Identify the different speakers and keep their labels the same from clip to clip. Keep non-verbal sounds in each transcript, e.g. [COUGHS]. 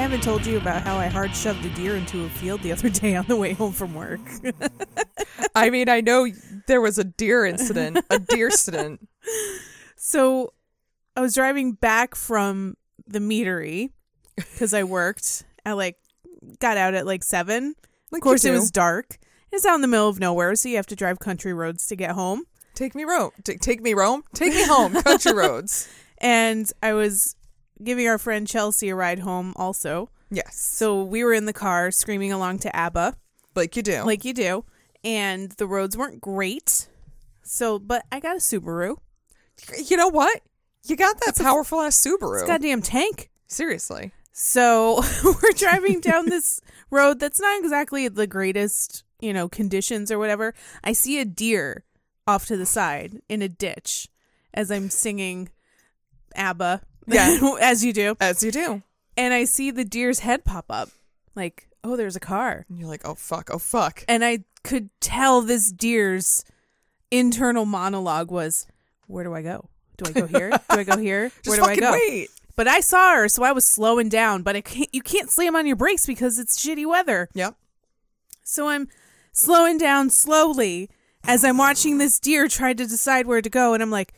Speaker 1: haven't told you about how I hard shoved a deer into a field the other [LAUGHS] day on the way home from work.
Speaker 2: I mean, I know there was a deer incident, a deer incident.
Speaker 1: So I was driving back from the meatery because I worked. I like got out at like seven.
Speaker 2: Like
Speaker 1: Of course,
Speaker 2: you
Speaker 1: it
Speaker 2: do.
Speaker 1: was dark. It's out in the middle of nowhere, so you have to drive country roads to get home.
Speaker 2: Take me Rome. T- take me Rome. Take me home.
Speaker 1: [LAUGHS]
Speaker 2: Country roads.
Speaker 1: And I was giving our friend Chelsea a ride home also.
Speaker 2: Yes,
Speaker 1: So we were in the car screaming along to ABBA,
Speaker 2: like you do.
Speaker 1: like you do. And the roads weren't great. So, but I got a Subaru.
Speaker 2: you know what? You got that powerful ass Subaru.
Speaker 1: It's a goddamn tank.
Speaker 2: Seriously.
Speaker 1: So [LAUGHS] we're driving down
Speaker 2: [LAUGHS]
Speaker 1: this road that's not exactly the greatest, you know, conditions or whatever. I see a deer off to the side in a ditch as I'm singing ABBA. [LAUGHS]
Speaker 2: Yeah.
Speaker 1: as you do.
Speaker 2: As you do.
Speaker 1: And I see the deer's head pop up. Like, oh, there's a car.
Speaker 2: And you're like, oh fuck, oh fuck.
Speaker 1: And I could tell this deer's internal monologue was, Where do I go? Do I go here? Do
Speaker 2: [LAUGHS]
Speaker 1: I go here? Where
Speaker 2: Just
Speaker 1: do I
Speaker 2: fucking
Speaker 1: go?
Speaker 2: wait.
Speaker 1: But I saw her, so I was slowing down. But I can't, you can't slam on your brakes because it's shitty weather.
Speaker 2: Yep.
Speaker 1: So I'm slowing down slowly as I'm watching this deer try to decide where to go, and I'm like,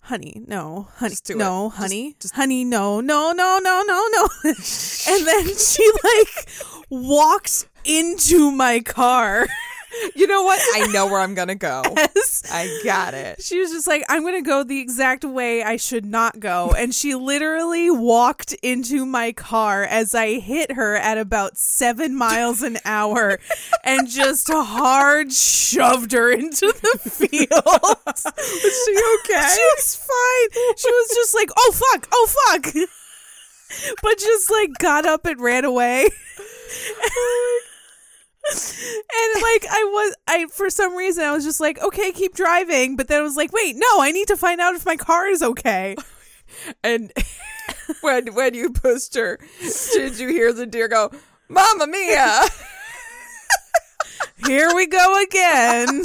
Speaker 1: "Honey, no, honey,
Speaker 2: Just do
Speaker 1: no,
Speaker 2: it. Just-
Speaker 1: honey,
Speaker 2: just-
Speaker 1: honey, no, no, no, no, no, no." [LAUGHS] and then she like walked into my car. [LAUGHS]
Speaker 2: You know what? I know where I'm gonna go.
Speaker 1: As
Speaker 2: I got it.
Speaker 1: she was just like, I'm going to go the exact way I should not go. And she literally walked into my car as I hit her at about seven miles an hour and just hard shoved her into the
Speaker 2: [LAUGHS]
Speaker 1: field.
Speaker 2: Is she okay?
Speaker 1: She was fine. She was just like, oh fuck, oh fuck. [LAUGHS] But just like got up and ran away. [LAUGHS] and like I was I for some reason I was just like, okay, keep driving. But then I was like, wait, no, I need to find out if my car is okay.
Speaker 2: and when when you pushed her, did you hear the deer go,
Speaker 1: [LAUGHS]
Speaker 2: "Mamma mia"?
Speaker 1: Here we go again.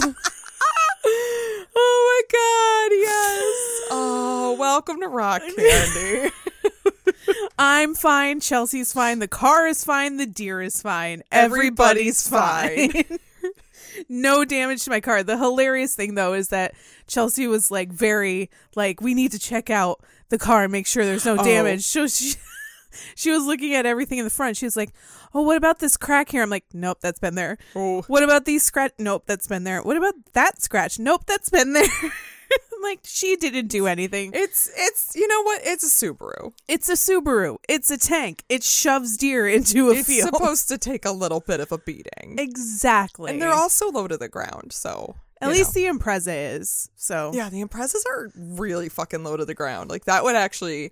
Speaker 2: oh my god! Yes. Oh, welcome to [LAUGHS] rock candy.
Speaker 1: I'm fine, Chelsea's fine, the car is fine, the deer is fine, everybody's,
Speaker 2: Everybody's
Speaker 1: fine. [LAUGHS] no damage to my car. The hilarious thing though is that Chelsea was like very like we need to check out the car and make sure there's no
Speaker 2: Oh.
Speaker 1: damage. So she [LAUGHS] she was looking at everything in the front. She was like, "Oh, what about this crack here?" I'm like, "Nope, that's been there."
Speaker 2: Oh.
Speaker 1: What about these scratch? Nope, that's been there. What about that scratch? Nope, that's been there. [LAUGHS] I'm like she didn't do anything.
Speaker 2: It's it's you know what? It's a Subaru.
Speaker 1: It's a Subaru. It's a tank. It shoves deer [LAUGHS] into a
Speaker 2: It's
Speaker 1: field.
Speaker 2: supposed to take a little bit of a beating,
Speaker 1: exactly.
Speaker 2: and they're also low to the ground. So
Speaker 1: at
Speaker 2: you
Speaker 1: least
Speaker 2: know.
Speaker 1: the Impreza is. So
Speaker 2: yeah, the Imprezas are really fucking low to the ground. Like that would actually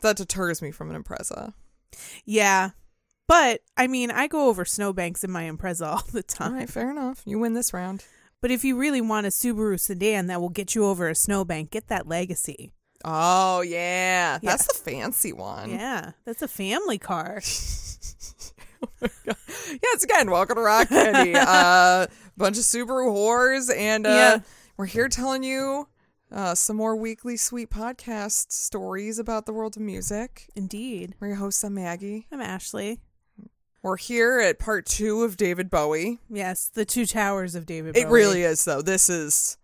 Speaker 2: that deters me from an Impreza.
Speaker 1: Yeah. But I mean, I go over snowbanks in my Impreza [LAUGHS] all the
Speaker 2: All
Speaker 1: time.
Speaker 2: right, fair enough. You win this round.
Speaker 1: But if you really want a Subaru sedan that will get you over a snowbank, get that Legacy.
Speaker 2: Oh yeah, that's the fancy one.
Speaker 1: Yeah, that's a family [LAUGHS] car.
Speaker 2: [LAUGHS] Yes, again, welcome to
Speaker 1: [LAUGHS]
Speaker 2: Rock Candy. uh, bunch of Subaru whores, and uh,
Speaker 1: Yeah.
Speaker 2: we're here telling you uh, some more weekly sweet podcast stories about the world of music.
Speaker 1: Indeed.
Speaker 2: We're your host, I'm Maggie.
Speaker 1: I'm Ashley.
Speaker 2: We're here at part two of David Bowie.
Speaker 1: Yes, the two towers of David.
Speaker 2: It
Speaker 1: Bowie.
Speaker 2: really is, though. This is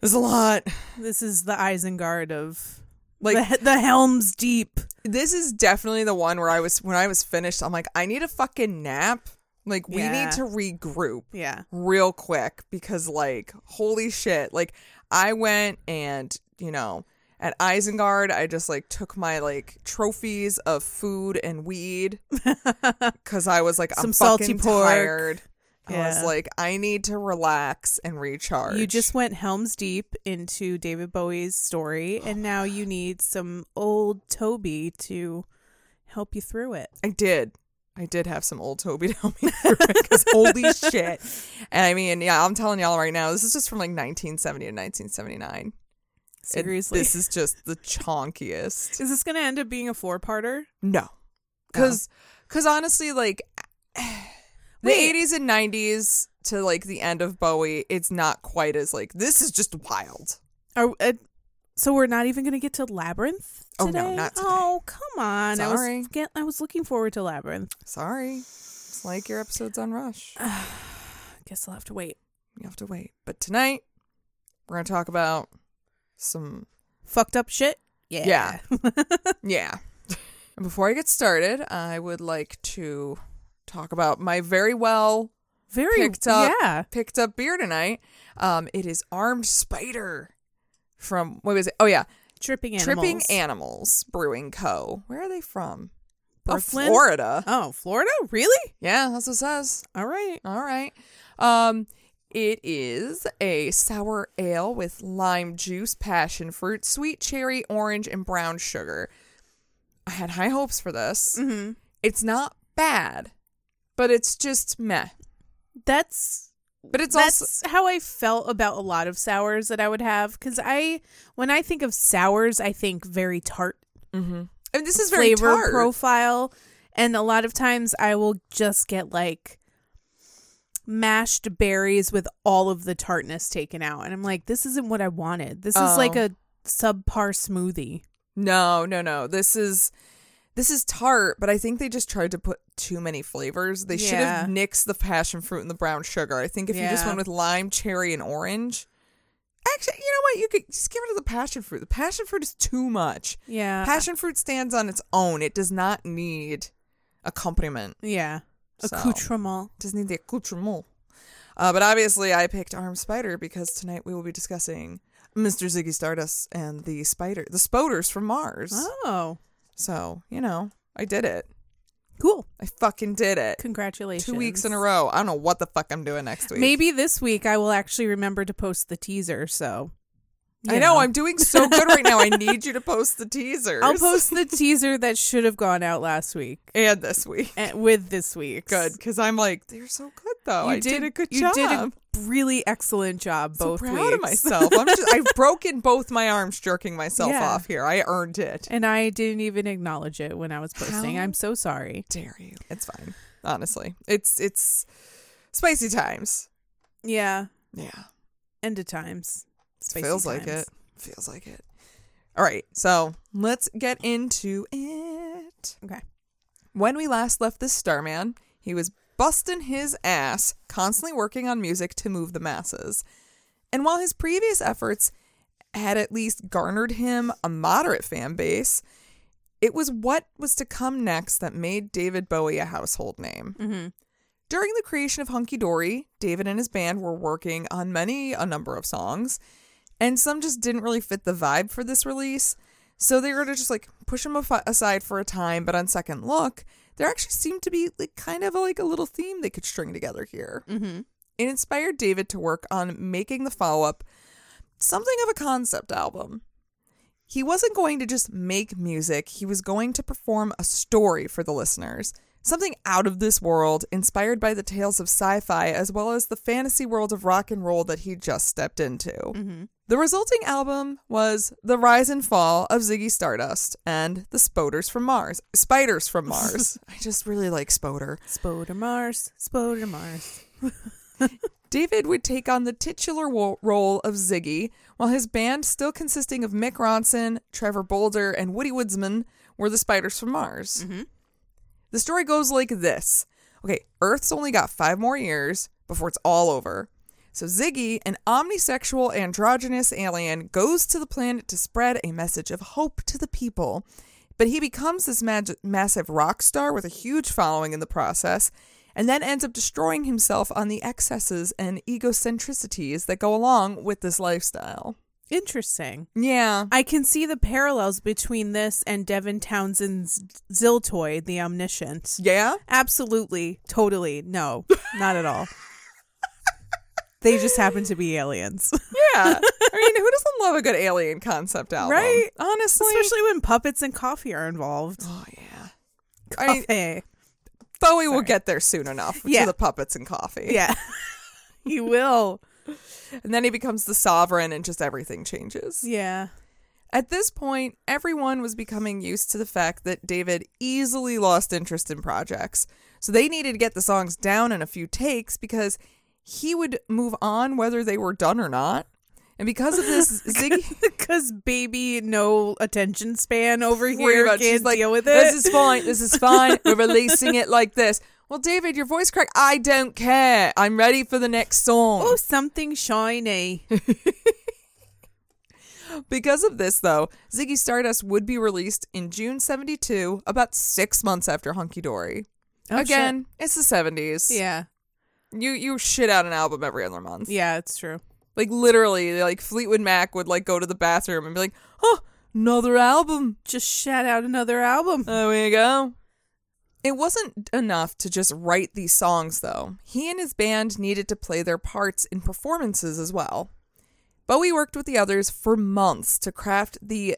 Speaker 2: this is a lot.
Speaker 1: This is the Isengard of
Speaker 2: Like
Speaker 1: the, the Helm's Deep.
Speaker 2: this is definitely the one where I was when I was finished. I'm like, I need a fucking nap. Like we
Speaker 1: Yeah.
Speaker 2: need to regroup.
Speaker 1: [LAUGHS] Yeah.
Speaker 2: real quick because like holy shit like i went and you know at isengard i just like took my like trophies of food and weed because i was like i'm
Speaker 1: Some salty
Speaker 2: fucking
Speaker 1: pork.
Speaker 2: tired i was
Speaker 1: Yeah.
Speaker 2: like i need to relax and recharge
Speaker 1: You just went Helm's Deep into David Bowie's story,
Speaker 2: Oh,
Speaker 1: and now you need some old Toby to help you through it.
Speaker 2: i did I did have some old Toby [LAUGHS] to help me through because holy shit. And I mean, yeah, I'm telling y'all right now, this is just from like 1970 to 1979. And
Speaker 1: Seriously.
Speaker 2: this is just the chonkiest.
Speaker 1: [LAUGHS] is this going to end up being a four parter?
Speaker 2: No. Cuz cuz honestly like [SIGHS] the
Speaker 1: Wait.
Speaker 2: 80s and 90s to like the end of Bowie, it's not quite as like this is just wild.
Speaker 1: Are, uh, So we're not even going to get to Labyrinth
Speaker 2: Oh,
Speaker 1: today?
Speaker 2: no, not today.
Speaker 1: Oh, come on. I
Speaker 2: Sorry.
Speaker 1: was get, I was looking forward to Labyrinth.
Speaker 2: Sorry. It's like your episodes on Rush.
Speaker 1: I guess I'll have to wait.
Speaker 2: You have to wait. But tonight, we're going to talk about some.
Speaker 1: Fucked up shit?
Speaker 2: Yeah. Yeah. And before I get started, I would like to talk about my very well
Speaker 1: [LAUGHS] Very
Speaker 2: Picked up-
Speaker 1: Yeah.
Speaker 2: picked up beer tonight. Um, it is Armed Spider from, what was it? Oh, yeah.
Speaker 1: Tripping animals.
Speaker 2: Tripping Animals Brewing Co. Where are they from?
Speaker 1: Oh,
Speaker 2: Or
Speaker 1: Flint?
Speaker 2: Florida.
Speaker 1: Oh, Florida? Really?
Speaker 2: Yeah, that's what it says.
Speaker 1: All right.
Speaker 2: All right. Um, it is a sour ale with lime juice, passion fruit, sweet cherry, orange, and brown sugar. I had high hopes for this.
Speaker 1: Mhm.
Speaker 2: It's not bad, but it's just meh.
Speaker 1: That's
Speaker 2: But it's also
Speaker 1: that's how I felt about a lot of sours that I would have because I, when I think of sours, I think very tart
Speaker 2: I mean, this is very
Speaker 1: flavor
Speaker 2: tart.
Speaker 1: profile, and a lot of times I will just get like mashed berries with all of the tartness taken out, and I'm like, this isn't what I wanted. This is like
Speaker 2: Oh.
Speaker 1: a subpar smoothie.
Speaker 2: no, no, no. This is this is tart, but I think they just tried to put too many flavors. They should have nixed the passion fruit and the brown sugar. I think if you just
Speaker 1: Yeah.
Speaker 2: went with lime, cherry, and orange. Actually, you know what? You could just get rid of the passion fruit. The passion fruit is too much.
Speaker 1: Yeah,
Speaker 2: Passion fruit stands on its own. It does not need accompaniment.
Speaker 1: yeah,
Speaker 2: So.
Speaker 1: accoutrement.
Speaker 2: It doesn't need the accoutrement. Uh, but obviously, I picked Arm Spider because tonight we will be discussing Mr. Ziggy Stardust and the spider, the Spoders from Mars.
Speaker 1: Oh,
Speaker 2: So, you know, I did it.
Speaker 1: cool!
Speaker 2: I fucking did it.
Speaker 1: Congratulations.
Speaker 2: Two weeks in a row. I don't know what the fuck I'm doing next week.
Speaker 1: Maybe this week I will actually remember to post the teaser. So
Speaker 2: I
Speaker 1: you
Speaker 2: know, I'm doing so good
Speaker 1: [LAUGHS]
Speaker 2: right now. I need you to post the teasers.
Speaker 1: I'll post the
Speaker 2: [LAUGHS]
Speaker 1: teaser that should have gone out last week
Speaker 2: and this week.
Speaker 1: eh, with this week's.
Speaker 2: Good, because I'm like they're so good though.
Speaker 1: You
Speaker 2: I did, a good job.
Speaker 1: You did a really excellent job
Speaker 2: so
Speaker 1: both
Speaker 2: proud
Speaker 1: weeks.
Speaker 2: of myself. I'm just, I've broken both my arms jerking myself
Speaker 1: Yeah.
Speaker 2: off here. I earned it.
Speaker 1: [LAUGHS] And I didn't even acknowledge it when I was posting.
Speaker 2: How
Speaker 1: I'm so sorry.
Speaker 2: Dare you? It's fine. Honestly, it's it's spicy times.
Speaker 1: Yeah.
Speaker 2: Yeah,
Speaker 1: End of times. Spicy
Speaker 2: feels like
Speaker 1: times.
Speaker 2: it. Feels like it. All right, so let's get into it.
Speaker 1: Okay.
Speaker 2: When we last left this Starman, he was busting his ass, constantly working on music to move the masses. And while his previous efforts had at least garnered him a moderate fan base, it was what was to come next that made David Bowie a household name.
Speaker 1: Mm-hmm.
Speaker 2: During the creation of Hunky Dory, David and his band were working on many a number of songs, and some just didn't really fit the vibe for this release. So they were to just like push them afi- aside for a time, but on second look, there actually seemed to be like kind of like a little theme they could string together here. Mm-hmm. It inspired David to work on making the follow up something of a concept album. He wasn't going to just make music, he was going to perform a story for the listeners. Something out of this world, inspired by the tales of sci fi as well as the fantasy world of rock and roll that he just stepped into. The resulting album was The Rise and Fall of Ziggy Stardust and The Spoders from Mars. Spiders from Mars. I just really like Spoder.
Speaker 1: Spoder Mars. Spoder Mars.
Speaker 2: David would take on the titular wo- role of Ziggy, while his band, still consisting of Mick Ronson, Trevor Boulder, and Woody Woodsman, were the Spiders from Mars. The story goes like this Okay, Earth's only got five more years before it's all over. So Ziggy, an omnisexual androgynous alien, goes to the planet to spread a message of hope to the people. But he becomes this mag- massive rock star with a huge following in the process, and then ends up destroying himself on the excesses and egocentricities that go along with this lifestyle.
Speaker 1: Interesting.
Speaker 2: Yeah.
Speaker 1: I can see the parallels between this and Devin Townsend's Ziltoid, the Omniscient.
Speaker 2: Yeah?
Speaker 1: Absolutely, totally, no, not at
Speaker 2: [LAUGHS]
Speaker 1: all. they just happen to be aliens, [LAUGHS]
Speaker 2: Yeah. I mean, who doesn't love a good alien concept album?
Speaker 1: Right?
Speaker 2: Oh, Honestly.
Speaker 1: especially when puppets and coffee are involved.
Speaker 2: oh, yeah. I mean,
Speaker 1: Coffee.
Speaker 2: Bowie will get there soon enough
Speaker 1: Oh, Yeah.
Speaker 2: to the puppets and coffee. [LAUGHS]
Speaker 1: yeah, you will.
Speaker 2: And then he becomes the sovereign and just everything changes.
Speaker 1: Yeah, [LAUGHS]
Speaker 2: At this point, everyone was becoming used to the fact that David easily lost interest in projects. So they needed to get the songs down in a few takes because he would move on whether they were done or not. And because
Speaker 1: [LAUGHS]
Speaker 2: of this, Ziggy
Speaker 1: Because baby, no attention span over
Speaker 2: [LAUGHS] worried
Speaker 1: here.
Speaker 2: about.
Speaker 1: Can't
Speaker 2: She's like,
Speaker 1: deal with
Speaker 2: this
Speaker 1: it.
Speaker 2: is fine. This is fine.
Speaker 1: [LAUGHS]
Speaker 2: We're releasing it like this. Well, David, your voice cracked. I don't care. I'm ready for the next song.
Speaker 1: oh, something shiny.
Speaker 2: Because of this, though, Ziggy Stardust would be released in June 72, about six months after Hunky Dory.
Speaker 1: Oh,
Speaker 2: [LAUGHS] Again, it's the 70s.
Speaker 1: shit. yeah,
Speaker 2: You you shit out an album every other month.
Speaker 1: yeah, it's true.
Speaker 2: Like literally, like Fleetwood Mac would like go to the bathroom and be like, "Huh, another album.
Speaker 1: Just shout out another album.
Speaker 2: There we go." It wasn't enough to just write these songs though. He and his band needed to play their parts in performances as well. Bowie worked with the others for months to craft the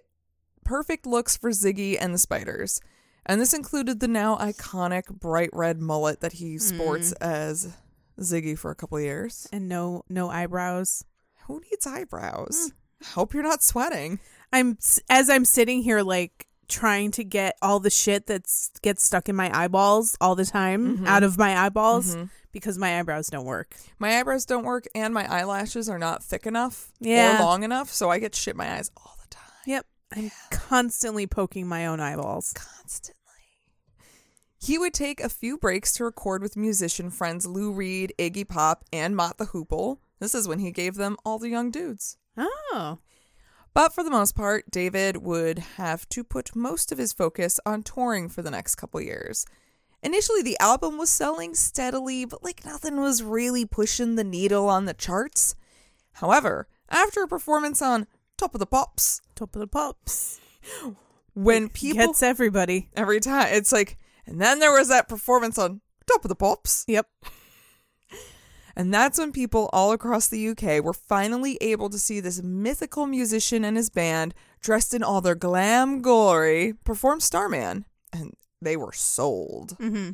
Speaker 2: perfect looks for Ziggy and the Spiders. And this included the now iconic bright red mullet that he sports as Ziggy for a couple of years.
Speaker 1: and no, no eyebrows.
Speaker 2: Who needs eyebrows? Hope you're not sweating.
Speaker 1: I'm as I'm sitting here, like trying to get all the shit that's gets stuck in my eyeballs all the time
Speaker 2: Mm-hmm.
Speaker 1: out of my eyeballs because my eyebrows don't work.
Speaker 2: My eyebrows don't work and my eyelashes are not thick enough
Speaker 1: Yeah.
Speaker 2: or long enough, so I get shit in my eyes all the time.
Speaker 1: Yep, I'm constantly poking my own eyeballs.
Speaker 2: Constantly. He would take a few breaks to record with musician friends Lou Reed, Iggy Pop, and Mott the Hoople. This is when he gave them all the young dudes.
Speaker 1: Oh,
Speaker 2: But for the most part, David would have to put most of his focus on touring for the next couple years. Initially, the album was selling steadily, but like nothing was really pushing the needle on the charts. However, after a performance on Top of the Pops,
Speaker 1: top of the pops
Speaker 2: when people
Speaker 1: gets everybody.
Speaker 2: every time it's like, and then there was that performance on Top of the Pops,
Speaker 1: Yep.
Speaker 2: and that's when people all across the UK were finally able to see this mythical musician and his band dressed in all their glam glory perform Starman, and they were sold.
Speaker 1: Mm-hmm.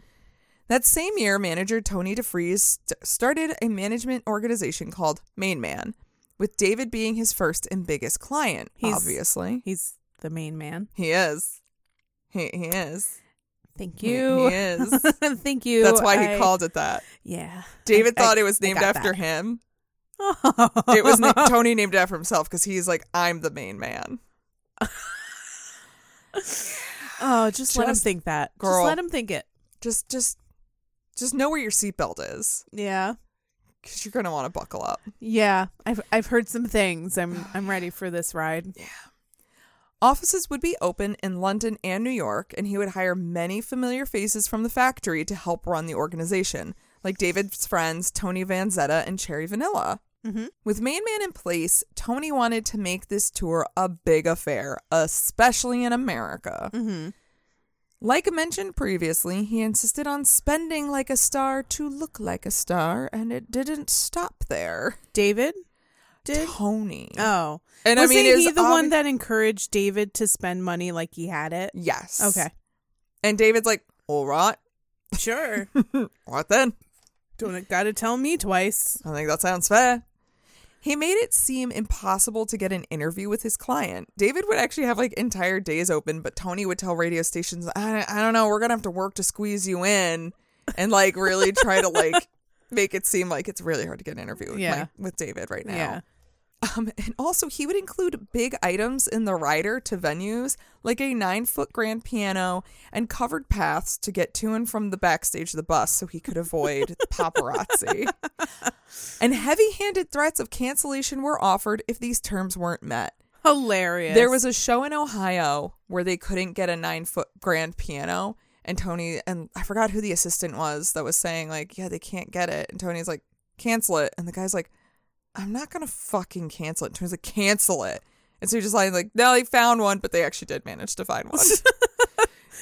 Speaker 2: That same year, manager Tony DeFries st- started a management organization called Main Man, with David being his first and biggest client,
Speaker 1: He's-
Speaker 2: obviously.
Speaker 1: He's the main man.
Speaker 2: He is. He, he is.
Speaker 1: Thank
Speaker 2: He-
Speaker 1: you.
Speaker 2: He is.
Speaker 1: [LAUGHS] Thank you.
Speaker 2: That's why he
Speaker 1: I-
Speaker 2: called it that.
Speaker 1: Yeah.
Speaker 2: David
Speaker 1: I-
Speaker 2: thought
Speaker 1: I-
Speaker 2: it was
Speaker 1: I
Speaker 2: named
Speaker 1: got
Speaker 2: after
Speaker 1: that.
Speaker 2: him.
Speaker 1: [LAUGHS]
Speaker 2: It was na- Tony named it after himself because he's like, I'm the main man.
Speaker 1: oh, just, let him
Speaker 2: Just-
Speaker 1: think that.
Speaker 2: girl.
Speaker 1: Just let him think it.
Speaker 2: Just, just, just know where your seatbelt is
Speaker 1: Yeah.
Speaker 2: because you're gonna want to buckle up.
Speaker 1: Yeah. I've I've heard some things. I'm I'm ready for this ride.
Speaker 2: Offices would be open in London and New York, and he would hire many familiar faces from the factory to help run the organization, like David's friends Tony Vanzetta and Cherry Vanilla.
Speaker 1: Mhm.
Speaker 2: With Main Man in place, Tony wanted to make this tour a big affair, especially in America.
Speaker 1: Mhm.
Speaker 2: Like mentioned previously, he insisted on spending like a star to look like a star, and it didn't stop there.
Speaker 1: David did
Speaker 2: Tony.
Speaker 1: Oh.
Speaker 2: and
Speaker 1: Wasn't
Speaker 2: it's
Speaker 1: he the one
Speaker 2: obvi-
Speaker 1: that encouraged David to spend money like he had it?
Speaker 2: Yes.
Speaker 1: Okay. [LAUGHS]
Speaker 2: And David's like, all right,
Speaker 1: Sure.
Speaker 2: Right then.
Speaker 1: [LAUGHS] Don't gotta tell me twice.
Speaker 2: I think that sounds fair. He made it seem impossible to get an interview with his client. David would actually have like entire days open, but Tony would tell radio stations, I, I don't know, we're going to have to work to squeeze you in and like really try to like [LAUGHS] make it seem like it's really hard to get an interview with, my-
Speaker 1: Yeah.
Speaker 2: with David right now.
Speaker 1: Yeah.
Speaker 2: Um, and also, he would include big items in the rider to venues, like a nine foot grand piano and covered paths to get to and from the backstage of the bus so he
Speaker 1: [LAUGHS]
Speaker 2: could avoid paparazzi. and heavy handed threats of cancellation were offered if these terms weren't met.
Speaker 1: Hilarious.
Speaker 2: There was a show in Ohio where they couldn't get a nine foot grand piano. And Tony, and I forgot who the assistant was that was saying, like, yeah, they can't get it. And Tony's like, cancel it. And the guy's like, I'm not going to fucking cancel it. And Tony's like, cancel it. And so he just like, like, no, they found one, but they actually did manage to find
Speaker 1: [LAUGHS]
Speaker 2: one.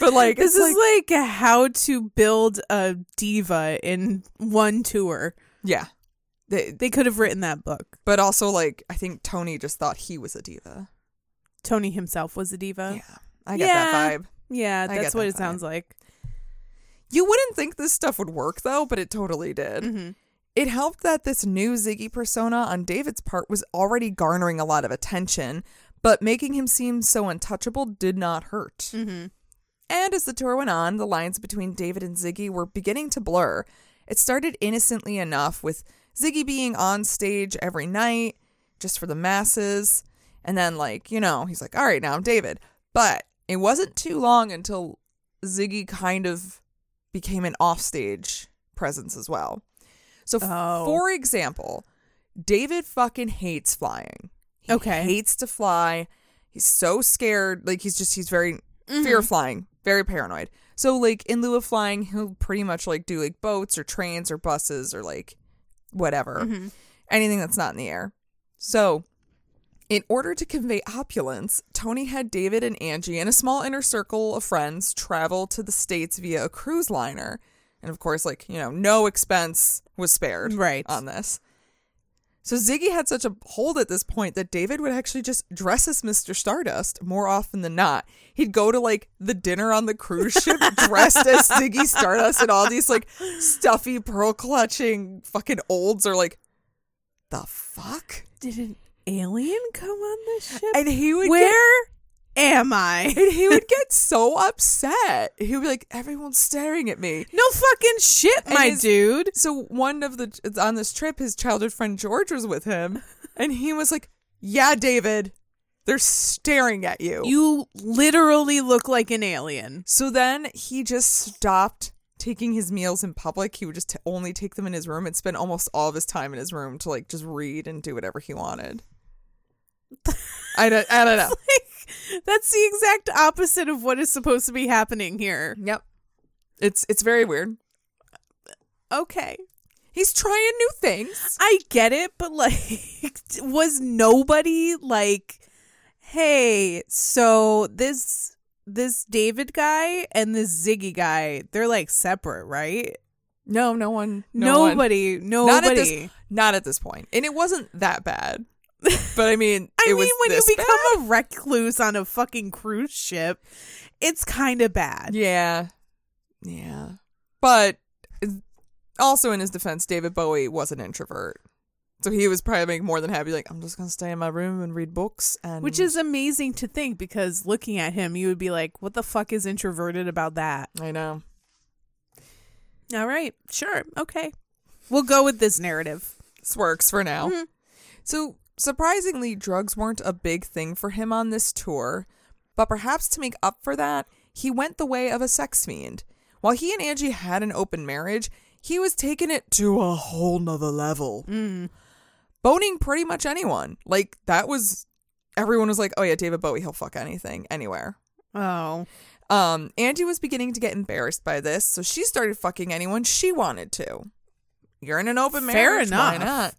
Speaker 2: but like,
Speaker 1: this
Speaker 2: it's
Speaker 1: is like, how to build a diva in one tour.
Speaker 2: yeah. They,
Speaker 1: They could have written that book.
Speaker 2: but also, like, I think Tony just thought he was a diva.
Speaker 1: Tony himself was a diva.
Speaker 2: yeah. I get
Speaker 1: Uh, Yeah.
Speaker 2: that vibe.
Speaker 1: Yeah,
Speaker 2: I get
Speaker 1: that's what
Speaker 2: that
Speaker 1: it sounds like.
Speaker 2: You wouldn't think this stuff would work though, but it totally did.
Speaker 1: Mhm.
Speaker 2: It helped that this new Ziggy persona on David's part was already garnering a lot of attention, but making him seem so untouchable did not hurt.
Speaker 1: mm-hmm.
Speaker 2: And as the tour went on, the lines between David and Ziggy were beginning to blur. It started innocently enough with Ziggy being on stage every night, just for the masses. And then, like, you know, he's like, all right, now I'm David. But it wasn't too long until Ziggy kind of became an offstage presence as well. So, f-
Speaker 1: Oh.
Speaker 2: for example, David fucking hates flying. He
Speaker 1: Okay.
Speaker 2: hates to fly. He's so scared. Like, he's just, he's very fear of flying, very paranoid. So, like, in lieu of flying, he'll pretty much like do like boats or trains or buses or like whatever, anything that's not in the air. So, in order to convey opulence, Tony had David and Angie and a small inner circle of friends travel to the States via a cruise liner. And of course, like, you know, no expense was spared
Speaker 1: Right.
Speaker 2: on this. So Ziggy had such a hold at this point that David would actually just dress as Mr. Stardust more often than not. He'd go to like the dinner on the cruise ship dressed as Ziggy Stardust and all these like stuffy pearl clutching fucking olds are like, the fuck?
Speaker 1: Did an alien come on this ship?
Speaker 2: And he would get-
Speaker 1: Where am [LAUGHS] I?
Speaker 2: And he would get so upset. He would be like, "Everyone's staring at me."
Speaker 1: No fucking shit,
Speaker 2: And
Speaker 1: my
Speaker 2: his-
Speaker 1: dude.
Speaker 2: So one of the on this trip, his childhood friend George was with him, and he was like, "Yeah, David, they're staring at you."
Speaker 1: You literally look like an alien.
Speaker 2: so then he just stopped taking his meals in public. He would just t- only take them in his room and spend almost all of his time in his room to like just read and do whatever he wanted. I don't, I don't know.
Speaker 1: That's the exact opposite of what is supposed to be happening here.
Speaker 2: Yep, it's it's very weird.
Speaker 1: Okay.
Speaker 2: He's trying new things.
Speaker 1: I get it, but [LAUGHS] like, was nobody like, hey, so this this David guy and this Ziggy guy, they're like separate, right?
Speaker 2: No, no one. one.
Speaker 1: nobody, nobody.
Speaker 2: Not at this. Not at this point. And it wasn't
Speaker 1: [LAUGHS]
Speaker 2: that bad. But I mean,
Speaker 1: I
Speaker 2: it
Speaker 1: mean,
Speaker 2: was
Speaker 1: when you
Speaker 2: this
Speaker 1: become a recluse on a fucking cruise ship, it's kind of
Speaker 2: bad.
Speaker 1: bad.
Speaker 2: yeah, yeah. But also in his defense, David Bowie was an introvert, so he was probably more than happy. Like, I'm just gonna stay in my room and read books, and
Speaker 1: Which is amazing to think because looking at him, you would be like, what the fuck is introverted about that?
Speaker 2: I know.
Speaker 1: All right, sure, okay. We'll go with this narrative.
Speaker 2: This works for now. So, surprisingly, drugs weren't a big thing for him on this tour, but perhaps to make up for that, he went the way of a sex fiend. While he and Angie had an open marriage, he was taking it to a whole nother level. Boning pretty much anyone. Like, that was. Everyone was like, oh yeah, David Bowie, he'll fuck anything, anywhere.
Speaker 1: Oh.
Speaker 2: Um, Angie was beginning to get embarrassed by this, so she started fucking anyone she wanted to. You're in an open
Speaker 1: Fair
Speaker 2: marriage, why
Speaker 1: enough.
Speaker 2: not?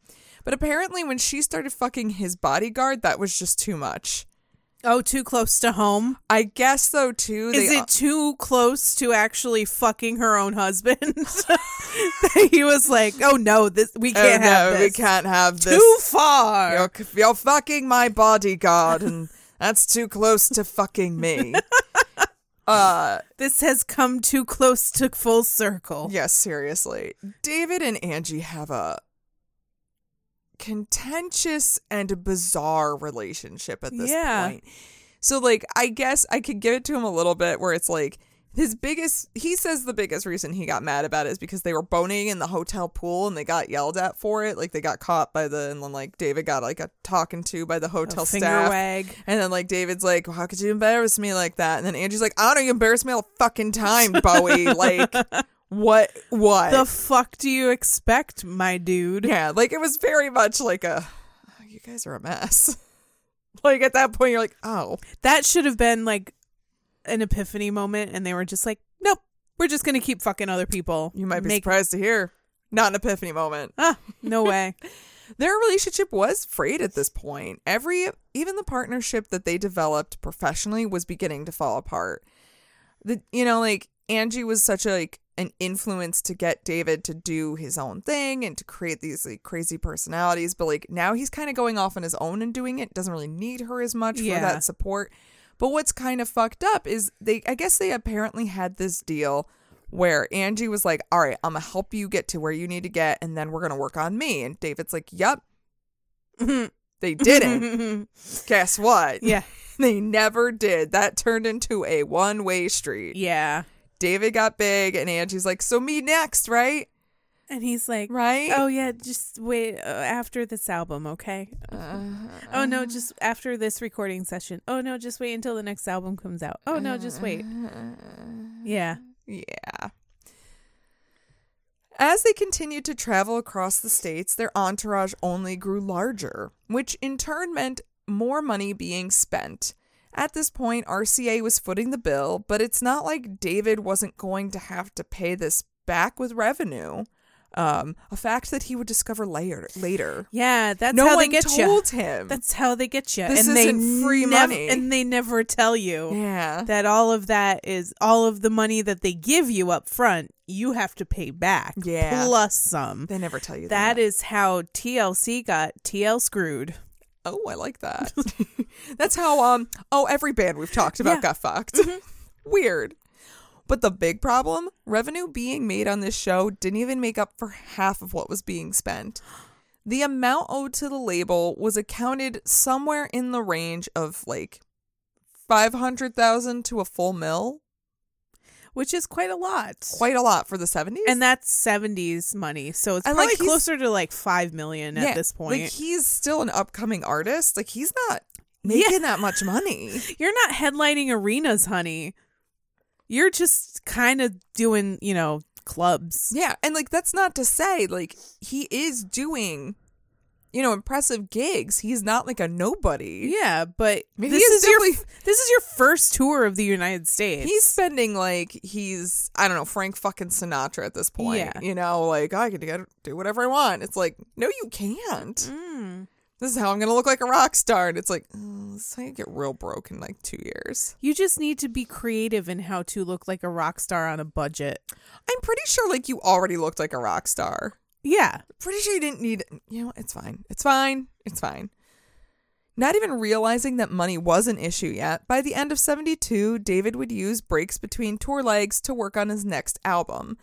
Speaker 2: But apparently, when she started fucking his bodyguard, that was just too much.
Speaker 1: Oh, too close to home.
Speaker 2: I guess though, too. uh,
Speaker 1: Is
Speaker 2: they,
Speaker 1: it too close to actually fucking her own husband? [LAUGHS] That he was like, "Oh no, this we
Speaker 2: Oh,
Speaker 1: can't have
Speaker 2: no,
Speaker 1: this.
Speaker 2: we can't have this.
Speaker 1: Too far."
Speaker 2: You're, you're fucking my bodyguard, and that's too close to
Speaker 1: [LAUGHS]
Speaker 2: fucking me. uh,
Speaker 1: This has come too close to full circle.
Speaker 2: Yes, seriously. David and Angie have a contentious and bizarre relationship at this
Speaker 1: Yeah.
Speaker 2: point. So like I guess I could give it to him a little bit where it's like his biggest he says the biggest reason he got mad about it is because they were boning in the hotel pool and they got yelled at for it. Like they got caught by the and then like David got like a talking to by the hotel
Speaker 1: Finger
Speaker 2: staff.
Speaker 1: wag.
Speaker 2: And then like David's like, "Well, how could you embarrass me like that? And then Angie's like, I don't know, you embarrass me all the fucking time,
Speaker 1: [LAUGHS]
Speaker 2: Bowie. like what what?
Speaker 1: The fuck do you expect, my dude?
Speaker 2: yeah, like it was very much like a "Oh, you guys are a mess. [LAUGHS] like at that point you're like, oh.
Speaker 1: That should have been like an epiphany moment, and they were just like, "Nope, we're just gonna keep fucking other people."
Speaker 2: You might be
Speaker 1: Make-
Speaker 2: surprised to hear. Not an epiphany moment.
Speaker 1: Ah,
Speaker 2: [LAUGHS]
Speaker 1: no way.
Speaker 2: Their relationship was frayed at this point. Every even the partnership that they developed professionally was beginning to fall apart. The you know, like Angie was such a like an influence to get David to do his own thing and to create these like crazy personalities, but like now he's kind of going off on his own and doing it. Doesn't really need her as much
Speaker 1: Yeah.
Speaker 2: for that support. But what's kind of fucked up is they I guess they apparently had this deal where Angie was like, "All right, I'm going to help you get to where you need to get and then we're going to work on me." And David's like, "Yep,
Speaker 1: [LAUGHS]
Speaker 2: they didn't. Guess what?
Speaker 1: yeah,
Speaker 2: [LAUGHS] They never did. That turned into a one way street.
Speaker 1: yeah.
Speaker 2: David got big, and Angie's like, So me next, right? Uh,
Speaker 1: And he's like,
Speaker 2: Right?
Speaker 1: Oh yeah, just wait uh, after this album, okay? oh
Speaker 2: Uh-huh.
Speaker 1: no, just after this recording session. Oh no, just wait until the next album comes out. Oh no, just wait.
Speaker 2: uh, Uh-huh.
Speaker 1: Yeah.
Speaker 2: Yeah. As they continued to travel across the states, their entourage only grew larger, which in turn meant more money being spent. At this point, RCA was footing the bill, but it's not like David wasn't going to have to pay this back with revenue. Um, a fact that he would discover later. Later,
Speaker 1: Yeah, that's
Speaker 2: no
Speaker 1: how they
Speaker 2: one
Speaker 1: get you.
Speaker 2: told him.
Speaker 1: That's how they get you.
Speaker 2: This
Speaker 1: and they
Speaker 2: isn't free
Speaker 1: nev-
Speaker 2: money.
Speaker 1: and they never tell you
Speaker 2: yeah,
Speaker 1: [LAUGHS] that all of that is all of the money that they give you up front, you have to pay back
Speaker 2: Yeah.
Speaker 1: plus some.
Speaker 2: they never tell you that.
Speaker 1: That is how TLC got TL screwed.
Speaker 2: Oh, I
Speaker 1: [LAUGHS]
Speaker 2: like that. That's how um oh every band we've talked about
Speaker 1: Yeah. Mm-hmm.
Speaker 2: got fucked. [LAUGHS] Weird. But the big problem, revenue being made on this show didn't even make up for half of what was being spent. The amount owed to the label was accounted somewhere in the range of like 500,000 to a full mill.
Speaker 1: which is quite a lot.
Speaker 2: Quite a lot for the 70s.
Speaker 1: and that's seventies money, so it's
Speaker 2: And,
Speaker 1: probably
Speaker 2: like, he's-
Speaker 1: closer to like five million at this point.
Speaker 2: Like he's still an upcoming artist. Like he's not making that
Speaker 1: [LAUGHS]
Speaker 2: much money.
Speaker 1: You're not headlining arenas, honey. You're just kind of doing, you know, clubs.
Speaker 2: Yeah, and like that's not to say like he is doing, you know, impressive gigs. He's not like a nobody.
Speaker 1: Yeah, but
Speaker 2: mean, he
Speaker 1: this
Speaker 2: is
Speaker 1: is your
Speaker 2: definitely-
Speaker 1: this is your first tour of the United States.
Speaker 2: He's spending like he's I don't know Frank fucking Sinatra at this point.
Speaker 1: Yeah.
Speaker 2: You know, like I can get, do whatever I want. It's like no, you can't.
Speaker 1: Mm.
Speaker 2: This is how I'm gonna look like a rock star. And it's like mm, this is how you get real broke in like two years.
Speaker 1: You just need to be creative in how to look like a rock star on a budget.
Speaker 2: I'm pretty sure like you already looked like a rock star.
Speaker 1: Yeah,
Speaker 2: pretty sure you didn't need you know it's fine it's fine it's fine not even realizing that money was an issue yet by the end of 72 david would use breaks between tour legs to work on his next album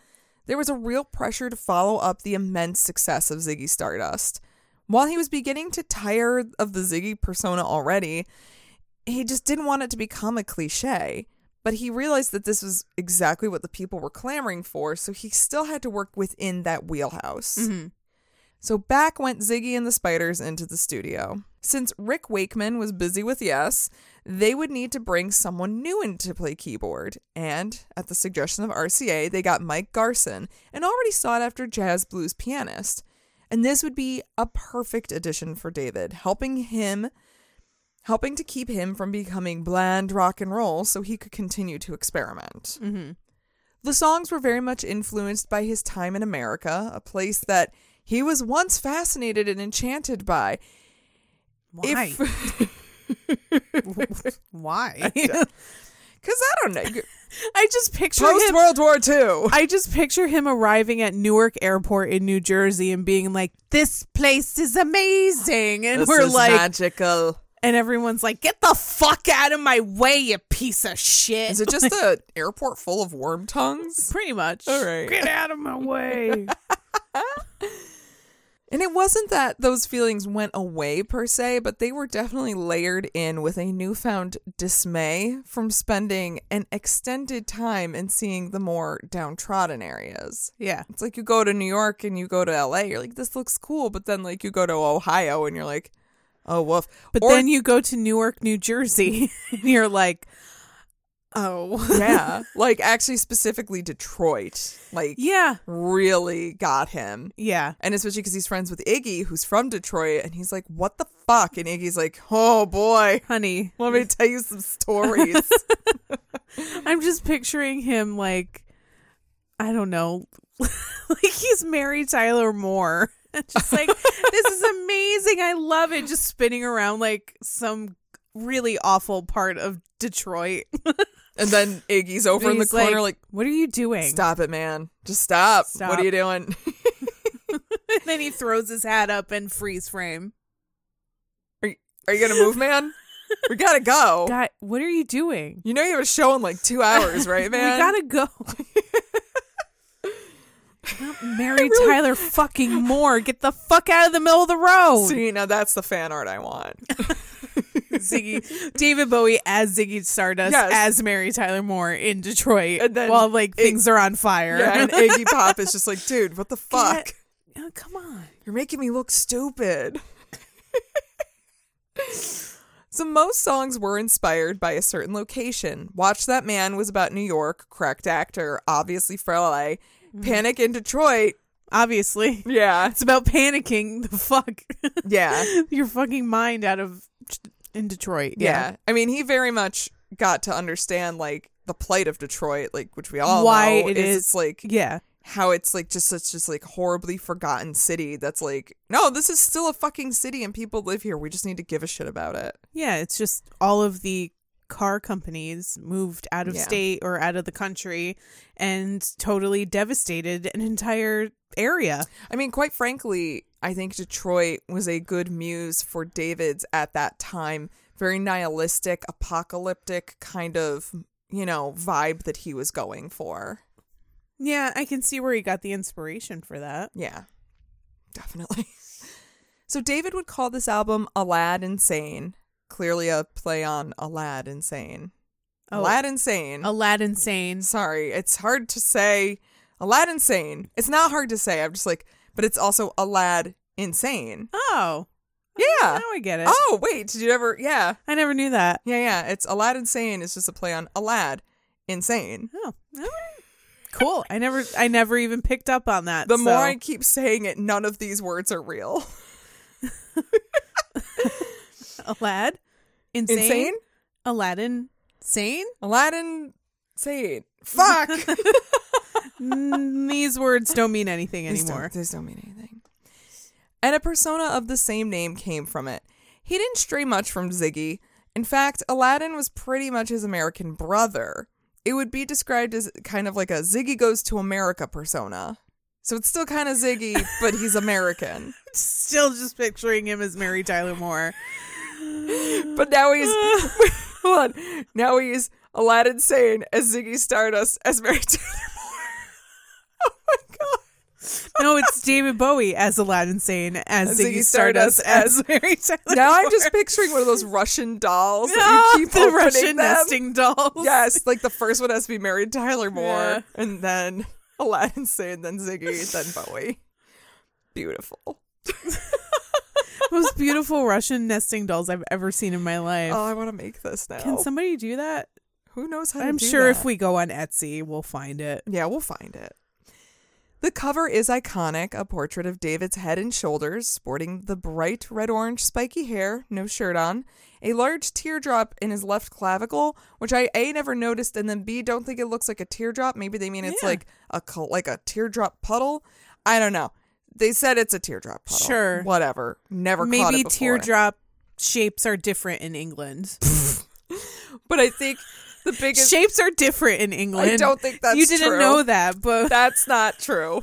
Speaker 2: there was a real pressure to follow up the immense success of ziggy stardust while he was beginning to tire of the ziggy persona already he just didn't want it to become a cliche but he realized that this was exactly what the people were clamoring for so he still had to work within that wheelhouse so back went Ziggy and the Spiders into the studio. Since Rick Wakeman was busy with Yes, they would need to bring someone new in to play keyboard. And at the suggestion of RCA, they got Mike Garson, an already sought after jazz blues pianist. And this would be a perfect addition for David, helping him helping to keep him from becoming bland rock and roll so he could continue to experiment. The songs were very much influenced by his time in America, a place that he was once fascinated and enchanted by.
Speaker 1: why?
Speaker 2: If,
Speaker 1: [LAUGHS] why? [LAUGHS]
Speaker 2: because I don't [LAUGHS] know,
Speaker 1: I just picture
Speaker 2: post
Speaker 1: him
Speaker 2: World War II.
Speaker 1: I just picture him arriving at Newark Airport in New Jersey and being like, "This place is amazing," and we're like,
Speaker 2: magical.
Speaker 1: and everyone's like, "Get the fuck out of my way, you piece of shit!"
Speaker 2: Is it just the [LAUGHS] airport full of worm tongues?
Speaker 1: pretty much?
Speaker 2: All right.
Speaker 1: get out of my
Speaker 2: [LAUGHS]
Speaker 1: way.
Speaker 2: And it wasn't that those feelings went away per se, but they were definitely layered in with a newfound dismay from spending an extended time in seeing the more downtrodden areas.
Speaker 1: yeah,
Speaker 2: It's like you go to New York and you go to LA, you're like, this looks cool. But then, like, you go to Ohio and you're like, oh, woof.
Speaker 1: but
Speaker 2: Or-
Speaker 1: then you go to Newark, New Jersey, [LAUGHS] and you're like, "Oh,
Speaker 2: [LAUGHS]
Speaker 1: [LAUGHS]
Speaker 2: yeah, like, actually, specifically Detroit, like,
Speaker 1: yeah,
Speaker 2: really got him.
Speaker 1: yeah."
Speaker 2: And especially because he's friends with Iggy, who's from Detroit, and he's like, what the fuck? And Iggy's like, oh boy,
Speaker 1: Honey,
Speaker 2: let me tell you
Speaker 1: [LAUGHS]
Speaker 2: some stories.
Speaker 1: I'm just picturing him like, I don't know, [LAUGHS] like he's Mary Tyler Moore. [LAUGHS] just like, this is amazing. I love it. Just spinning around like some really awful part of Detroit.
Speaker 2: and then Iggy's [LAUGHS] over in the
Speaker 1: He's like,
Speaker 2: corner, like,
Speaker 1: what are you doing?
Speaker 2: stop it, man. Just stop. What
Speaker 1: Stop.
Speaker 2: are you doing?
Speaker 1: [LAUGHS]
Speaker 2: [LAUGHS]
Speaker 1: And then he throws his hat up and freeze frame.
Speaker 2: Are you going to
Speaker 1: [LAUGHS]
Speaker 2: move, man? We got to go.
Speaker 1: God, what are you doing?
Speaker 2: You know you have a show in like two hours, right, man?
Speaker 1: [LAUGHS] We
Speaker 2: [LAUGHS]
Speaker 1: gotta go. Not [LAUGHS] Mary Tyler fucking Moore. Get the fuck out of the middle of the road.
Speaker 2: see. Now that's the fan art I want.
Speaker 1: [LAUGHS] Ziggy, David Bowie as Ziggy Stardust
Speaker 2: Yes.
Speaker 1: as Mary Tyler Moore in Detroit
Speaker 2: And then
Speaker 1: while like
Speaker 2: it-
Speaker 1: things are on fire. [LAUGHS]
Speaker 2: Yeah, and Iggy Pop is just like, dude, what the fuck?
Speaker 1: Get- oh, come on.
Speaker 2: You're making me look stupid. [LAUGHS] so most songs were inspired by a certain location. Watch That Man was about New York, correct actor, obviously for LA.
Speaker 1: Mm-hmm.
Speaker 2: Panic in Detroit.
Speaker 1: Obviously.
Speaker 2: Yeah.
Speaker 1: It's about panicking the fuck
Speaker 2: [LAUGHS]
Speaker 1: [LAUGHS]
Speaker 2: Yeah.
Speaker 1: your fucking mind out of in Detroit.
Speaker 2: Yeah. I mean, he very much got to understand like the plight of Detroit, like which we all
Speaker 1: Why
Speaker 2: know
Speaker 1: it
Speaker 2: is
Speaker 1: is-
Speaker 2: it's, like
Speaker 1: Yeah.
Speaker 2: how it's like just such just like horribly forgotten city that's like no, this is still a fucking city and people live here. We just need to give a shit about it.
Speaker 1: Yeah. It's just all of the car companies moved out of
Speaker 2: Yeah.
Speaker 1: state or out of the country and totally devastated an entire area.
Speaker 2: I mean, quite frankly, I think Detroit was a good muse for David's at that time. Very nihilistic, apocalyptic kind of, you know, vibe that he was going for.
Speaker 1: Yeah, I can see where he got the inspiration for that.
Speaker 2: Yeah, definitely. [LAUGHS] So David would call this album A Lad Insane. Clearly a play on A Lad Insane. A
Speaker 1: Oh.
Speaker 2: Lad Insane.
Speaker 1: Aladdin Sane.
Speaker 2: Sorry, it's hard to say A Lad Insane. It's not hard to say. I'm just like, but it's also A Lad Insane.
Speaker 1: Oh,
Speaker 2: Yeah.
Speaker 1: now I get it.
Speaker 2: Oh, wait, did you ever? Yeah.
Speaker 1: I never knew that.
Speaker 2: Yeah, yeah. It's Aladdin Sane is just a play on Alad Insane.
Speaker 1: Oh, all right. cool. I never, I never even picked up on that.
Speaker 2: The
Speaker 1: so-
Speaker 2: more I keep saying it, none of these words are real.
Speaker 1: Alad, insane,
Speaker 2: Insane?
Speaker 1: Aladdin, sane.
Speaker 2: Aladdin Sane. Fuck!
Speaker 1: Mm, these words don't mean anything
Speaker 2: These don't-
Speaker 1: anymore.
Speaker 2: These don't mean anything. And a persona of the same name came from it. He didn't stray much from Ziggy. In fact, Aladdin was pretty much his American brother. It would be described as kind of like a Ziggy goes to America persona. So it's still kind of [LAUGHS] Ziggy, but he's American.
Speaker 1: Still just picturing him as Mary Tyler Moore.
Speaker 2: But now he's [LAUGHS] hold on. Now he's Aladdin Sane as Ziggy Stardust as Mary Tyler Moore. [LAUGHS] oh my god.
Speaker 1: No, it's David Bowie as Aladdin Sane as
Speaker 2: As
Speaker 1: Ziggy,
Speaker 2: Ziggy
Speaker 1: Stardust,
Speaker 2: Stardust
Speaker 1: as [LAUGHS] Mary Tyler.
Speaker 2: Now I'm
Speaker 1: Moore.
Speaker 2: just picturing one of those Russian dolls [LAUGHS] that
Speaker 1: Ah, [LAUGHS]
Speaker 2: you keep
Speaker 1: the
Speaker 2: opening
Speaker 1: Russian
Speaker 2: them.
Speaker 1: nesting dolls. [LAUGHS]
Speaker 2: Yes, like the first one has to be married Tyler Moore,
Speaker 1: Yeah.
Speaker 2: and then [LAUGHS] Aladdin Sane, then Ziggy, then Bowie. Beautiful.
Speaker 1: most beautiful Russian nesting dolls I've ever seen in my life.
Speaker 2: Oh, I want to make this now.
Speaker 1: Can somebody do that?
Speaker 2: Who knows how to
Speaker 1: I'm
Speaker 2: do
Speaker 1: sure
Speaker 2: that?
Speaker 1: if we go on Etsy, we'll find it.
Speaker 2: Yeah, we'll find it. The cover is iconic a portrait of David's head and shoulders, sporting the bright red orange spiky hair, no shirt on, a large teardrop in his left clavicle, which I A never noticed, and then B don't think it looks like a teardrop. Maybe they mean it's
Speaker 1: Yeah.
Speaker 2: like a col- like a teardrop puddle. I don't know. They said it's a teardrop puddle.
Speaker 1: Sure.
Speaker 2: Whatever. Never caught it
Speaker 1: Maybe
Speaker 2: before.
Speaker 1: teardrop shapes are different in
Speaker 2: [LAUGHS]
Speaker 1: England. [LAUGHS]
Speaker 2: But I think the biggest
Speaker 1: shapes are different in England.
Speaker 2: I don't think that's
Speaker 1: you didn't
Speaker 2: true.
Speaker 1: know that,
Speaker 2: [LAUGHS]
Speaker 1: but [LAUGHS]
Speaker 2: that's not true.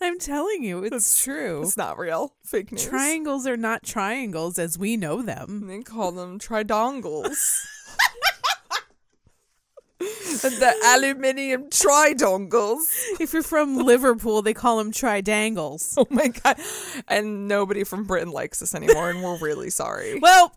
Speaker 1: I'm telling you, it's true.
Speaker 2: It's not real. Fake news.
Speaker 1: Triangles are not triangles as we know them.
Speaker 2: And they call them tridongles. [LAUGHS] and the aluminium tridongles.
Speaker 1: If you're
Speaker 2: [LAUGHS]
Speaker 1: from Liverpool, they call them tridangles.
Speaker 2: Oh [LAUGHS] my god. And nobody from Britain likes this anymore, and we're really [LAUGHS] sorry.
Speaker 1: Well,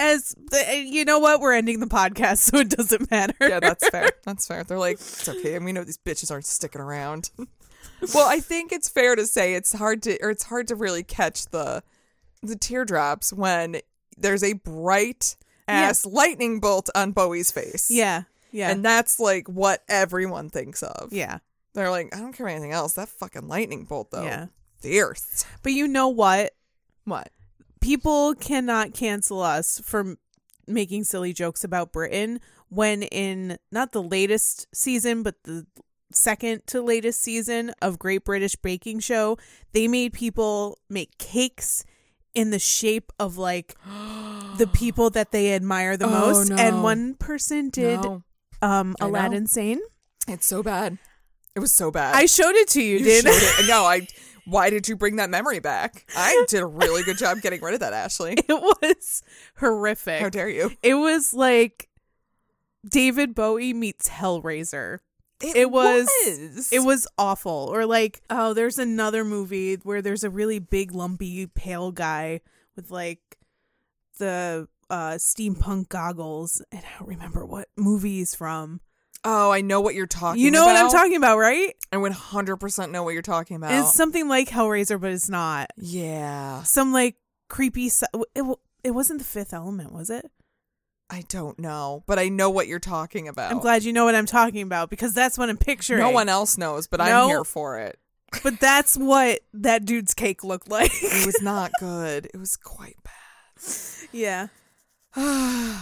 Speaker 1: as the, you know what, we're ending the podcast, [LAUGHS] so it doesn't matter.
Speaker 2: Yeah, that's fair. That's fair. They're like, it's okay, and we know these bitches aren't sticking around. [LAUGHS] well, I think it's fair to say it's hard to or it's hard to really catch the the teardrops when there's a bright ass lightning bolt on Bowie's face.
Speaker 1: yeah, yeah,
Speaker 2: And that's like what everyone thinks of.
Speaker 1: yeah.
Speaker 2: They're like, I don't care about anything else. That fucking lightning bolt, though.
Speaker 1: Yeah.
Speaker 2: Fierce.
Speaker 1: But you know what?
Speaker 2: What?
Speaker 1: People cannot cancel us for m- making silly jokes about Britain when in not the latest season, but the second to latest season of Great British Baking Show, they made people make cakes in the shape of like
Speaker 2: [GASPS]
Speaker 1: the people that they admire the
Speaker 2: Oh,
Speaker 1: most and
Speaker 2: no.
Speaker 1: one person did
Speaker 2: No.
Speaker 1: um
Speaker 2: I know.
Speaker 1: Aladdin Sane.
Speaker 2: It's so bad. It was so bad.
Speaker 1: I showed it to you,
Speaker 2: You
Speaker 1: did
Speaker 2: showed it- No, I. Why did you bring that memory back? I did a really good job getting rid of
Speaker 1: [LAUGHS]
Speaker 2: that, Ashley.
Speaker 1: it was horrific.
Speaker 2: How dare you?
Speaker 1: It was like David Bowie meets Hellraiser. It, was, it was awful. Or like, oh, there's another movie where there's a really big lumpy pale guy with like the uh steampunk goggles and I don't remember what movie he's from.
Speaker 2: oh, I know what you're talking.
Speaker 1: You know what I'm
Speaker 2: about.
Speaker 1: talking about, right?
Speaker 2: I 100 percent know what you're talking about.
Speaker 1: It's something like Hellraiser but it's not.
Speaker 2: yeah,
Speaker 1: Some like creepy si- it, w- it wasn't the fifth element, was it?
Speaker 2: I don't know, but I know what you're talking about.
Speaker 1: I'm glad you know what I'm talking about because that's what I'm picturing.
Speaker 2: no one else knows, but
Speaker 1: No.
Speaker 2: I'm here for it.
Speaker 1: But that's what that dude's cake looked [LAUGHS] like.
Speaker 2: It was not good. It was quite
Speaker 1: yeah.
Speaker 2: bad.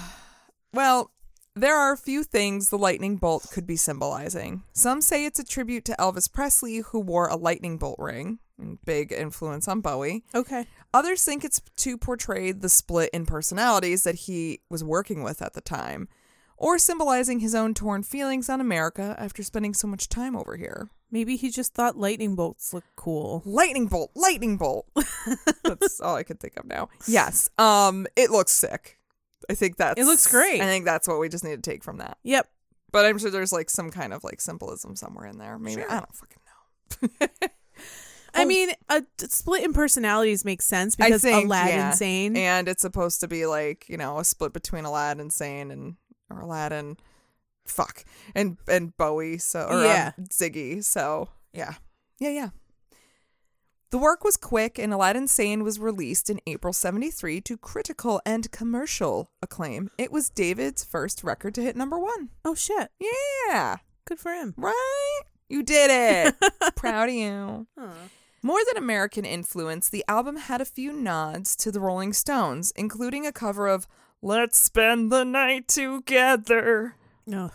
Speaker 2: well, there are a few things the lightning bolt could be symbolizing. Some say it's a tribute to Elvis Presley, who wore a lightning bolt ring, big influence on Bowie.
Speaker 1: Okay.
Speaker 2: Others think it's to portray the split in personalities that he was working with at the time, or symbolizing his own torn feelings on America after spending so much time over here.
Speaker 1: Maybe he just thought lightning bolts look cool.
Speaker 2: lightning bolt lightning bolt [LAUGHS] that's all i could think of now yes um it looks sick i think that's
Speaker 1: It looks great.
Speaker 2: i think that's what we just need to take from that
Speaker 1: Yep.
Speaker 2: but i'm sure there's like some kind of like symbolism somewhere in there maybe i don't fucking know
Speaker 1: I mean, a t- split in personalities makes sense because
Speaker 2: Oh. think,
Speaker 1: Aladdin
Speaker 2: yeah.
Speaker 1: Sane.
Speaker 2: and it's supposed to be like you know a split between aladdin sane and or aladdin fuck and and bowie so or um,
Speaker 1: Yeah.
Speaker 2: ziggy so yeah yeah yeah the work was quick and aladdin sane was released in april 73 to critical and commercial acclaim it was david's first record to hit number one
Speaker 1: oh shit!
Speaker 2: yeah
Speaker 1: Good for him.
Speaker 2: right you did it proud of you
Speaker 1: Huh.
Speaker 2: more than American influence, the album had a few nods to the Rolling Stones, including a cover of Let's Spend the Night Together.
Speaker 1: Ugh.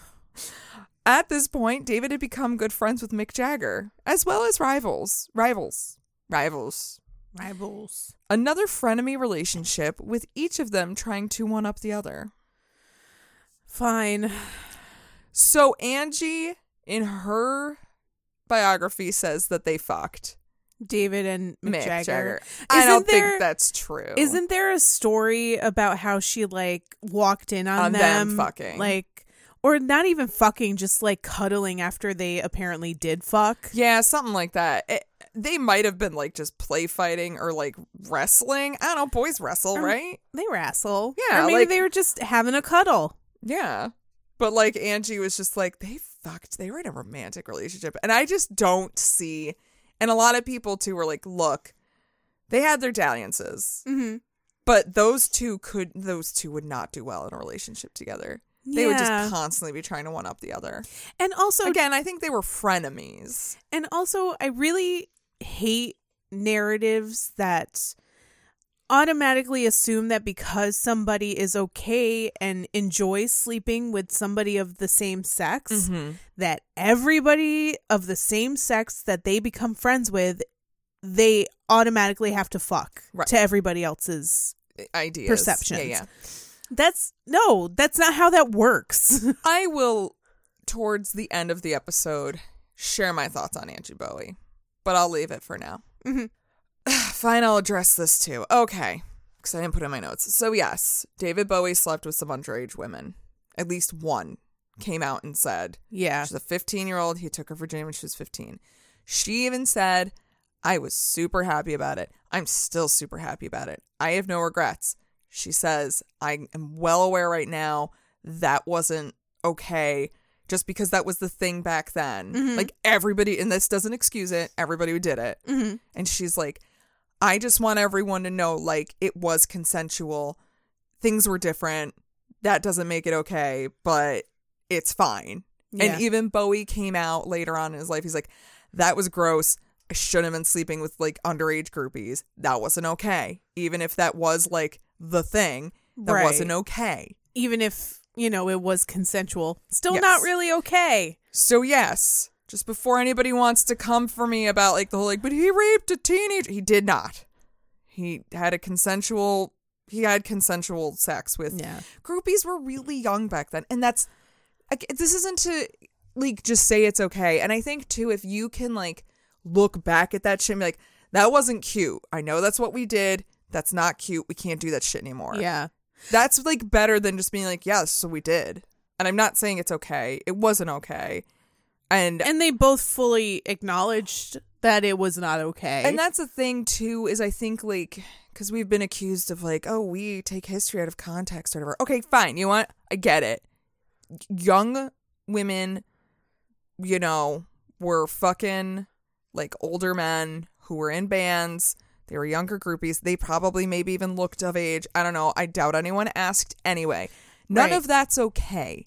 Speaker 2: At this point, David had become good friends with Mick Jagger, as well as rivals. Rivals. Rivals.
Speaker 1: Rivals.
Speaker 2: Another frenemy relationship, with each of them trying to one up the other.
Speaker 1: Fine.
Speaker 2: So Angie, in her biography, says that they fucked
Speaker 1: David and Mick,
Speaker 2: Mick Jagger.
Speaker 1: Jagger.
Speaker 2: I
Speaker 1: Isn't
Speaker 2: don't
Speaker 1: there-
Speaker 2: think that's true.
Speaker 1: Isn't there a story about how she like walked in on,
Speaker 2: On them fucking.
Speaker 1: like, or not even fucking, just like cuddling after they apparently did fuck?
Speaker 2: Yeah, something like that. It, they might have been like just play fighting or like wrestling. I don't know. Boys wrestle,
Speaker 1: Um,
Speaker 2: right?
Speaker 1: They wrestle.
Speaker 2: Yeah,
Speaker 1: or maybe
Speaker 2: like-
Speaker 1: they were just having a cuddle.
Speaker 2: Yeah. But like Angie was just like, they fucked. They were in a romantic relationship. And I just don't see. And a lot of people too were like, look, they had their dalliances,
Speaker 1: Mm-hmm.
Speaker 2: but those two could, those two would not do well in a relationship together. They would just constantly be trying to one up the other.
Speaker 1: and also
Speaker 2: Again, I think they were frenemies.
Speaker 1: And also, I really hate narratives that automatically assume that because somebody is okay and enjoys sleeping with somebody of the same sex,
Speaker 2: Mm-hmm.
Speaker 1: that everybody of the same sex that they become friends with, they automatically have to fuck
Speaker 2: Right.
Speaker 1: to everybody else's.
Speaker 2: Ideas.
Speaker 1: Perceptions.
Speaker 2: Yeah, yeah.
Speaker 1: That's no, that's not how that
Speaker 2: [LAUGHS]
Speaker 1: works.
Speaker 2: I will, towards the end of the episode, share my thoughts on Angie Bowie, but I'll leave it for now.
Speaker 1: Mhm.
Speaker 2: [SIGHS] Fine, I'll address this too. Okay, because I didn't put it in my notes. So, yes, David Bowie slept with some underage women. At least one came out and said,
Speaker 1: yeah.
Speaker 2: She's a 15 year old. He took her for Virginia when she was 15. She even said, I was super happy about it. I'm still super happy about it. I have no regrets. She says, I am well aware right now that wasn't okay just because that was the thing back then. Like everybody, and this doesn't excuse it, everybody who did it.
Speaker 1: Mhm.
Speaker 2: And she's like, I just want everyone to know like it was consensual. Things were different. That doesn't make it okay, but it's fine.
Speaker 1: Yeah.
Speaker 2: And even Bowie came out later on in his life. He's like, that was gross. I shouldn't have been sleeping with like underage groupies. That wasn't okay. Even if that was like the thing, that
Speaker 1: Right.
Speaker 2: wasn't okay.
Speaker 1: Even if, you know, it was consensual, still
Speaker 2: Yes.
Speaker 1: not really okay.
Speaker 2: So, yes, just before anybody wants to come for me about like the whole like, but he raped a teenager, he did not. He had a consensual, he had consensual sex with
Speaker 1: Yeah.
Speaker 2: groupies were really young back then and that's like, this isn't to like just say it's okay and i think too if you can like look back at that shit and be like that wasn't cute i know that's what we did that's not cute we can't do that shit anymore
Speaker 1: Yeah.
Speaker 2: that's like better than just being like yeah this is what we did and i'm not saying it's okay it wasn't okay and
Speaker 1: And they both fully acknowledged that it was not okay.
Speaker 2: And that's the thing too is I think like because we've been accused of like oh we take history out of context or whatever. Okay, fine. You know what? I get it. Young women, you know, were fucking like older men who were in bands. They were younger groupies. They probably maybe even looked of age. I don't know. I doubt anyone asked anyway. None
Speaker 1: Right.
Speaker 2: of that's okay.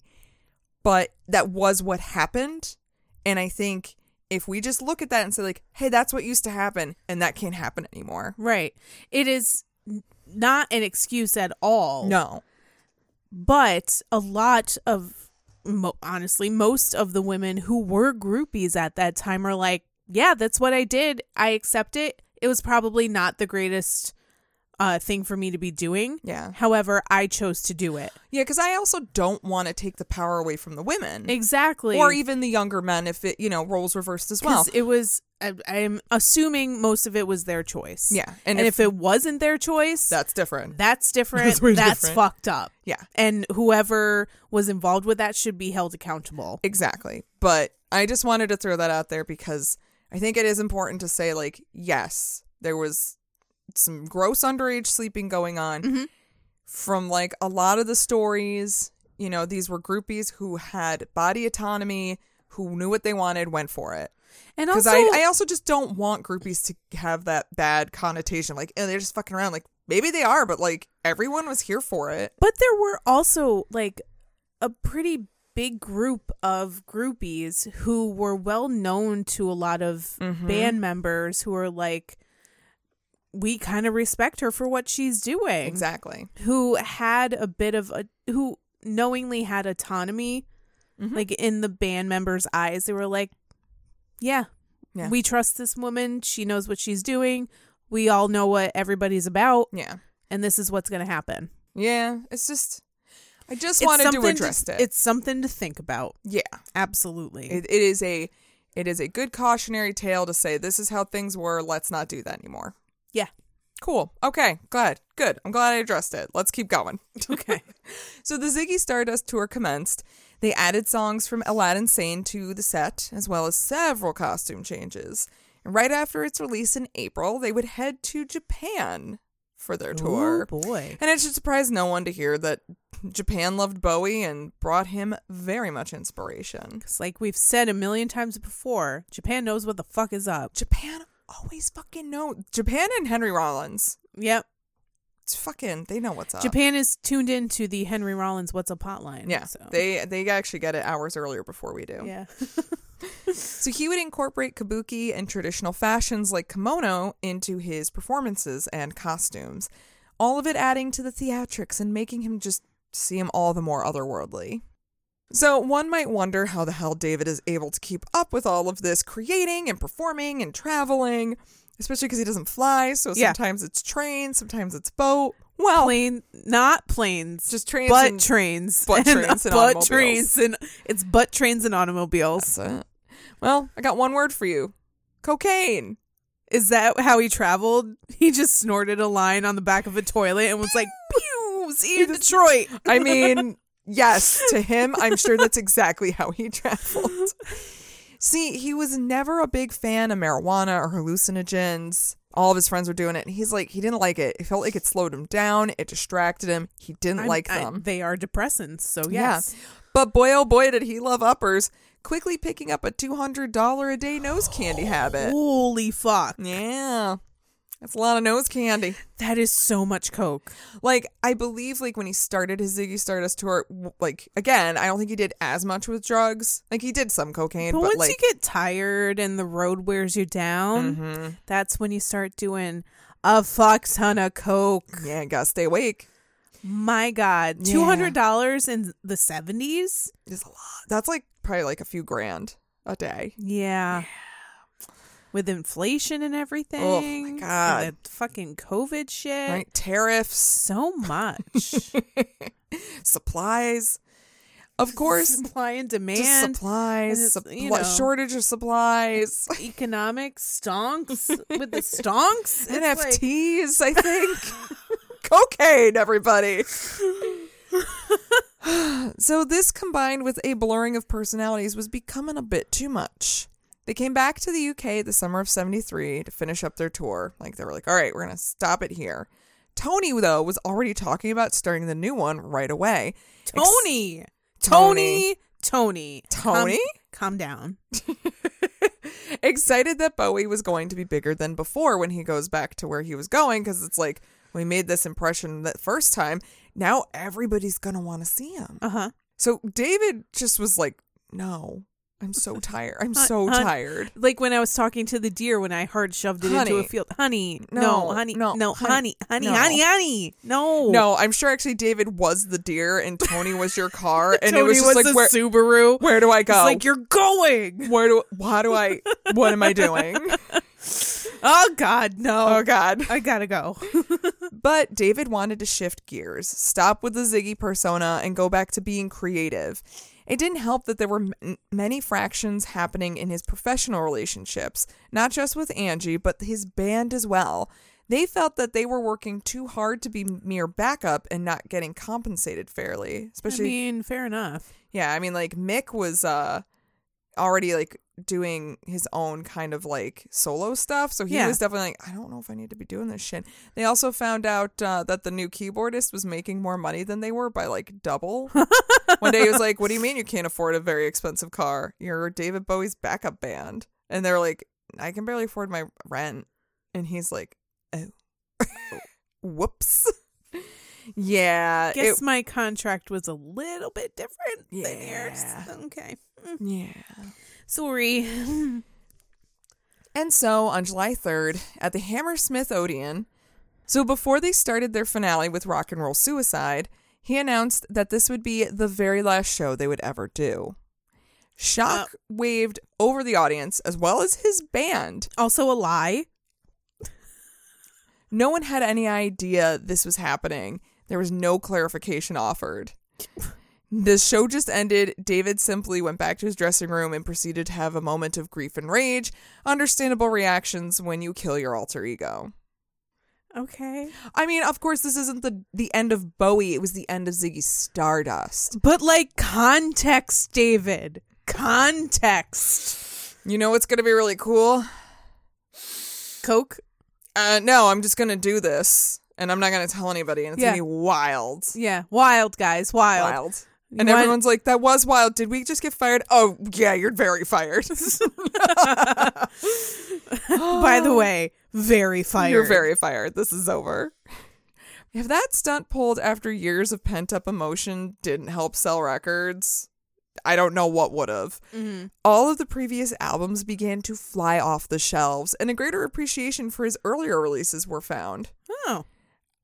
Speaker 2: But that was what happened. And I think if we just look at that and say, like, hey, that's what used to happen and that can't happen anymore.
Speaker 1: right. It is n- not an excuse at all.
Speaker 2: No.
Speaker 1: but a lot of mo- honestly most of the women who were groupies at that time are like yeah that's what i did i accept it it was probably not the greatest uh, thing for me to be doing
Speaker 2: Yeah.
Speaker 1: however i chose to do it
Speaker 2: Yeah. Cause I also don't want to take the power away from the women
Speaker 1: exactly
Speaker 2: Mm. or even the younger men if it, you know, roles reversed as well.
Speaker 1: because it was I, i'm assuming most of it was their choice
Speaker 2: Yeah.
Speaker 1: and,
Speaker 2: And,
Speaker 1: if, it wasn't their choice
Speaker 2: that's different.
Speaker 1: that's different
Speaker 2: That's way
Speaker 1: that's
Speaker 2: different.
Speaker 1: fucked up
Speaker 2: Yeah.
Speaker 1: and whoever was involved with that should be held accountable
Speaker 2: Exactly. But I just wanted to throw that out there because I think it is important to say, like, yes, there was some gross underage sleeping going on.
Speaker 1: Mm-hmm.
Speaker 2: From like a lot of the stories, you know, these were groupies who had body autonomy, who knew what they wanted, went for it.
Speaker 1: and
Speaker 2: Because
Speaker 1: also
Speaker 2: I, I also just don't want groupies to have that bad connotation. Like, oh, they're just fucking around. Like, maybe they are, but like, everyone was here for it.
Speaker 1: But there were also like a pretty big group of groupies who were well known to a lot of band members who are like we kind of respect her for what she's doing.
Speaker 2: Exactly.
Speaker 1: Who had a bit of a who knowingly had autonomy
Speaker 2: Mm-hmm.
Speaker 1: like in the band members' eyes. They were like yeah,
Speaker 2: Yeah.
Speaker 1: we trust this woman. She knows what she's doing. We all know what everybody's about
Speaker 2: Yeah.
Speaker 1: and this is what's going to happen.
Speaker 2: Yeah. It's just, I just wanted to
Speaker 1: something
Speaker 2: address it.
Speaker 1: It's something to think about.
Speaker 2: Yeah,
Speaker 1: Absolutely.
Speaker 2: it, it is a it is a good cautionary tale to say this is how things were. Let's not do that anymore. [LAUGHS]
Speaker 1: yeah.
Speaker 2: Cool. Okay. Glad. Good. I'm glad I addressed it. Let's keep going.
Speaker 1: Okay.
Speaker 2: So the Ziggy Stardust tour commenced. They added songs from Aladdin Sane to the set, as well as several costume changes. And right after its release in April, they would head to Japan for their tour.
Speaker 1: Oh boy.
Speaker 2: And it should surprise no one to hear that Japan loved Bowie and brought him very much inspiration.
Speaker 1: It's like we've said a million times before, Japan knows what the fuck is up.
Speaker 2: Japan always fucking know. Japan and Henry Rollins.
Speaker 1: Yep.
Speaker 2: It's fucking they know what's up.
Speaker 1: Japan is tuned into the Henry Rollins What's Up hotline.
Speaker 2: yeah.
Speaker 1: So.
Speaker 2: They they actually get it hours earlier before we do.
Speaker 1: yeah. [LAUGHS]
Speaker 2: So he would incorporate kabuki and traditional fashions like kimono into his performances and costumes. All of it adding to the theatrics and making him just seem all the more otherworldly. So one might wonder how the hell David is able to keep up with all of this creating and performing and traveling, especially because he doesn't fly. So
Speaker 1: Yeah.
Speaker 2: sometimes it's train, sometimes it's boat. Well,
Speaker 1: Plane, not planes,
Speaker 2: Just trains
Speaker 1: butt
Speaker 2: and-
Speaker 1: trains,
Speaker 2: butt trains and
Speaker 1: butt
Speaker 2: automobiles.
Speaker 1: trains and it's butt trains and automobiles.
Speaker 2: That's it. Well, I got one word for you cocaine.
Speaker 1: Is that how he traveled? He just snorted a line on the back of a toilet and was like, "Pew, see you in Detroit."
Speaker 2: I mean, yes, to him, I'm sure that's exactly how he traveled. See, he was never a big fan of marijuana or hallucinogens. All of his friends were doing it, and he's like, he didn't like it. It felt like it slowed him down. It distracted him. He didn't
Speaker 1: I'm-
Speaker 2: like
Speaker 1: I-
Speaker 2: them.
Speaker 1: they are depressants, so yes.
Speaker 2: Yeah. But boy, oh boy, did he love uppers, quickly picking up a $200 a day nose candy habit.
Speaker 1: Holy fuck.
Speaker 2: Yeah. That's a lot of nose candy.
Speaker 1: That is so much coke.
Speaker 2: Like I believe, like when he started his Ziggy Stardust tour, w- like again, I don't think he did as much with drugs. Like he did some cocaine,
Speaker 1: But,
Speaker 2: but,
Speaker 1: once
Speaker 2: like
Speaker 1: you get tired and the road wears you down,
Speaker 2: Mm-hmm.
Speaker 1: that's when you start doing a fuck ton of coke.
Speaker 2: yeah, gotta stay awake.
Speaker 1: My God.
Speaker 2: Yeah.
Speaker 1: $200 in the 70s?
Speaker 2: It's a lot. That's like probably like a few grand a day.
Speaker 1: Yeah. With inflation and everything. and
Speaker 2: Oh, God.
Speaker 1: the fucking COVID shit.
Speaker 2: Right, tariffs,
Speaker 1: So
Speaker 2: [LAUGHS]
Speaker 1: much.
Speaker 2: supplies, of course,
Speaker 1: Supply and
Speaker 2: just
Speaker 1: demand.
Speaker 2: supplies,
Speaker 1: and it's, you
Speaker 2: suppli-
Speaker 1: know.
Speaker 2: shortage of supplies,
Speaker 1: economic stonks with the
Speaker 2: [LAUGHS]
Speaker 1: stonks. It's like- [LAUGHS]
Speaker 2: NFTs. I think cocaine, everybody. So this combined with a blurring of personalities was becoming a bit too much. They came back to the UK the summer of 73 to finish up their tour. Like they were like, "All right, we're going to stop it here." Tony though was already talking about starting the new one right away.
Speaker 1: Tony. Tony. Tony. Calm,
Speaker 2: Tony?
Speaker 1: calm down.
Speaker 2: excited that Bowie was going to be bigger than before when he goes back to where he was going because it's like we made this impression that first time. Now everybody's gonna want to see him.
Speaker 1: Uh huh.
Speaker 2: So David just was like, "No, I'm so
Speaker 1: [LAUGHS]
Speaker 2: tired. I'm
Speaker 1: Hun-
Speaker 2: so
Speaker 1: hun-
Speaker 2: tired."
Speaker 1: Like when I was talking to the deer when I hard shoved it into
Speaker 2: Honey.
Speaker 1: a field. Honey. No,
Speaker 2: No,
Speaker 1: honey. No,
Speaker 2: no,
Speaker 1: honey. Honey,
Speaker 2: honey, no.
Speaker 1: honey, honey. No.
Speaker 2: No, I'm sure actually David was the deer and Tony was
Speaker 1: [LAUGHS]
Speaker 2: your car, and it was
Speaker 1: Tony
Speaker 2: just like
Speaker 1: a
Speaker 2: where
Speaker 1: Subaru.
Speaker 2: where do I go?
Speaker 1: It's like you're going.
Speaker 2: where do why do I what am
Speaker 1: [LAUGHS]
Speaker 2: I doing?
Speaker 1: Oh God, no.
Speaker 2: Oh God.
Speaker 1: I gotta
Speaker 2: [LAUGHS]
Speaker 1: go.
Speaker 2: But David wanted to shift gears, stop with the Ziggy persona, and go back to being creative. It didn't help that there were m- many fractions happening in his professional relationships, not just with Angie, but his band as well. They felt that they were working too hard to be mere backup and not getting compensated fairly.
Speaker 1: I
Speaker 2: Especially,
Speaker 1: mean, fair enough.
Speaker 2: yeah, I mean, like Mick was uh, already like doing his own kind of like solo stuff, so he
Speaker 1: Yeah.
Speaker 2: was definitely like, I don't know if I need to be doing this shit. They also found out uh, that the new keyboardist was making more money than they were by like [LAUGHS] double. One day he was like, "What do you mean you can't afford a very expensive car? You're David Bowie's backup band," and they're like, "I can barely afford my rent," and he's like, "Oh, [LAUGHS] whoops." Yeah, Uh, it-
Speaker 1: Guess my contract was a little bit different than
Speaker 2: Yeah.
Speaker 1: yours. Okay.
Speaker 2: yeah.
Speaker 1: Sorry.
Speaker 2: And so on July 3rd at the Hammersmith Odeon, so before they started their finale with Rock and Roll Suicide, he announced that this would be the very last show they would ever do. Shock waved over the audience as well as his band.
Speaker 1: Also a lie.
Speaker 2: No one had any idea this was happening. There was no clarification offered. The show just ended. David simply went back to his dressing room and proceeded to have a moment of grief and rage. Understandable reactions when you kill your alter ego.
Speaker 1: Okay.
Speaker 2: I mean, of course, this isn't the the end of Bowie. It was the end of Ziggy Stardust.
Speaker 1: But like context, David. Context.
Speaker 2: You know what's gonna be really cool?
Speaker 1: Coke.
Speaker 2: Uh, no, I'm just gonna do this, and I'm not gonna tell anybody, and it's
Speaker 1: Yeah.
Speaker 2: gonna be wild,
Speaker 1: Yeah. Wild guys. Wild.
Speaker 2: wild. And
Speaker 1: want-
Speaker 2: everyone's like, "That was wild. Did we just get fired? Oh, yeah, you're very fired.
Speaker 1: [LAUGHS]
Speaker 2: [LAUGHS]
Speaker 1: By
Speaker 2: [GASPS] [LAUGHS]
Speaker 1: the way, very fired.
Speaker 2: you're very fired. This is over." If that stunt pulled after years of pent up emotion didn't help sell records, I don't know what would have. All of the previous albums began to fly off the shelves, and a greater appreciation for his earlier releases were found.
Speaker 1: Oh.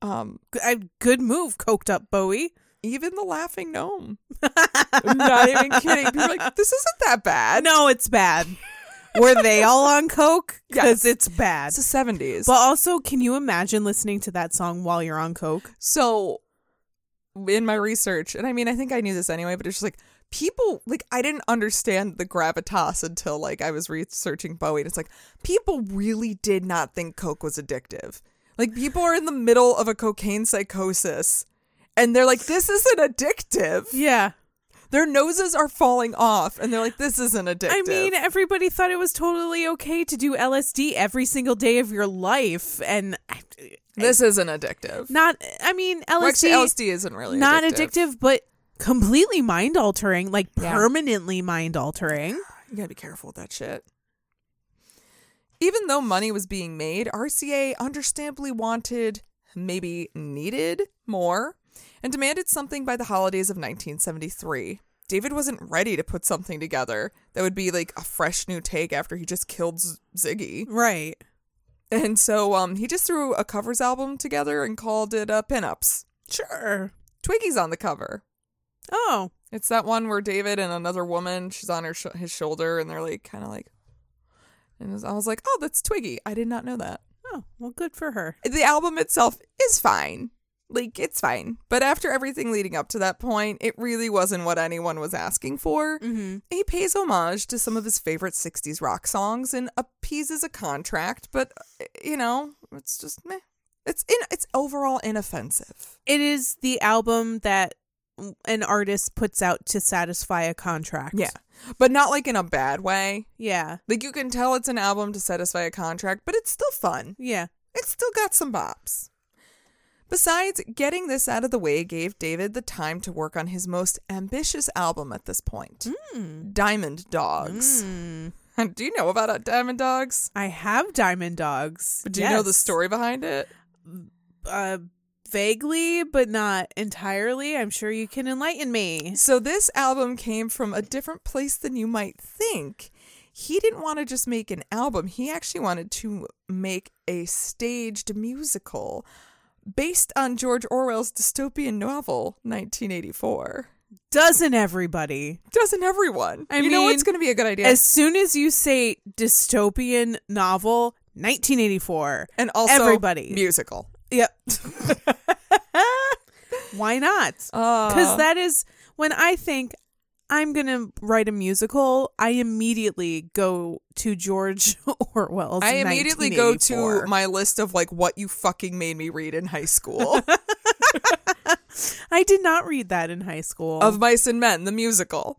Speaker 2: Um,
Speaker 1: G- I- Good move, coked up Bowie.
Speaker 2: even the Laughing [LAUGHS] Gnome. I'm not even kidding. People are like, this isn't that bad.
Speaker 1: No, it's bad. Were they all on coke? Because
Speaker 2: Yes.
Speaker 1: it's bad.
Speaker 2: It's the 70s.
Speaker 1: But also, can you imagine listening to that song while you're on coke?
Speaker 2: So, in my research, and I mean, I think I knew this anyway, but it's just like people, like, I didn't understand the gravitas until like I was researching Bowie. And it's like people really did not think Coke was addictive. Like, people are in the middle of a cocaine psychosis and they're like, this isn't addictive.
Speaker 1: Yeah.
Speaker 2: Their noses are falling off and they're like, this isn't addictive.
Speaker 1: I mean, everybody thought it was totally okay to do LSD every single day of your life, and I-
Speaker 2: this isn't addictive.
Speaker 1: not. I mean,
Speaker 2: Well, actually,
Speaker 1: LSD,
Speaker 2: LSD isn't really
Speaker 1: not
Speaker 2: addictive.
Speaker 1: addictive. but completely mind altering, like
Speaker 2: Yeah.
Speaker 1: permanently mind altering.
Speaker 2: You gotta be careful with that shit. Even though money was being made, RCA understandably wanted, maybe needed, more, and demanded something by the holidays of 1973. David wasn't ready to put something together that would be like a fresh new take after he just killed Z- Ziggy.
Speaker 1: Right.
Speaker 2: And so um, he just threw a covers album together and called it uh, Pinups.
Speaker 1: Sure.
Speaker 2: Twiggy's on the cover.
Speaker 1: Oh,
Speaker 2: It's that one where David and another woman, she's on her sh- his shoulder, and they're like kind of like, and it was- I was like, oh, that's Twiggy. I did not know that.
Speaker 1: oh, well, good for her.
Speaker 2: The album itself is fine, like it's fine, but after everything leading up to that point, it really wasn't what anyone was asking for.
Speaker 1: Mm-hmm.
Speaker 2: He pays homage to some of his favorite '60s rock songs and appeases a contract, but uh, you know, it's just meh. It's in it's overall inoffensive.
Speaker 1: It is the album that an artist puts out to satisfy a contract.
Speaker 2: Yeah. But not like in a bad way.
Speaker 1: Yeah.
Speaker 2: Like you can tell it's an album to satisfy a contract, but it's still fun.
Speaker 1: Yeah.
Speaker 2: It's still got some bops. Besides, getting this out of the way gave David the time to work on his most ambitious album at this point Diamond Dogs. [LAUGHS] Do you know about uh, Diamond Dogs?
Speaker 1: I have diamond dogs.
Speaker 2: Do you know the
Speaker 1: Yes.
Speaker 2: story behind it?
Speaker 1: Uh, vaguely, but not entirely. I'm sure you can enlighten me.
Speaker 2: So this album came from a different place than you might think. He didn't want to just make an album. He actually wanted to make a staged musical based on George Orwell's dystopian novel 1984.
Speaker 1: Doesn't everybody?
Speaker 2: Doesn't everyone?
Speaker 1: I
Speaker 2: you know what's
Speaker 1: mean,
Speaker 2: going to be a good idea?
Speaker 1: As soon as you say dystopian novel, 1984.
Speaker 2: and also
Speaker 1: everybody.
Speaker 2: musical.
Speaker 1: Yep. [LAUGHS] Why not? because
Speaker 2: Uh,
Speaker 1: that is when I think I'm gonna write a musical. I immediately go to George [LAUGHS] Orwell's.
Speaker 2: I immediately go to
Speaker 1: 1984.
Speaker 2: my list of like what you fucking made me read in high
Speaker 1: [LAUGHS]
Speaker 2: school
Speaker 1: I did not read that in high school.
Speaker 2: of Mice and Men, the musical,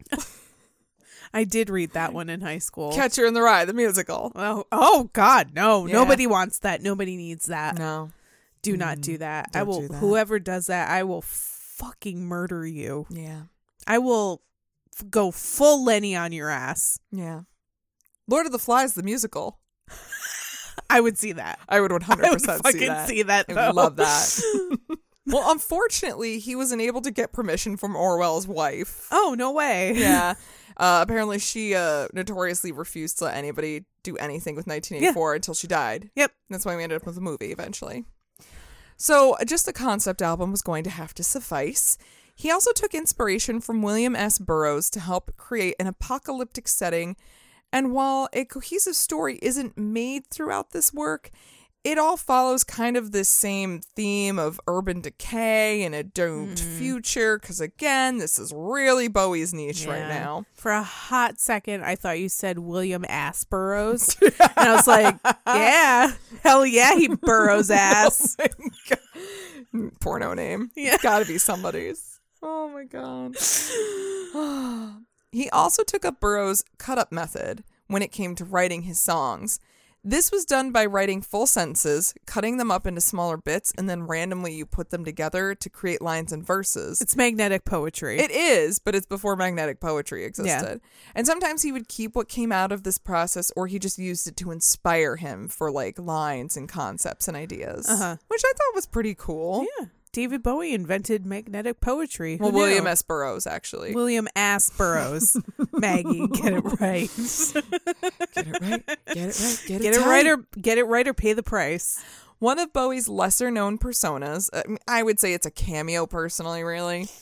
Speaker 1: I did read that one in high school.
Speaker 2: Catcher in the Rye, the musical.
Speaker 1: oh, oh God, no!
Speaker 2: Yeah.
Speaker 1: Nobody wants that. Nobody needs that.
Speaker 2: No.
Speaker 1: Do not do that. I
Speaker 2: don't
Speaker 1: will.
Speaker 2: do that.
Speaker 1: Whoever does that, I will fucking murder you.
Speaker 2: Yeah.
Speaker 1: I will f- go full Lenny on your ass.
Speaker 2: Yeah. Lord of the Flies, the musical.
Speaker 1: I would see that.
Speaker 2: I would 100%
Speaker 1: I would
Speaker 2: see
Speaker 1: fucking
Speaker 2: that.
Speaker 1: see that.
Speaker 2: I
Speaker 1: though.
Speaker 2: would love that. [LAUGHS] well, unfortunately, he wasn't able to get permission from Orwell's wife.
Speaker 1: Oh no way.
Speaker 2: [LAUGHS] Yeah. Uh, apparently, she uh, notoriously refused to let anybody do anything with 1984 until she died.
Speaker 1: Yep.
Speaker 2: That's why we ended up with a movie eventually. So, just a concept album was going to have to suffice. He also took inspiration from William S. Burroughs to help create an apocalyptic setting. And while a cohesive story isn't made throughout this work, it all follows kind of this same theme of urban decay and a doomed future. Because again, this is really Bowie's niche right
Speaker 1: Yeah.
Speaker 2: now.
Speaker 1: For a hot second, I thought you said William Ass
Speaker 2: [LAUGHS]
Speaker 1: burrows, and I was like, "Yeah, hell yeah, he burrows
Speaker 2: [LAUGHS]
Speaker 1: ass."
Speaker 2: Oh my God. Porno name.
Speaker 1: Yeah.
Speaker 2: It's gotta be somebody's. Oh my god. he also took up Burroughs' cut up method when it came to writing his songs. This was done by writing full sentences, cutting them up into smaller bits, and then randomly you put them together to create lines and verses.
Speaker 1: It's magnetic poetry.
Speaker 2: It is, but it's before magnetic poetry existed. And sometimes he would keep what came out of this process or he just used it to inspire him for like lines and concepts and ideas,
Speaker 1: Uh-huh.
Speaker 2: which I thought was pretty cool.
Speaker 1: yeah, David Bowie invented magnetic poetry. Who
Speaker 2: Well, William
Speaker 1: knew?
Speaker 2: S. Burroughs actually.
Speaker 1: William Ass
Speaker 2: [LAUGHS]
Speaker 1: burrows. Maggie, get it right.
Speaker 2: get it right. Get it right.
Speaker 1: Get it right or get it right or pay the price.
Speaker 2: One of Bowie's lesser known personas, I mean, I would say it's a cameo personally, really.
Speaker 1: [LAUGHS]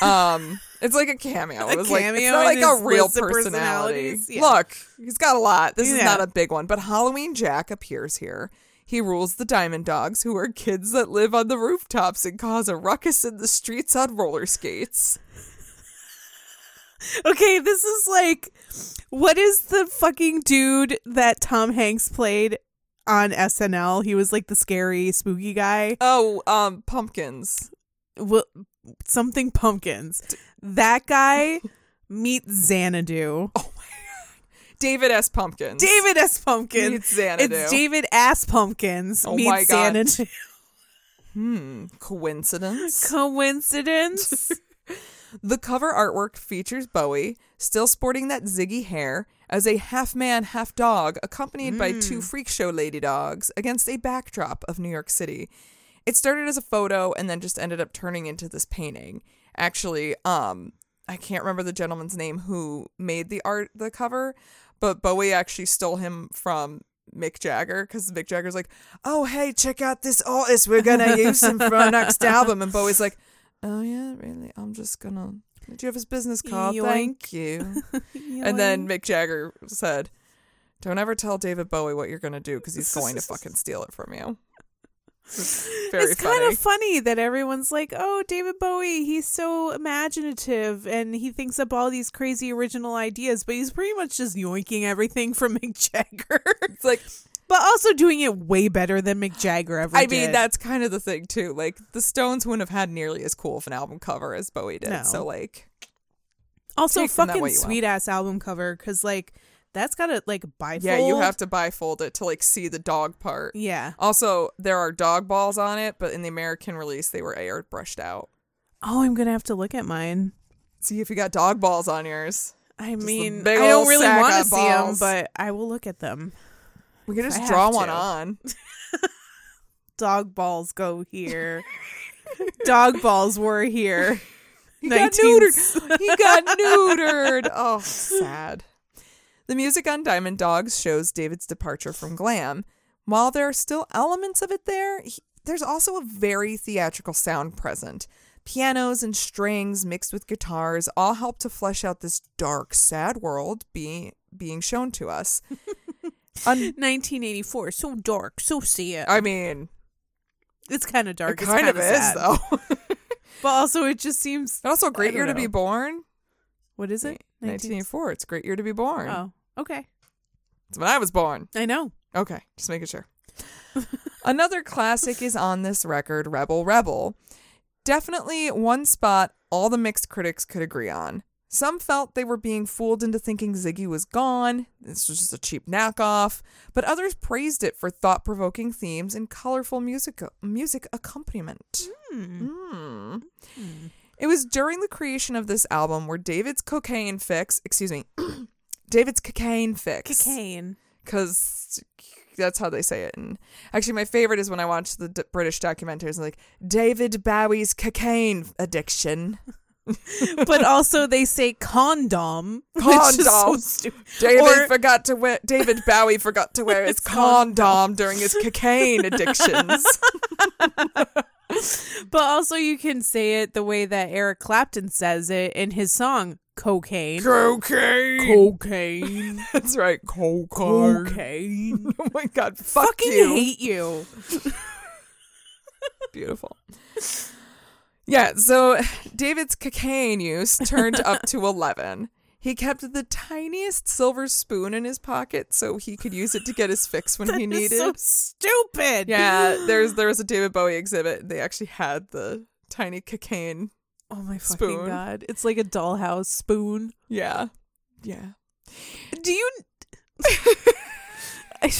Speaker 2: Um, it's like a cameo. It was like it's
Speaker 1: cameo
Speaker 2: not
Speaker 1: in
Speaker 2: like a
Speaker 1: his
Speaker 2: real
Speaker 1: list of
Speaker 2: personality.
Speaker 1: personalities? Yeah.
Speaker 2: Look, he's got a lot. This is
Speaker 1: Yeah.
Speaker 2: not a big one, but Halloween Jack appears here. He rules the Diamond Dogs, who are kids that live on the rooftops and cause a ruckus in the streets on roller skates.
Speaker 1: Okay, this is like, what is the fucking dude that Tom Hanks played on SNL? He was like the scary, spooky guy.
Speaker 2: Oh, um, pumpkins.
Speaker 1: well, something pumpkins. That guy meets
Speaker 2: [LAUGHS]
Speaker 1: Xanadu.
Speaker 2: David S. Pumpkins.
Speaker 1: David S. Pumpkins.
Speaker 2: Meets Xanadu.
Speaker 1: It's David Ass Pumpkins
Speaker 2: Oh
Speaker 1: meets
Speaker 2: my God.
Speaker 1: Xanadu. [LAUGHS]
Speaker 2: Hmm.
Speaker 1: [LAUGHS]
Speaker 2: Coincidence.
Speaker 1: Coincidence?
Speaker 2: The cover artwork features Bowie, still sporting that ziggy hair, as a half man, half dog, accompanied by two freak show lady dogs against a backdrop of New York City. It started as a photo and then just ended up turning into this painting. Actually, um, I can't remember the gentleman's name who made the art, the cover, but Bowie actually stole him from Mick Jagger because Mick Jagger's like, "Oh hey, check out this artist we're gonna use him for our next album," and Bowie's like, "Oh yeah, really? I'm just gonna." Do you have his business card?
Speaker 1: Yoink.
Speaker 2: Thank you. and then Mick Jagger said, "Don't ever tell David Bowie what you're gonna do because he's going to fucking steal it from [LAUGHS] you." It's very
Speaker 1: it's
Speaker 2: funny.
Speaker 1: kind of funny that everyone's like, "Oh, David Bowie, he's so imaginative and he thinks up all these [LAUGHS] crazy original ideas, but he's pretty much just yoinking everything from Mick Jagger."
Speaker 2: It's like,
Speaker 1: but also doing it way better than Mick Jagger ever
Speaker 2: I
Speaker 1: did.
Speaker 2: mean, that's kind of the thing too. Like the Stones wouldn't have had nearly as cool of an album cover as Bowie did.
Speaker 1: No.
Speaker 2: So like,
Speaker 1: also
Speaker 2: take from that
Speaker 1: fucking
Speaker 2: what you will.
Speaker 1: sweet ass album cover because like that's got to like bifold.
Speaker 2: yeah, you have to bifold it to like see the dog part.
Speaker 1: Yeah.
Speaker 2: Also, there are dog balls on it, but in the American release, they were airbrushed out.
Speaker 1: Oh, I'm gonna have to look at mine.
Speaker 2: See if you got dog balls on yours.
Speaker 1: I
Speaker 2: the
Speaker 1: mean, I
Speaker 2: big
Speaker 1: don't
Speaker 2: ol'
Speaker 1: really
Speaker 2: sack
Speaker 1: want to
Speaker 2: of
Speaker 1: see them,
Speaker 2: balls.
Speaker 1: but I will look at them.
Speaker 2: We could just
Speaker 1: I
Speaker 2: draw
Speaker 1: have
Speaker 2: one
Speaker 1: to.
Speaker 2: on.
Speaker 1: Dog balls go here. Dog balls were [LAUGHS] here.
Speaker 2: He got
Speaker 1: 19
Speaker 2: neutered. he [LAUGHS] got neutered. Oh, sad. The music on Diamond Dogs shows David's departure from glam. While there are still elements of it there, he- there's also a very theatrical sound present. Pianos and strings mixed with guitars all help to flesh out this dark, sad world being being shown to us. Un-
Speaker 1: 1984, so dark, so sad.
Speaker 2: I mean,
Speaker 1: It's kind of
Speaker 2: [LAUGHS] it
Speaker 1: dark.
Speaker 2: kind of is
Speaker 1: though.
Speaker 2: though. [LAUGHS]
Speaker 1: But also, it just seems.
Speaker 2: And also, a great
Speaker 1: don't
Speaker 2: year to be
Speaker 1: know.
Speaker 2: born.
Speaker 1: What is it?
Speaker 2: 1984. It's a great year to be born.
Speaker 1: Oh, okay.
Speaker 2: It's when I was born.
Speaker 1: I know.
Speaker 2: Okay, just making sure. Another classic is on this record, Rebel Rebel. Definitely one spot all the mixed critics could agree on. Some felt they were being fooled into thinking Ziggy was gone, this was just a cheap knockoff, but others praised it for thought provoking themes and colorful music, music accompaniment. Mm. It was during the creation of this album where David's cocaine fix, excuse me, [CLEARS THROAT] David's cocaine fix
Speaker 1: Cocaine.
Speaker 2: because that's how they say it. And actually, my favorite is when I watch the d- British documentaries, like David Bowie's cocaine [LAUGHS] addiction.
Speaker 1: [LAUGHS] but also, they say condom. [LAUGHS] Which is so
Speaker 2: Condom.
Speaker 1: stupid.
Speaker 2: David
Speaker 1: Or-
Speaker 2: forgot to wear. David Bowie forgot to [LAUGHS] wear his condom during his [LAUGHS] cocaine addictions.
Speaker 1: But also, you can say it the way that Eric Clapton says it in his song, Cocaine.
Speaker 2: cocaine.
Speaker 1: cocaine.
Speaker 2: That's right. Cocaine.
Speaker 1: cocaine.
Speaker 2: Oh my god. Fuck
Speaker 1: Fucking
Speaker 2: you.
Speaker 1: hate you.
Speaker 2: Beautiful. Yeah, so David's cocaine use turned up
Speaker 1: [LAUGHS]
Speaker 2: to 11. He kept the tiniest silver spoon in his pocket so he could use it to get his
Speaker 1: [LAUGHS]
Speaker 2: fix when he needed.
Speaker 1: It's so stupid. [LAUGHS]
Speaker 2: yeah, there's there was a David Bowie exhibit. They actually had the tiny cocaine.
Speaker 1: Oh my fucking
Speaker 2: Spoon.
Speaker 1: god! It's like a dollhouse spoon.
Speaker 2: Yeah. Yeah.
Speaker 1: Do [LAUGHS] you? I-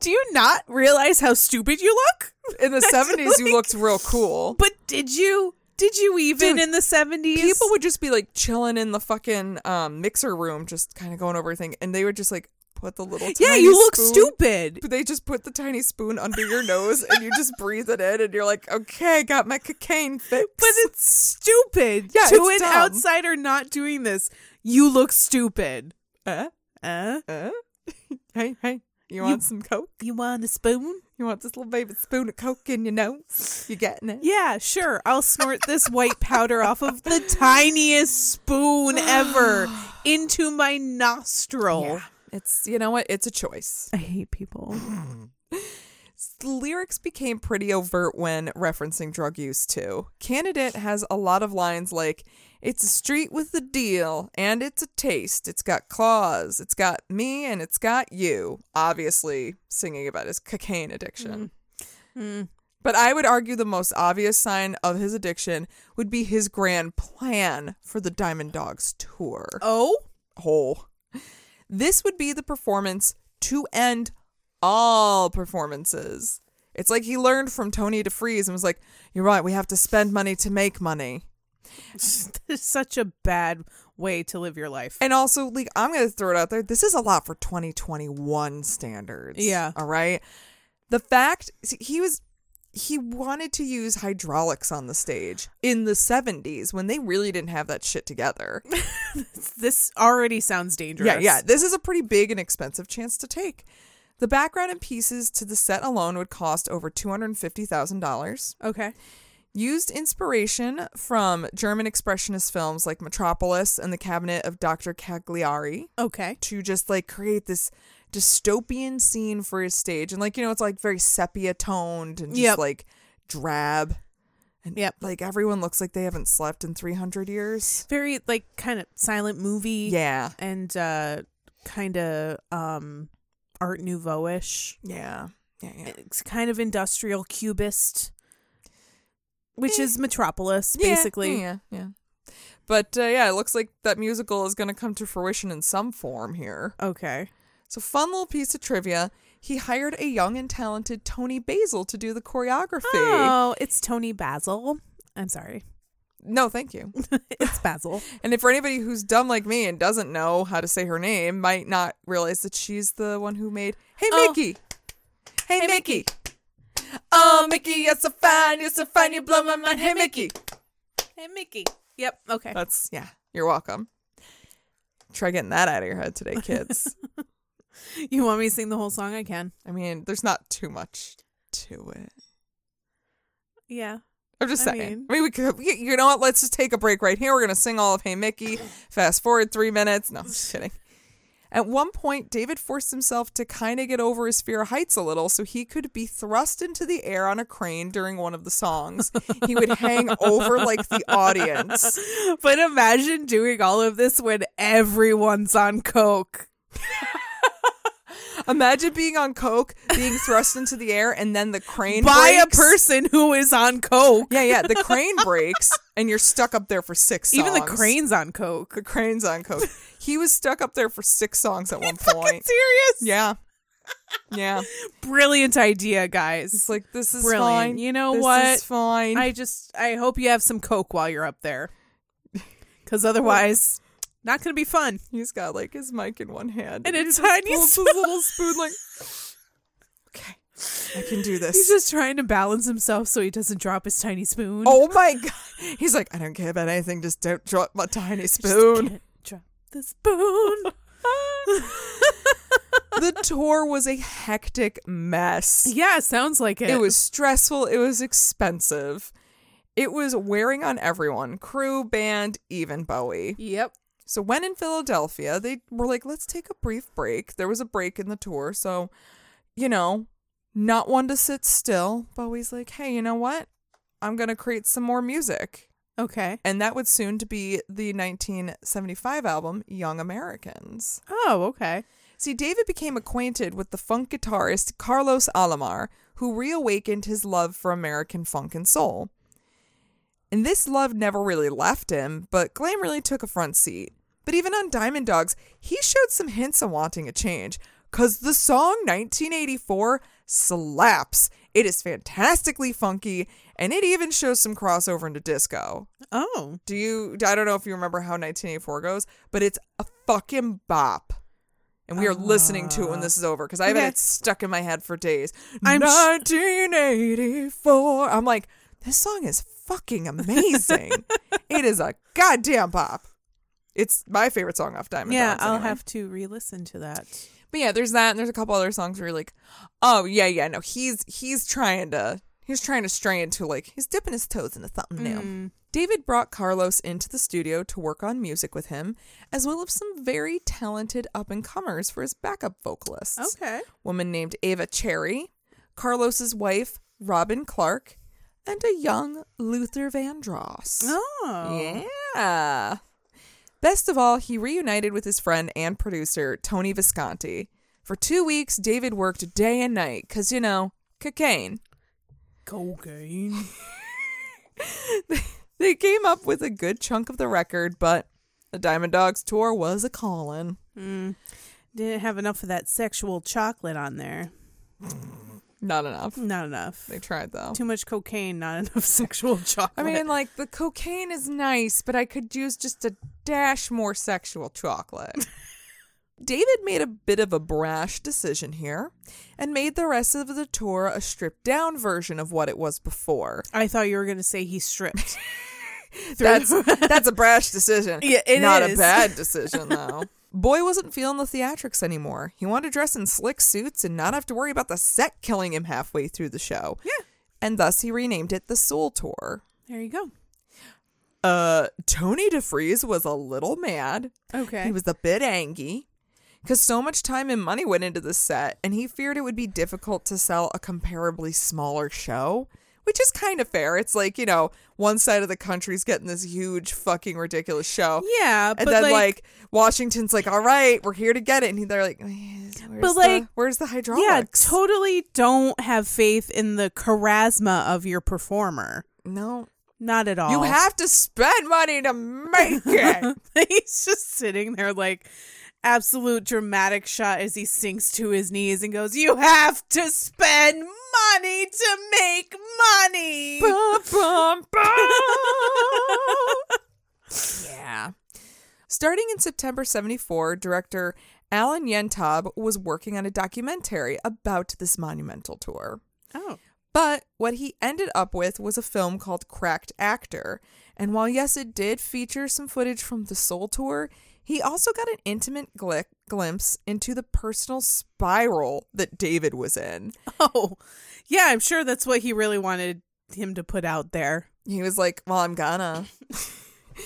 Speaker 1: Do you not realize how stupid you look? [LAUGHS]
Speaker 2: In the 70s you
Speaker 1: like-
Speaker 2: looked real cool.
Speaker 1: But did you? Did you even
Speaker 2: Dude,
Speaker 1: in the seventies?
Speaker 2: people would just be like chilling in the fucking um, mixer room just kind of going over everything and they would just like put the little
Speaker 1: Yeah,
Speaker 2: tiny
Speaker 1: you look
Speaker 2: spoon-
Speaker 1: stupid.
Speaker 2: they just put the tiny spoon under your nose and you just breathe it in and you're like, okay, got my cocaine fix. [LAUGHS]
Speaker 1: But it's stupid.
Speaker 2: Yeah,
Speaker 1: to
Speaker 2: it's
Speaker 1: an
Speaker 2: dumb.
Speaker 1: outsider not doing this, you look stupid.
Speaker 2: uh,
Speaker 1: Uh,
Speaker 2: uh, hey, hey, you want some coke?
Speaker 1: you want a spoon?
Speaker 2: You want this little baby spoon of coke in your nose? You getting it?
Speaker 1: Yeah, sure. I'll snort this white powder off of the tiniest spoon
Speaker 2: [GASPS]
Speaker 1: ever into my nostril.
Speaker 2: Yeah. It's you know what? It's a choice.
Speaker 1: I hate people.
Speaker 2: The lyrics became pretty overt when referencing drug use too. Candidate has a lot of lines like, "It's a street with a deal, and it's a taste. It's got claws. It's got me, and it's got you." Obviously, singing about his cocaine addiction. But I would argue the most obvious sign of his addiction would be his grand plan for the Diamond Dogs tour.
Speaker 1: Oh, [LAUGHS]
Speaker 2: Oh. This would be the performance to end all performances. It's like he learned from Tony DeFries and was like, You're right, we have to spend money to make money.
Speaker 1: It's such a bad way to live your life.
Speaker 2: And also, like, I'm going to throw it out there. This is a lot for 2021 standards.
Speaker 1: Yeah.
Speaker 2: All right. The fact see, he was, he wanted to use hydraulics on the stage in the 70s when they really didn't have that shit together.
Speaker 1: This already sounds dangerous.
Speaker 2: Yeah, yeah. This is a pretty big and expensive chance to take. The background and pieces to the set alone would cost over $250,000.
Speaker 1: Okay.
Speaker 2: Used inspiration from German expressionist films like Metropolis and The Cabinet of Dr. Cagliari
Speaker 1: Okay.
Speaker 2: to just like create this dystopian scene for his stage. And like, you know, it's like very sepia toned and just
Speaker 1: Yep.
Speaker 2: like drab. And
Speaker 1: Yep.
Speaker 2: like everyone looks like they haven't slept in 300 years.
Speaker 1: Very like kind of silent movie.
Speaker 2: Yeah.
Speaker 1: And uh kind of um Art Nouveau-ish.
Speaker 2: Yeah. Yeah. Yeah.
Speaker 1: It's kind of industrial cubist, which
Speaker 2: Eh.
Speaker 1: is Metropolis,
Speaker 2: Yeah,
Speaker 1: basically.
Speaker 2: Yeah. Yeah. But uh, yeah, it looks like that musical is going to come to fruition in some form here.
Speaker 1: Okay.
Speaker 2: So, fun little piece of trivia. He hired a young and talented Tony Basil to do the choreography.
Speaker 1: Oh, it's Tony Basil. I'm sorry. [LAUGHS]
Speaker 2: No, thank you.
Speaker 1: It's
Speaker 2: [LAUGHS]
Speaker 1: Basil.
Speaker 2: And if for anybody who's dumb like me and doesn't know how to say her name, might not realize that she's the one who made Hey
Speaker 1: Oh.
Speaker 2: Mickey. Hey, Mickey. Oh Mickey, you're so fine, you're so fine, you blow my mind. Hey Mickey.
Speaker 1: hey, Mickey. Yep. Okay.
Speaker 2: That's yeah. You're welcome. Try getting that out of your head today, [LAUGHS] kids.
Speaker 1: You want me to sing the whole song? I can.
Speaker 2: I mean, there's not too much to it.
Speaker 1: Yeah.
Speaker 2: I'm just
Speaker 1: I
Speaker 2: saying.
Speaker 1: mean-
Speaker 2: I mean, we could. You you know what? Let's just take a break right here. We're gonna sing all of
Speaker 1: [COUGHS]
Speaker 2: "Hey Mickey." Fast forward three minutes. No, I'm just kidding. At one point, David forced himself to kind of get over his fear of heights a little, so he could be thrust into the air on a crane during one of the songs. He would hang over like the
Speaker 1: [LAUGHS]
Speaker 2: audience.
Speaker 1: But imagine doing all of this when everyone's on coke.
Speaker 2: Imagine being on coke, being thrust into the air, and then the crane
Speaker 1: By a
Speaker 2: breaks.
Speaker 1: person who is on coke.
Speaker 2: Yeah, yeah. The crane breaks, and you're stuck up there for six. Songs.
Speaker 1: Even the crane's on coke.
Speaker 2: The crane's on [LAUGHS] coke. He was stuck up there for six songs at one point.
Speaker 1: Serious?
Speaker 2: Yeah. Yeah.
Speaker 1: Brilliant idea, guys.
Speaker 2: It's like this is
Speaker 1: Brilliant.
Speaker 2: fine.
Speaker 1: You know
Speaker 2: This
Speaker 1: what?
Speaker 2: is fine.
Speaker 1: I just I hope you have some coke while you're up
Speaker 2: [LAUGHS]
Speaker 1: there, because otherwise, not gonna be fun.
Speaker 2: He's got like his mic in one hand.
Speaker 1: And
Speaker 2: he
Speaker 1: a
Speaker 2: just
Speaker 1: tiny
Speaker 2: holds his little spoon like Okay. I can [LAUGHS] do this.
Speaker 1: He's just trying to balance himself so he doesn't drop his tiny spoon.
Speaker 2: oh my god. He's like, I don't care about anything, just don't drop my tiny spoon.
Speaker 1: Can't drop the spoon.
Speaker 2: [LAUGHS] the tour was a hectic mess.
Speaker 1: yeah, sounds like it.
Speaker 2: It was stressful. It was expensive. It was wearing on everyone crew, band, even Bowie.
Speaker 1: Yep.
Speaker 2: So when in Philadelphia, they were like, let's take a brief break. There was a break in the tour, so you know, not one to sit still. Bowie's like, hey, you know what? I'm gonna create some more music.
Speaker 1: Okay.
Speaker 2: And that would soon to be the 1975 album Young Americans.
Speaker 1: Oh, okay.
Speaker 2: See, David became acquainted with the funk guitarist Carlos Alomar, who reawakened his love for American funk and soul. And this love never really left him, but glam really took a front seat. But even on Diamond Dogs, he showed some hints of wanting a change, because the song 1984 slaps. It is fantastically funky, and it even shows some crossover into disco.
Speaker 1: Oh,
Speaker 2: Do you? I don't know if you remember how 1984 goes, but it's a fucking bop. And we are listening to it when this is over because I've
Speaker 1: Okay.
Speaker 2: had it stuck in my head for days.
Speaker 1: I'm sh-
Speaker 2: 1984. I'm like, this song is
Speaker 1: [LAUGHS]
Speaker 2: fucking amazing. it is a goddamn bop. It's my favorite song off Diamond.
Speaker 1: yeah.
Speaker 2: Dogs
Speaker 1: I'll
Speaker 2: anyway.
Speaker 1: have to re-listen to that.
Speaker 2: But yeah, there's that, and there's a couple other songs where you're like, oh yeah, yeah, no, he's he's trying to he's trying to stray into like he's dipping his toes into something new. David brought Carlos into the studio to work on music with him, as well as some very talented up and comers for his backup vocalists.
Speaker 1: Okay.
Speaker 2: Woman named Ava Cherry, Carlos's wife Robin Clark, and a young Luther Vandross.
Speaker 1: Oh.
Speaker 2: Yeah. Best of all, he reunited with his friend and producer, Tony Visconti. For two weeks, David worked day and night because, you know, cocaine.
Speaker 1: Cocaine.
Speaker 2: They came up with a good chunk of the record, but the Diamond Dogs tour was a callin'.
Speaker 1: Didn't have enough of that sexual chocolate on there.
Speaker 2: Not enough.
Speaker 1: Not enough.
Speaker 2: They tried, though.
Speaker 1: Too much cocaine. Not [LAUGHS] enough sexual chocolate.
Speaker 2: I mean, like, the cocaine is nice, but I could use just a dash more
Speaker 1: [LAUGHS]
Speaker 2: sexual chocolate. David made a bit of a brash decision here and made the rest of the tour a stripped down version of what it
Speaker 1: [LAUGHS]
Speaker 2: was before.
Speaker 1: I thought you were gonna say he
Speaker 2: [LAUGHS]
Speaker 1: stripped.
Speaker 2: That's that's a brash decision.
Speaker 1: Yeah, it
Speaker 2: Not
Speaker 1: is.
Speaker 2: a bad
Speaker 1: [LAUGHS]
Speaker 2: decision though. Boy wasn't feeling the theatrics anymore. He wanted to dress in slick suits and not have to worry about the set killing him halfway through the show.
Speaker 1: Yeah.
Speaker 2: And thus he renamed it the Soul Tour.
Speaker 1: There you go.
Speaker 2: Uh Tony DeFries was a little mad.
Speaker 1: Okay.
Speaker 2: He was a bit angry because so much time and money went into the set, and he feared it would be difficult to sell a comparably smaller show, which is kind of fair. It's like, you know, one side of the country's getting this huge fucking ridiculous show.
Speaker 1: Yeah,
Speaker 2: And
Speaker 1: but
Speaker 2: then,
Speaker 1: like,
Speaker 2: like, Washington's like, all right, we're here to get it. And they're like, "Where's the-
Speaker 1: like,
Speaker 2: where's the
Speaker 1: yeah,
Speaker 2: hydraulics?
Speaker 1: totally don't have faith in the charisma of your performer.
Speaker 2: no,
Speaker 1: Not at all. [LAUGHS]
Speaker 2: you have to spend money to make it.
Speaker 1: He's just sitting there like absolute dramatic shot as he sinks to his knees and goes, "You have to spend money to make money."
Speaker 2: Bum, bum, bum. yeah. Starting in September 74, director Alan Yentob was working on a documentary about this monumental tour.
Speaker 1: [LAUGHS] Oh.
Speaker 2: But what he ended up with was a film called Cracked Actor. And while, yes, it did feature some footage from the Soul Tour, he also got an intimate gl- glimpse into the personal spiral that David was in.
Speaker 1: Oh. Yeah, I'm sure that's what he really wanted him to put out there.
Speaker 2: He was like, Well, I'm gonna.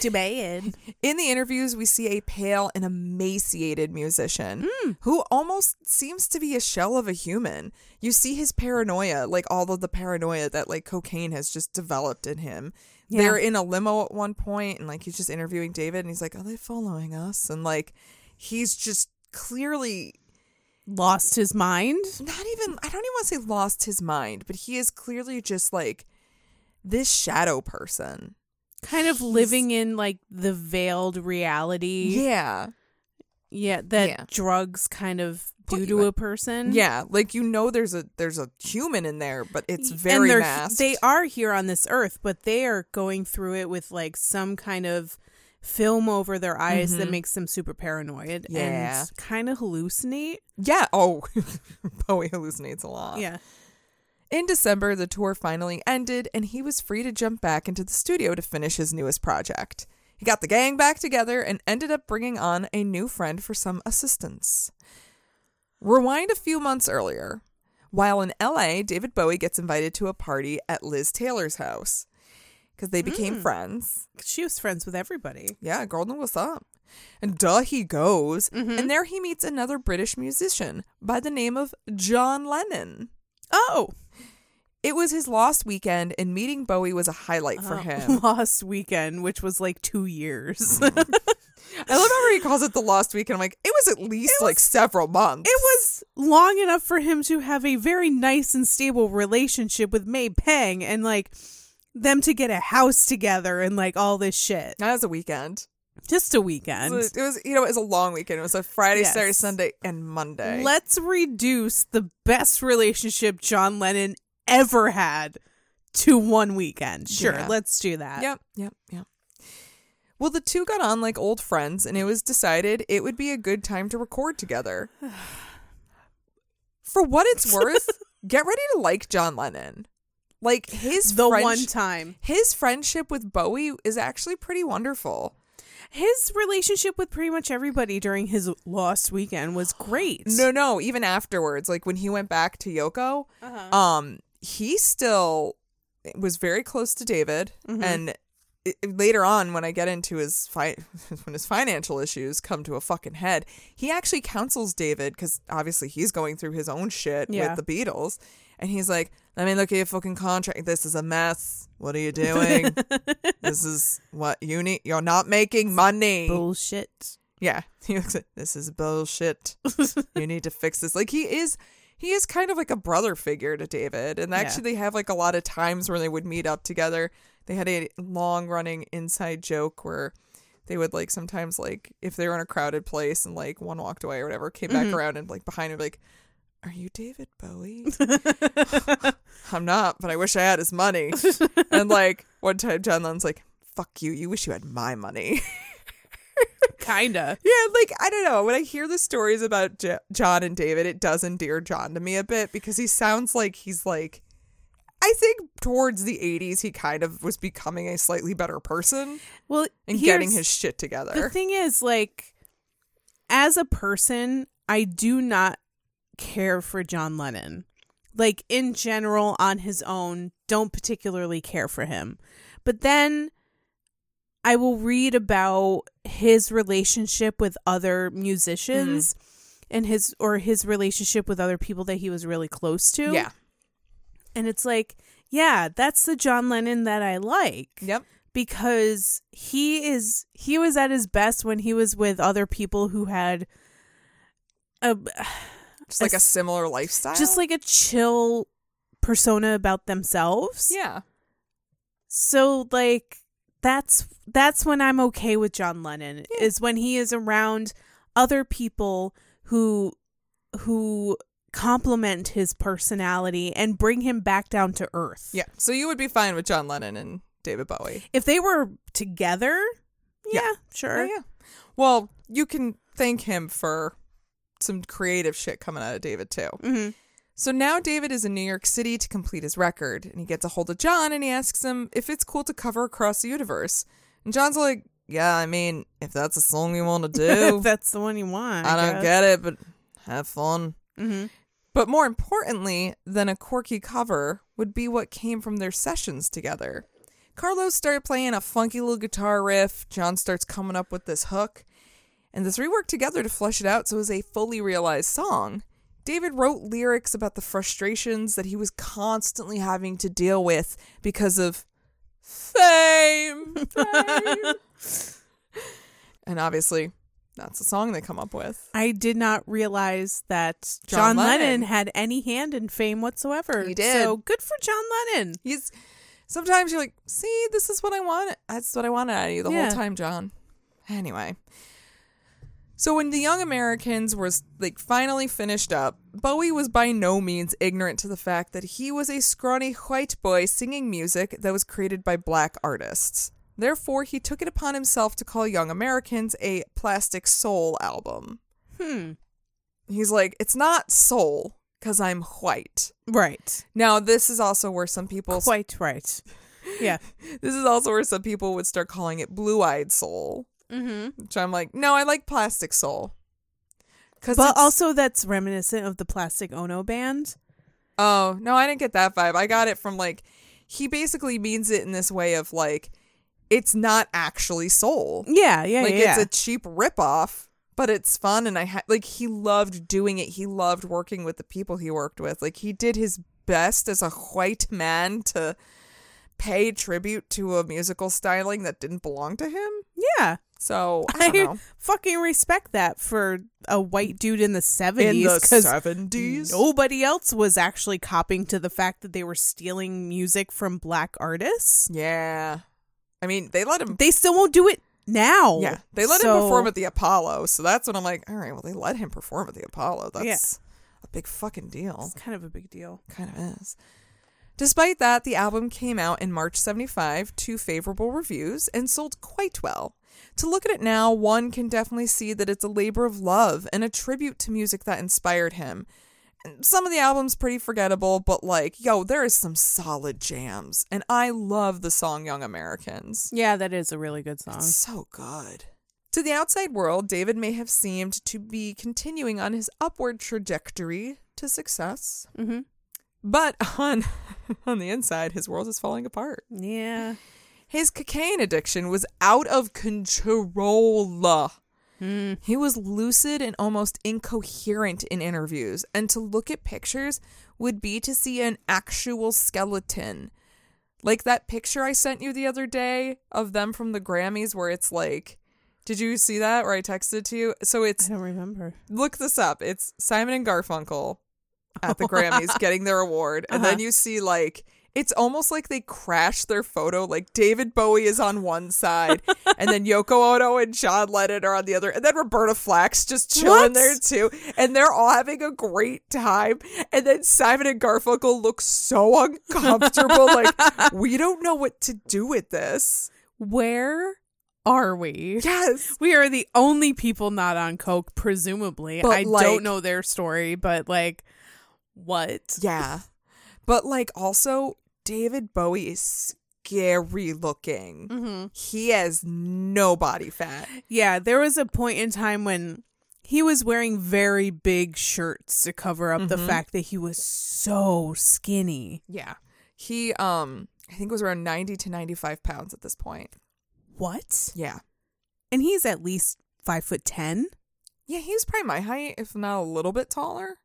Speaker 1: Too bad.
Speaker 2: In the interviews, we see a pale and emaciated musician who almost seems to be a shell of a human. You see his paranoia, like all of the paranoia that like cocaine has just developed in him.
Speaker 1: Yeah.
Speaker 2: They're in a limo at one point, and like he's just interviewing David, and he's like, "Are they following us?" And like he's just clearly
Speaker 1: Lost his mind.
Speaker 2: not even I don't even want to say lost his mind, but he is clearly just like this shadow person.
Speaker 1: Kind of living in like the veiled reality.
Speaker 2: Yeah.
Speaker 1: Yeah, that
Speaker 2: Yeah.
Speaker 1: drugs kind of
Speaker 2: Put
Speaker 1: do
Speaker 2: you
Speaker 1: to
Speaker 2: in-
Speaker 1: a person.
Speaker 2: Yeah, like you know, there's a there's a human in there, but it's
Speaker 1: And
Speaker 2: very
Speaker 1: they're-
Speaker 2: masked.
Speaker 1: They are here on this earth, but they are going through it with like some kind of film over their eyes that makes them super paranoid
Speaker 2: Mm-hmm. Yeah.
Speaker 1: and kind of hallucinate.
Speaker 2: yeah. Oh, [LAUGHS] Bowie hallucinates a lot.
Speaker 1: yeah.
Speaker 2: In December, the tour finally ended, and he was free to jump back into the studio to finish his newest project. He got the gang back together and ended up bringing on a new friend for some assistance. Rewind a few months earlier. While in LA, David Bowie gets invited to a party at Liz Taylor's house because they
Speaker 1: Mm.
Speaker 2: became friends.
Speaker 1: She was friends with everybody.
Speaker 2: Yeah, girl knew what's up. And duh, he goes. And there he meets another British musician by the name of John Lennon.
Speaker 1: [LAUGHS] Oh,
Speaker 2: It was his lost weekend, and meeting Bowie was a highlight for
Speaker 1: Oh, [LAUGHS]
Speaker 2: him.
Speaker 1: Lost Weekend, which was like two years. [LAUGHS]
Speaker 2: I love how he calls it the lost weekend. I'm like, it was at least like several months.
Speaker 1: it was long enough for him to have a very nice and stable relationship with May Pang and like them to get a house together and like all this shit.
Speaker 2: That was a weekend.
Speaker 1: Just a
Speaker 2: It
Speaker 1: weekend.
Speaker 2: was, it was, you know, it was a long weekend. It was a Friday,
Speaker 1: Yes.
Speaker 2: Saturday, Sunday, and Monday.
Speaker 1: Let's reduce the best relationship John Lennon ever had to one weekend. Sure,
Speaker 2: Yeah.
Speaker 1: let's do that.
Speaker 2: Yep, yep, yep. Well, the two got on like old friends, and it was decided it would be a good time to
Speaker 1: [SIGHS]
Speaker 2: record together. For what
Speaker 1: [LAUGHS]
Speaker 2: it's worth, get ready to like John Lennon. Like his
Speaker 1: The
Speaker 2: friendsh-
Speaker 1: one time.
Speaker 2: his friendship with Bowie is actually pretty wonderful.
Speaker 1: His relationship with pretty much everybody during his lost weekend was great.
Speaker 2: No, no, even afterwards, like when he went back to Yoko, um, he still was very close to David, and i later on, when I get into his fi- [LAUGHS] when his financial issues come to a fucking head, he actually counsels David because obviously he's going through his own shit
Speaker 1: Yeah.
Speaker 2: with the Beatles, and he's like, "Let me look at your fucking contract. This is a mess. What are you doing? this is what you need. You're not making money."
Speaker 1: Bullshit.
Speaker 2: Yeah. [LAUGHS] He looks at this is bullshit. [LAUGHS] you need to fix this. Like he is he is kind of like a brother figure to David. And actually they have like a lot of times where they would meet up together. They had a long running inside joke where they would like sometimes like if they were in a crowded place and like one walked away or whatever, came back around and like behind him like are you David Bowie? [LAUGHS] I'm not, but I wish I had his money. and like one time, John Lennon's like, "Fuck you! You wish you had my money."
Speaker 1: Kinda.
Speaker 2: Yeah, like I don't know. When I hear the stories about J- John and David, it does endear John to me a bit because he sounds like he's like. I think towards the 80s, he kind of was becoming a slightly better person
Speaker 1: Well,
Speaker 2: and getting
Speaker 1: here's-
Speaker 2: his shit
Speaker 1: The
Speaker 2: together.
Speaker 1: thing is, like, as a person, I do not care for John Lennon. Like, in general, on his own, don't particularly care for him. But then I will read about his relationship with other musicians and his or his relationship with other people that he was really close to.
Speaker 2: yeah.
Speaker 1: And it's like, yeah, that's the John Lennon that I like.
Speaker 2: Yep.
Speaker 1: Because he is he was at his best when he was with other people who had a
Speaker 2: Just like a
Speaker 1: As-
Speaker 2: similar lifestyle.
Speaker 1: just like a chill persona about themselves.
Speaker 2: yeah.
Speaker 1: So like that's that's when I'm okay with John Lennon
Speaker 2: Yeah.
Speaker 1: is when he is around other people who who complement his personality and bring him back down to earth.
Speaker 2: Yeah. So you would be fine with John Lennon and David Bowie.
Speaker 1: If they were together, yeah,
Speaker 2: Yeah.
Speaker 1: sure.
Speaker 2: Oh,
Speaker 1: [LAUGHS]
Speaker 2: yeah. Well, you can thank him for some creative shit coming out of David too.
Speaker 1: hmm
Speaker 2: So now David is in New York City to complete his record, and he gets a hold of John and he asks him if it's cool to cover across the universe. And John's like, "Yeah, I mean, if that's a song you
Speaker 1: [LAUGHS]
Speaker 2: want to
Speaker 1: if
Speaker 2: do,
Speaker 1: that's the one you want.
Speaker 2: I don't get it, but have fun."
Speaker 1: hmm
Speaker 2: But more importantly than a quirky cover would be what came from their sessions together. Carlos started playing a funky little guitar riff, John starts coming up with this hook, and the three work together to flesh it out so it was a fully realized song. David wrote lyrics about the frustrations that he was constantly having to deal with because of fame. fame. and obviously, that's the song they come up with.
Speaker 1: I did not realize that John,
Speaker 2: John
Speaker 1: Lennon.
Speaker 2: Lennon.
Speaker 1: had any hand in fame whatsoever.
Speaker 2: He did.
Speaker 1: So good for John Lennon.
Speaker 2: He's sometimes you're like, see, this is what I want. That's what I wanted out of you the
Speaker 1: Yeah.
Speaker 2: whole time, John. Anyway. So when the young Americans were like finally finished up, Bowie was by no means ignorant to the fact that he was a scrawny white boy singing music that was created by black artists. Therefore, he took it upon himself to call Young Americans a plastic soul album.
Speaker 1: Hmm.
Speaker 2: He's like, it's not soul because I'm white.
Speaker 1: Right.
Speaker 2: Now, this is also where some people
Speaker 1: Quite right. Yeah.
Speaker 2: This is also where some people would start calling it blue eyed soul,
Speaker 1: [LAUGHS] Mm-hmm.
Speaker 2: which I'm like, no, I like plastic soul. Cause
Speaker 1: But
Speaker 2: it's-
Speaker 1: also, that's reminiscent of the Plastic Ono band.
Speaker 2: oh, no, I didn't get that vibe. I got it from like, he basically means it in this way of like, it's not actually soul.
Speaker 1: Yeah, yeah,
Speaker 2: like,
Speaker 1: yeah. yeah.
Speaker 2: it's a cheap ripoff, but it's fun. And I ha- like, he loved doing it. He loved working with the people he worked with. Like, he did his best as a white man to pay tribute to a musical styling that didn't belong to him.
Speaker 1: yeah.
Speaker 2: So I
Speaker 1: I
Speaker 2: don't know.
Speaker 1: fucking respect that for a white dude in the [LAUGHS] 70s because
Speaker 2: seventies.
Speaker 1: nobody else was actually copying to the fact that they were stealing music from black artists.
Speaker 2: Yeah, I mean they let him.
Speaker 1: They still won't do it now.
Speaker 2: Yeah, they let
Speaker 1: So-
Speaker 2: him perform at the Apollo. So that's when I'm like, all right, well they let him perform at the Apollo. That's a big fucking deal.
Speaker 1: It's kind of a big deal.
Speaker 2: Kind of is. Despite that, the album came out in March 75 to favorable reviews and sold quite well. To look at it now, one can definitely see that it's a labor of love and a tribute to music that inspired him. Some of the albums pretty forgettable, but like, yo, there is some solid jams, and I love the song Young Americans.
Speaker 1: Yeah, that is a really good song.
Speaker 2: So good. To the outside world, David may have seemed to be continuing on his upward trajectory to success,
Speaker 1: Mm-hmm.
Speaker 2: but on [LAUGHS] on the inside, his world is falling apart.
Speaker 1: Yeah.
Speaker 2: His cocaine addiction was out of control.
Speaker 1: Mm.
Speaker 2: He was lucid and almost incoherent in interviews, and to look at pictures would be to see an actual skeleton. Like that picture I sent you the other day of them from the Grammys, where it's like, did you see that? Where I texted to you. So
Speaker 1: I
Speaker 2: it's
Speaker 1: don't remember.
Speaker 2: look this up. It's Simon and Garfunkel at the
Speaker 1: [LAUGHS]
Speaker 2: Grammys getting their award, and then
Speaker 1: Uh-huh.
Speaker 2: you see like it's almost like they crashed their photo. Like David Bowie is on one side,
Speaker 1: [LAUGHS]
Speaker 2: and then Yoko Ono and John Lennon are on the other, and then Roberta Flack's just chilling
Speaker 1: What?
Speaker 2: there too, and they're all having a great time. And then Simon and Garfunkel look so
Speaker 1: [LAUGHS]
Speaker 2: uncomfortable, like we don't know what to do with this.
Speaker 1: Where are we?
Speaker 2: Yes,
Speaker 1: We are the only people not on coke, presumably.
Speaker 2: But,
Speaker 1: I
Speaker 2: like-
Speaker 1: don't know their story, but like, what?
Speaker 2: yeah, but like also David Bowie is scary looking.
Speaker 1: Mm-hmm.
Speaker 2: He has no body fat.
Speaker 1: Yeah, there was a point in time when he was wearing very big shirts to cover up the
Speaker 2: Mhm.
Speaker 1: fact that he was so skinny.
Speaker 2: Yeah. He um I think was around 90 to 95 pounds at this point.
Speaker 1: What?
Speaker 2: Yeah.
Speaker 1: And he's at least five foot ten.
Speaker 2: Yeah, he was probably my height, if not a little bit taller.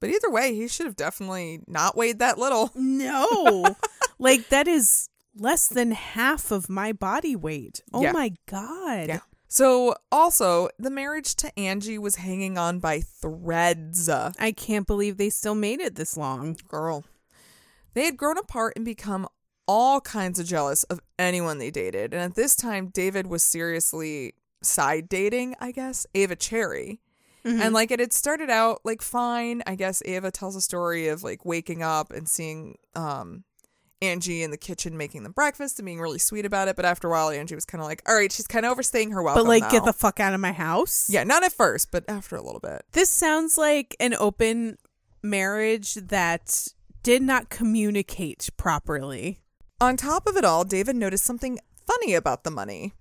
Speaker 2: But either way, he should have definitely not weighed that little.
Speaker 1: No. like that is less than half of my body weight. Oh
Speaker 2: Yeah.
Speaker 1: my god.
Speaker 2: Yeah. So also, the marriage to Angie was hanging on by threads.
Speaker 1: I can't believe they still made it this long.
Speaker 2: Girl. They had grown apart and become all kinds of jealous of anyone they dated. And at this time, David was seriously side dating, I guess, Ava Cherry.
Speaker 1: Mm-hmm.
Speaker 2: And like it had started out like fine. I guess Ava tells a story of like waking up and seeing um Angie in the kitchen making them breakfast and being really sweet about it. But after a while, Angie was kind of like, all right, she's kind of overstaying her welcome.
Speaker 1: But like
Speaker 2: now."
Speaker 1: get the fuck out of my house.
Speaker 2: Yeah, not at first, but after a little bit.
Speaker 1: This sounds like an open marriage that did not communicate properly.
Speaker 2: On top of it all, David noticed something funny about the money.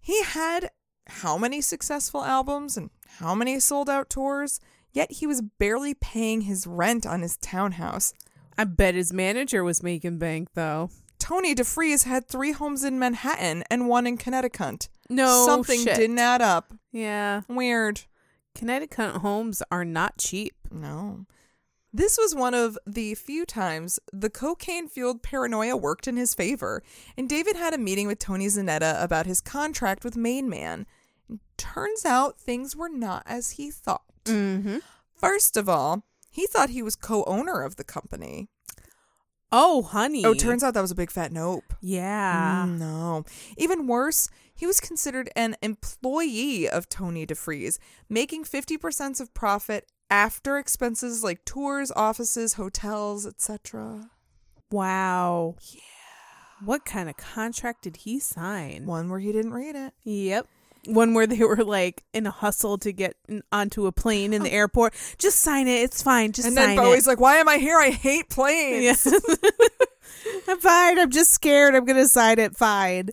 Speaker 2: He had how many successful albums and how many sold out tours, yet he was barely paying his rent on his townhouse.
Speaker 1: I bet his manager was making bank though.
Speaker 2: Tony DeFries had three homes in Manhattan and one in Connecticut.
Speaker 1: No
Speaker 2: Something
Speaker 1: shit.
Speaker 2: didn't add up.
Speaker 1: Yeah.
Speaker 2: Weird.
Speaker 1: Connecticut homes are not cheap.
Speaker 2: No. This was one of the few times the cocaine fueled paranoia worked in his favor, and David had a meeting with Tony Zanetta about his contract with Main Man. Turns out things were not as he thought.
Speaker 1: Mm-hmm.
Speaker 2: First of all, he thought he was co owner of the company.
Speaker 1: Oh, honey.
Speaker 2: Oh, turns out that was a big fat nope.
Speaker 1: Yeah.
Speaker 2: Mm, No. Even worse, he was considered an employee of Tony DeFries, making 50% of profit after expenses like tours, offices, hotels, etc.
Speaker 1: Wow. Yeah. What kind of contract did he sign?
Speaker 2: One where he didn't read it.
Speaker 1: Yep. One where they [LAUGHS] were like in a hustle to get in- onto a plane in the airport. Just sign it. It's fine. Just
Speaker 2: Oh. and
Speaker 1: sign
Speaker 2: then Bowie's
Speaker 1: it.
Speaker 2: like, "Why am I here? I hate planes."
Speaker 1: Yeah. [LAUGHS] I'm fine. I'm just scared. I'm gonna sign it.
Speaker 2: [LAUGHS]
Speaker 1: Fine.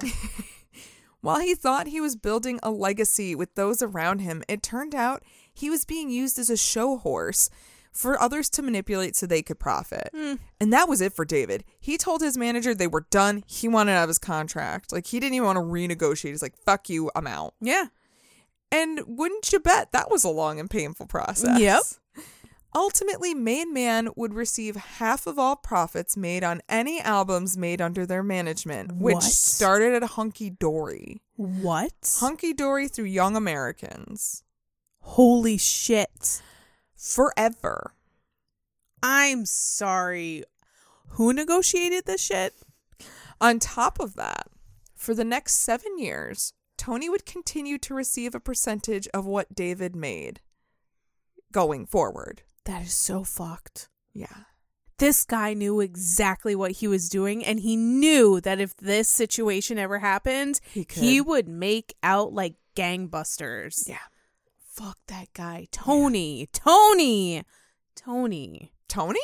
Speaker 2: While he thought he was building a legacy with those around him, it turned out he was being used as a show horse for others to manipulate so they could profit.
Speaker 1: Hmm.
Speaker 2: And that was it for David. He told his manager they were done. He wanted out of his contract. Like, he didn't even want to renegotiate. He's like, fuck you, I'm out.
Speaker 1: Yeah.
Speaker 2: And wouldn't you bet that was a long and painful process?
Speaker 1: Yep.
Speaker 2: Ultimately, Main Man would receive half of all profits made on any albums made under their management, which
Speaker 1: What?
Speaker 2: started at Hunky Dory.
Speaker 1: What?
Speaker 2: Hunky Dory through Young Americans.
Speaker 1: Holy shit.
Speaker 2: Forever.
Speaker 1: I'm sorry. Who negotiated this shit?
Speaker 2: On top of that, for the next seven years, Tony would continue to receive a percentage of what David made going forward.
Speaker 1: That is so fucked.
Speaker 2: Yeah.
Speaker 1: this guy knew exactly what he was doing and he knew that if this situation ever happened
Speaker 2: He could.
Speaker 1: would make out like gangbusters
Speaker 2: Yeah.
Speaker 1: fuck that guy tony tony tony
Speaker 2: Tony?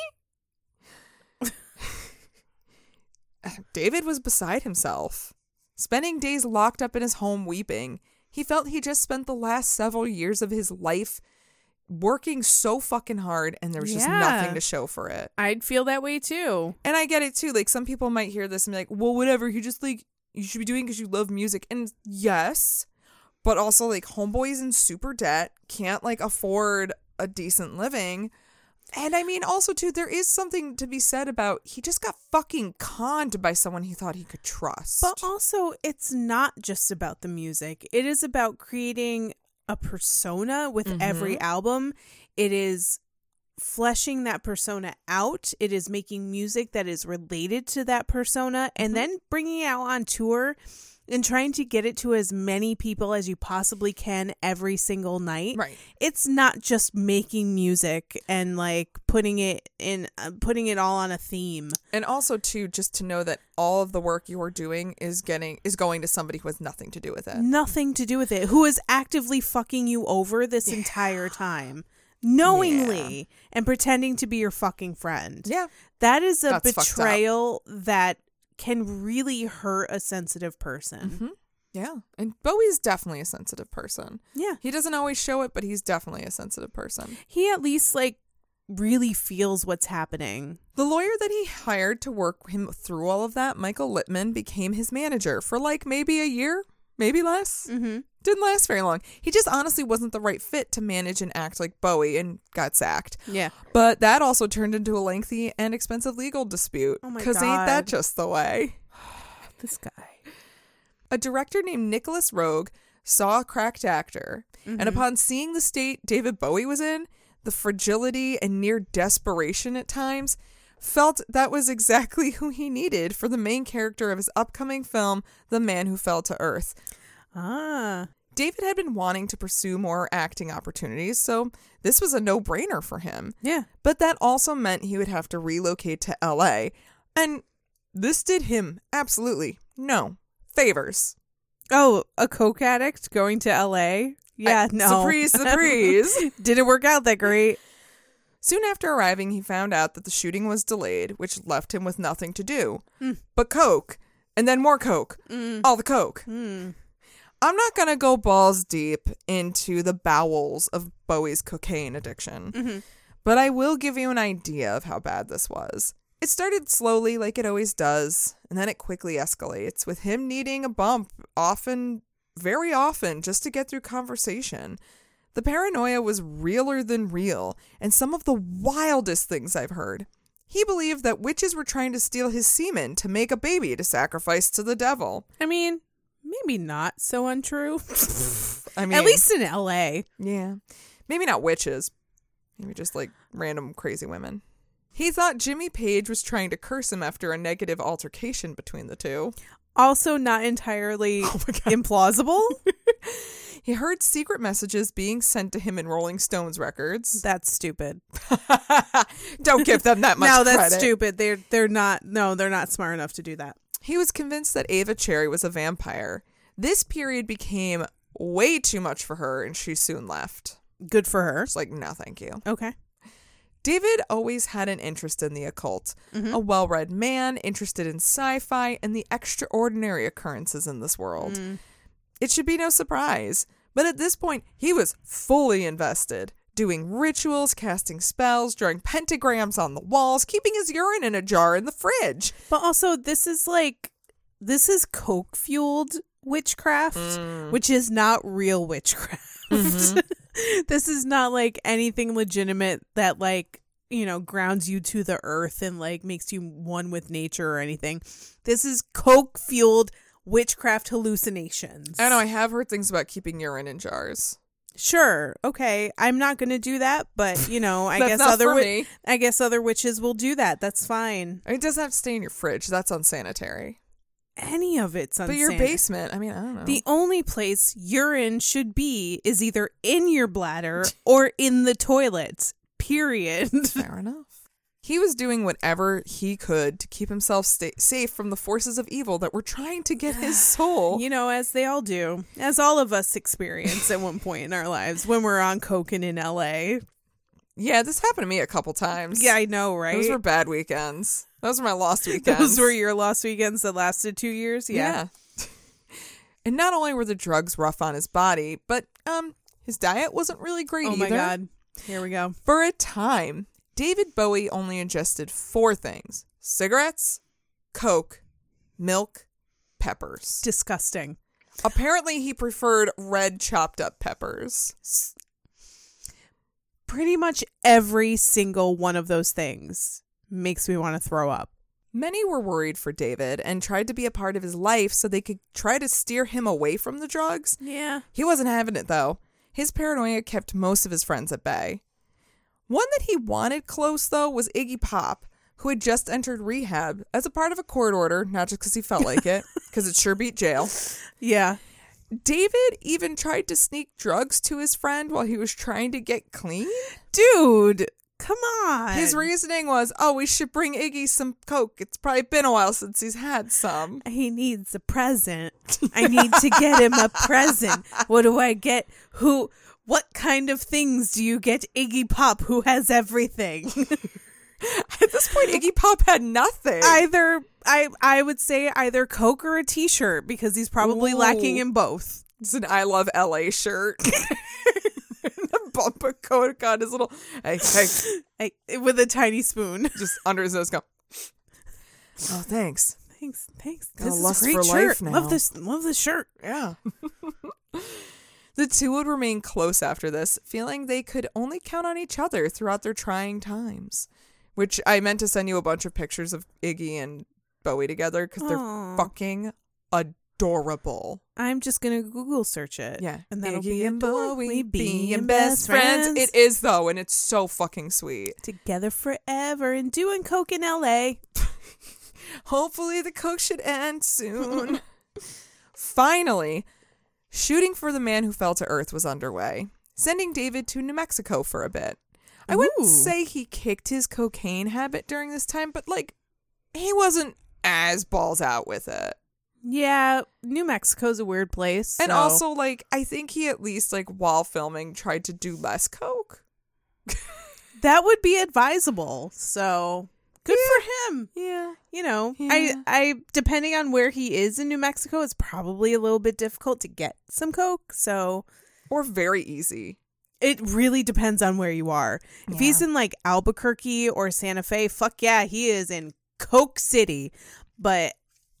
Speaker 2: David was beside himself. Spending days locked up in his home weeping, he felt he just spent the last several years of his life working so fucking hard and there was just
Speaker 1: Yeah.
Speaker 2: nothing to show for it.
Speaker 1: i'd feel that way too
Speaker 2: And I get it too. Like some people might hear this and be like, "Well, whatever. You just like you should be doing because you love music." And yes, but also like homeboys in super debt can't like afford a decent living. And I mean, also too, there is something to be said about he just got fucking conned by someone he thought he could trust.
Speaker 1: but also it's not just about the music it is about creating a persona with every album it is fleshing that persona out. It is making music that is related to that persona and then bringing it out on tour and trying to get it to as many people as you possibly can every single night.
Speaker 2: Right.
Speaker 1: It's not just making music and like putting it in uh, putting it all on a theme.
Speaker 2: and also too, just to know that all of the work you are doing is getting is going to somebody who has nothing to do with it.
Speaker 1: Nothing to do with it. Who is actively fucking you over this entire time? Knowingly and pretending to be your fucking friend.
Speaker 2: Yeah.
Speaker 1: That is a
Speaker 2: That's fucked up.
Speaker 1: betrayal that can really hurt a sensitive person.
Speaker 2: Yeah. And Bowie's definitely a sensitive person.
Speaker 1: Yeah.
Speaker 2: He doesn't always show it, but he's definitely a sensitive person.
Speaker 1: He at least like really feels what's happening.
Speaker 2: The lawyer that he hired to work him through all of that, Michael Littman, became his manager for like maybe a year. maybe less.
Speaker 1: Mm-hmm.
Speaker 2: Didn't last very long. He just honestly wasn't the right fit to manage and act like Bowie and got sacked.
Speaker 1: Yeah.
Speaker 2: But that also turned into a lengthy and expensive legal dispute.
Speaker 1: Oh my
Speaker 2: ain't
Speaker 1: God.
Speaker 2: that just the way?
Speaker 1: [GASPS] This guy.
Speaker 2: A director named Nicholas Rogue saw a cracked actor, and upon seeing the state David Bowie was in, the fragility and near desperation at times, felt that was exactly [LAUGHS] who he needed for the main character of his upcoming film, The Man Who Fell to Earth.
Speaker 1: Ah.
Speaker 2: David had been wanting to pursue more acting opportunities, so this was a no brainer for him.
Speaker 1: Yeah.
Speaker 2: But that also meant he would have to relocate to LA. And this did him absolutely no favors.
Speaker 1: Oh, a coke addict going to L.A. Yeah.
Speaker 2: I-
Speaker 1: no. [LAUGHS]
Speaker 2: Surprise, surprise.
Speaker 1: Didn't work out that great.
Speaker 2: Soon after arriving, he found out that the shooting was delayed, which left him with nothing to do
Speaker 1: Hmm.
Speaker 2: but Coke, and then more Coke,
Speaker 1: Mm.
Speaker 2: all the Coke.
Speaker 1: Hmm.
Speaker 2: I'm not going to go balls deep into the bowels of Bowie's cocaine addiction,
Speaker 1: Mm-hmm.
Speaker 2: but I will give you an idea of how bad this was. It started slowly, like it always does, and then it quickly escalates, with him needing a bump often, very often, just to get through conversation. The paranoia was realer than real, and some of the wildest things I've heard. He believed that witches were trying to steal his semen to make a baby to sacrifice to the devil.
Speaker 1: I mean, maybe not so untrue.
Speaker 2: I mean,
Speaker 1: At least in L.A.
Speaker 2: yeah, maybe not witches, maybe just like random crazy women. He thought Jimmy Page was trying to curse him after a negative altercation between
Speaker 1: [LAUGHS]
Speaker 2: the two.
Speaker 1: Also, not
Speaker 2: [LAUGHS]
Speaker 1: entirely
Speaker 2: Oh,
Speaker 1: implausible.
Speaker 2: He heard secret messages being sent to him in Rolling
Speaker 1: [LAUGHS]
Speaker 2: Stones records.
Speaker 1: That's stupid.
Speaker 2: Don't give them that much
Speaker 1: no, that's
Speaker 2: credit.
Speaker 1: stupid. They're they're not. No, they're not smart enough to do that.
Speaker 2: He was convinced that Ava Cherry was a vampire. This period became way too much for her, and she soon left.
Speaker 1: Good for her.
Speaker 2: It's like, no, thank you.
Speaker 1: Okay.
Speaker 2: David always had an interest in the occult, a well read man interested in sci fi and the extraordinary occurrences in this world. It should be no surprise. But at this point, he was fully invested, doing rituals, casting spells, drawing pentagrams on the walls, keeping his urine in a jar in the fridge.
Speaker 1: But also, this is like this is coke fueled witchcraft,
Speaker 2: Mm.
Speaker 1: which is not
Speaker 2: Mm-hmm.
Speaker 1: real witchcraft. [LAUGHS] this is not like anything legitimate that like you know grounds you to the earth and like makes you one with nature or anything. This is coke fueled witchcraft hallucinations.
Speaker 2: I know I have heard things about keeping urine in jars.
Speaker 1: Sure, okay. I'm not going to do that, but you know, I
Speaker 2: [LAUGHS] That's
Speaker 1: guess
Speaker 2: not
Speaker 1: other
Speaker 2: for
Speaker 1: wi-
Speaker 2: me.
Speaker 1: I guess other witches will do that. That's fine.
Speaker 2: It doesn't have to stay in your fridge. That's unsanitary.
Speaker 1: Any of it's
Speaker 2: But
Speaker 1: unsanitary.
Speaker 2: your basement, I mean, I don't know.
Speaker 1: The only place urine should be is either in your
Speaker 2: [LAUGHS]
Speaker 1: bladder or in the toilet. Period. [LAUGHS]
Speaker 2: [LAUGHS] Fair enough. He was doing whatever he could to keep himself sta safe from the forces of evil that were trying to
Speaker 1: [SIGHS]
Speaker 2: get his soul.
Speaker 1: you know, as they all do, as all of us experience at one point in our lives when we're on coke and in LA.
Speaker 2: Yeah, this happened to me a couple times.
Speaker 1: Yeah, I know, right?
Speaker 2: Those were bad weekends. Those were my lost
Speaker 1: [LAUGHS]
Speaker 2: weekends.
Speaker 1: Those were your lost weekends that lasted two years. Yeah.
Speaker 2: Yeah. [LAUGHS] and not only were the drugs rough on his body, but um his diet wasn't really great
Speaker 1: Oh
Speaker 2: either.
Speaker 1: my god. Here we go.
Speaker 2: For a time, David Bowie only ingested four things cigarettes, Coke, milk, peppers.
Speaker 1: Disgusting.
Speaker 2: Apparently, he preferred red chopped up peppers.
Speaker 1: Pretty much every single one of those things makes me want to throw up.
Speaker 2: Many were worried for David and tried to be a part of his life so they could try to steer him away from the drugs.
Speaker 1: Yeah.
Speaker 2: He wasn't having it, though. His paranoia kept most of his friends at bay. One that he wanted close, though, was Iggy Pop, who had just entered rehab as a part of a court order, not just because he felt like [LAUGHS] it, because it sure beat jail.
Speaker 1: Yeah.
Speaker 2: David even tried to sneak drugs to his friend while he was trying to get clean.
Speaker 1: Dude, come on.
Speaker 2: His reasoning was, oh, we should bring Iggy some Coke. It's probably been a while since he's had some.
Speaker 1: He needs a present. I need to get him a present. What do I get? Who? What kind of things do you get Iggy Pop, who has everything?
Speaker 2: [LAUGHS] At this point, Iggy Pop had nothing.
Speaker 1: either I I would say either Coke or a T-shirt because he's probably
Speaker 2: Ooh.
Speaker 1: lacking in both.
Speaker 2: It's an I Love LA shirt. [LAUGHS] a bump of Coke on his little, hey, hey,
Speaker 1: I, with a tiny spoon. [LAUGHS]
Speaker 2: just under his nose, go, oh, thanks.
Speaker 1: Thanks, thanks.
Speaker 2: Got a
Speaker 1: This is
Speaker 2: lust
Speaker 1: a great
Speaker 2: for life
Speaker 1: shirt.
Speaker 2: now.
Speaker 1: Love this. Love this shirt.
Speaker 2: Yeah. the two would remain close after this, feeling they could only count on each other throughout their trying times. Which I meant to send you a bunch of pictures of Iggy and Bowie together because they're
Speaker 1: Aw.
Speaker 2: fucking adorable.
Speaker 1: I'm just gonna Google search it.
Speaker 2: Yeah.
Speaker 1: and that'll
Speaker 2: Iggy
Speaker 1: be
Speaker 2: and Bowie
Speaker 1: being best friends.
Speaker 2: It is though, and it's so fucking sweet.
Speaker 1: together forever and doing coke in L.A.
Speaker 2: Hopefully the cook should end soon. [LAUGHS] Finally, shooting for the man who fell to earth was underway, sending David to New Mexico for a bit. I wouldn't
Speaker 1: Ooh.
Speaker 2: say he kicked his cocaine habit during this time, but like he wasn't as balls out with it.
Speaker 1: Yeah, New Mexico's a weird place.
Speaker 2: And
Speaker 1: so-
Speaker 2: also like I think he at least like while filming tried to do less coke.
Speaker 1: that would be advisable. So good for him.
Speaker 2: Yeah.
Speaker 1: You know,
Speaker 2: Yeah.
Speaker 1: I I depending on where he is in New Mexico, it's probably a little bit difficult to get some coke. So
Speaker 2: Or very easy.
Speaker 1: it really depends on where you are. If he's
Speaker 2: Yeah.
Speaker 1: in like Albuquerque or Santa Fe, fuck yeah, he is in Coke City. But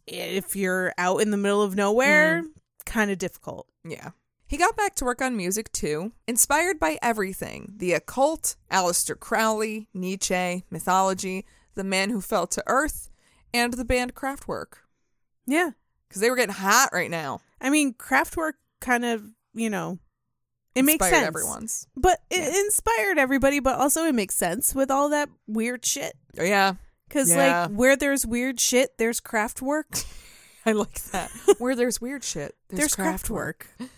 Speaker 1: if you're out in the middle of
Speaker 2: Mm.
Speaker 1: nowhere, kind of difficult.
Speaker 2: Yeah. He got back to work on music too, inspired by everything the occult, Aleister Crowley, Nietzsche, mythology, the man who fell to earth, and the band Kraftwerk.
Speaker 1: Yeah.
Speaker 2: Because they were getting hot right now.
Speaker 1: I mean, Kraftwerk kind of, you know, it makes
Speaker 2: Inspired
Speaker 1: sense.
Speaker 2: Everyone's.
Speaker 1: But it inspired everybody, but also it makes sense with all that weird shit. [LAUGHS]
Speaker 2: Oh, yeah.
Speaker 1: Because,
Speaker 2: Yeah.
Speaker 1: like, where there's weird shit, there's Kraftwerk.
Speaker 2: [LAUGHS] I like
Speaker 1: [LAUGHS]
Speaker 2: that. Where there's weird shit,
Speaker 1: There's,
Speaker 2: there's, Kraftwerk.
Speaker 1: Kraftwerk.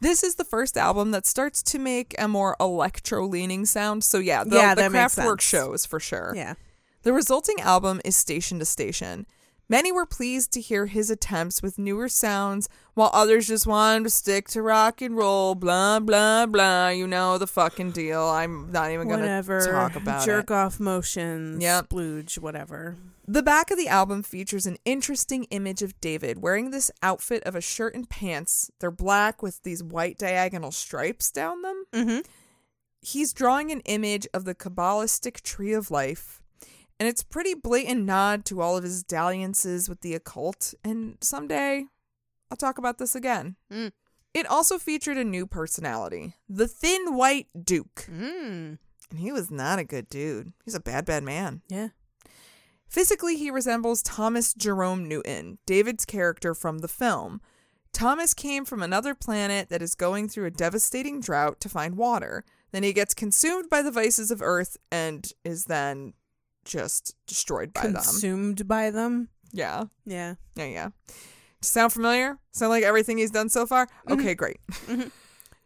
Speaker 2: This is the first album that starts to make a more electro leaning sound. So, yeah, the,
Speaker 1: Yeah,
Speaker 2: the
Speaker 1: that makes sense.
Speaker 2: Kraftwerk shows for sure.
Speaker 1: Yeah.
Speaker 2: The resulting album is Station to Station. Many were pleased to hear his attempts with newer sounds, while others just wanted to stick to rock and roll, blah, blah, blah. You know the fucking deal. I'm not even going
Speaker 1: Whatever.
Speaker 2: to talk about it.
Speaker 1: Jerk off motions.
Speaker 2: Yep.
Speaker 1: Splooge, whatever.
Speaker 2: The back of the album features an interesting image of David wearing this outfit of a shirt and pants. They're black with these white diagonal stripes down them.
Speaker 1: Mhm.
Speaker 2: He's drawing an image of the Kabbalistic tree of life. And it's pretty blatant nod to all of his dalliances with the occult. And someday I'll talk about this again.
Speaker 1: Mm.
Speaker 2: It also featured a new personality, the Thin White Duke.
Speaker 1: Mm.
Speaker 2: And he was not a good dude. He's a bad, bad man.
Speaker 1: Yeah.
Speaker 2: Physically, he resembles Thomas Jerome Newton, David's character from the film. Thomas came from another planet that is going through a devastating drought to find water. Then he gets consumed by the vices of Earth and is then just destroyed by them.
Speaker 1: Consumed by them.
Speaker 2: Yeah.
Speaker 1: Yeah.
Speaker 2: Yeah, yeah. Sound familiar? Sound like everything he's done so far? Okay, great.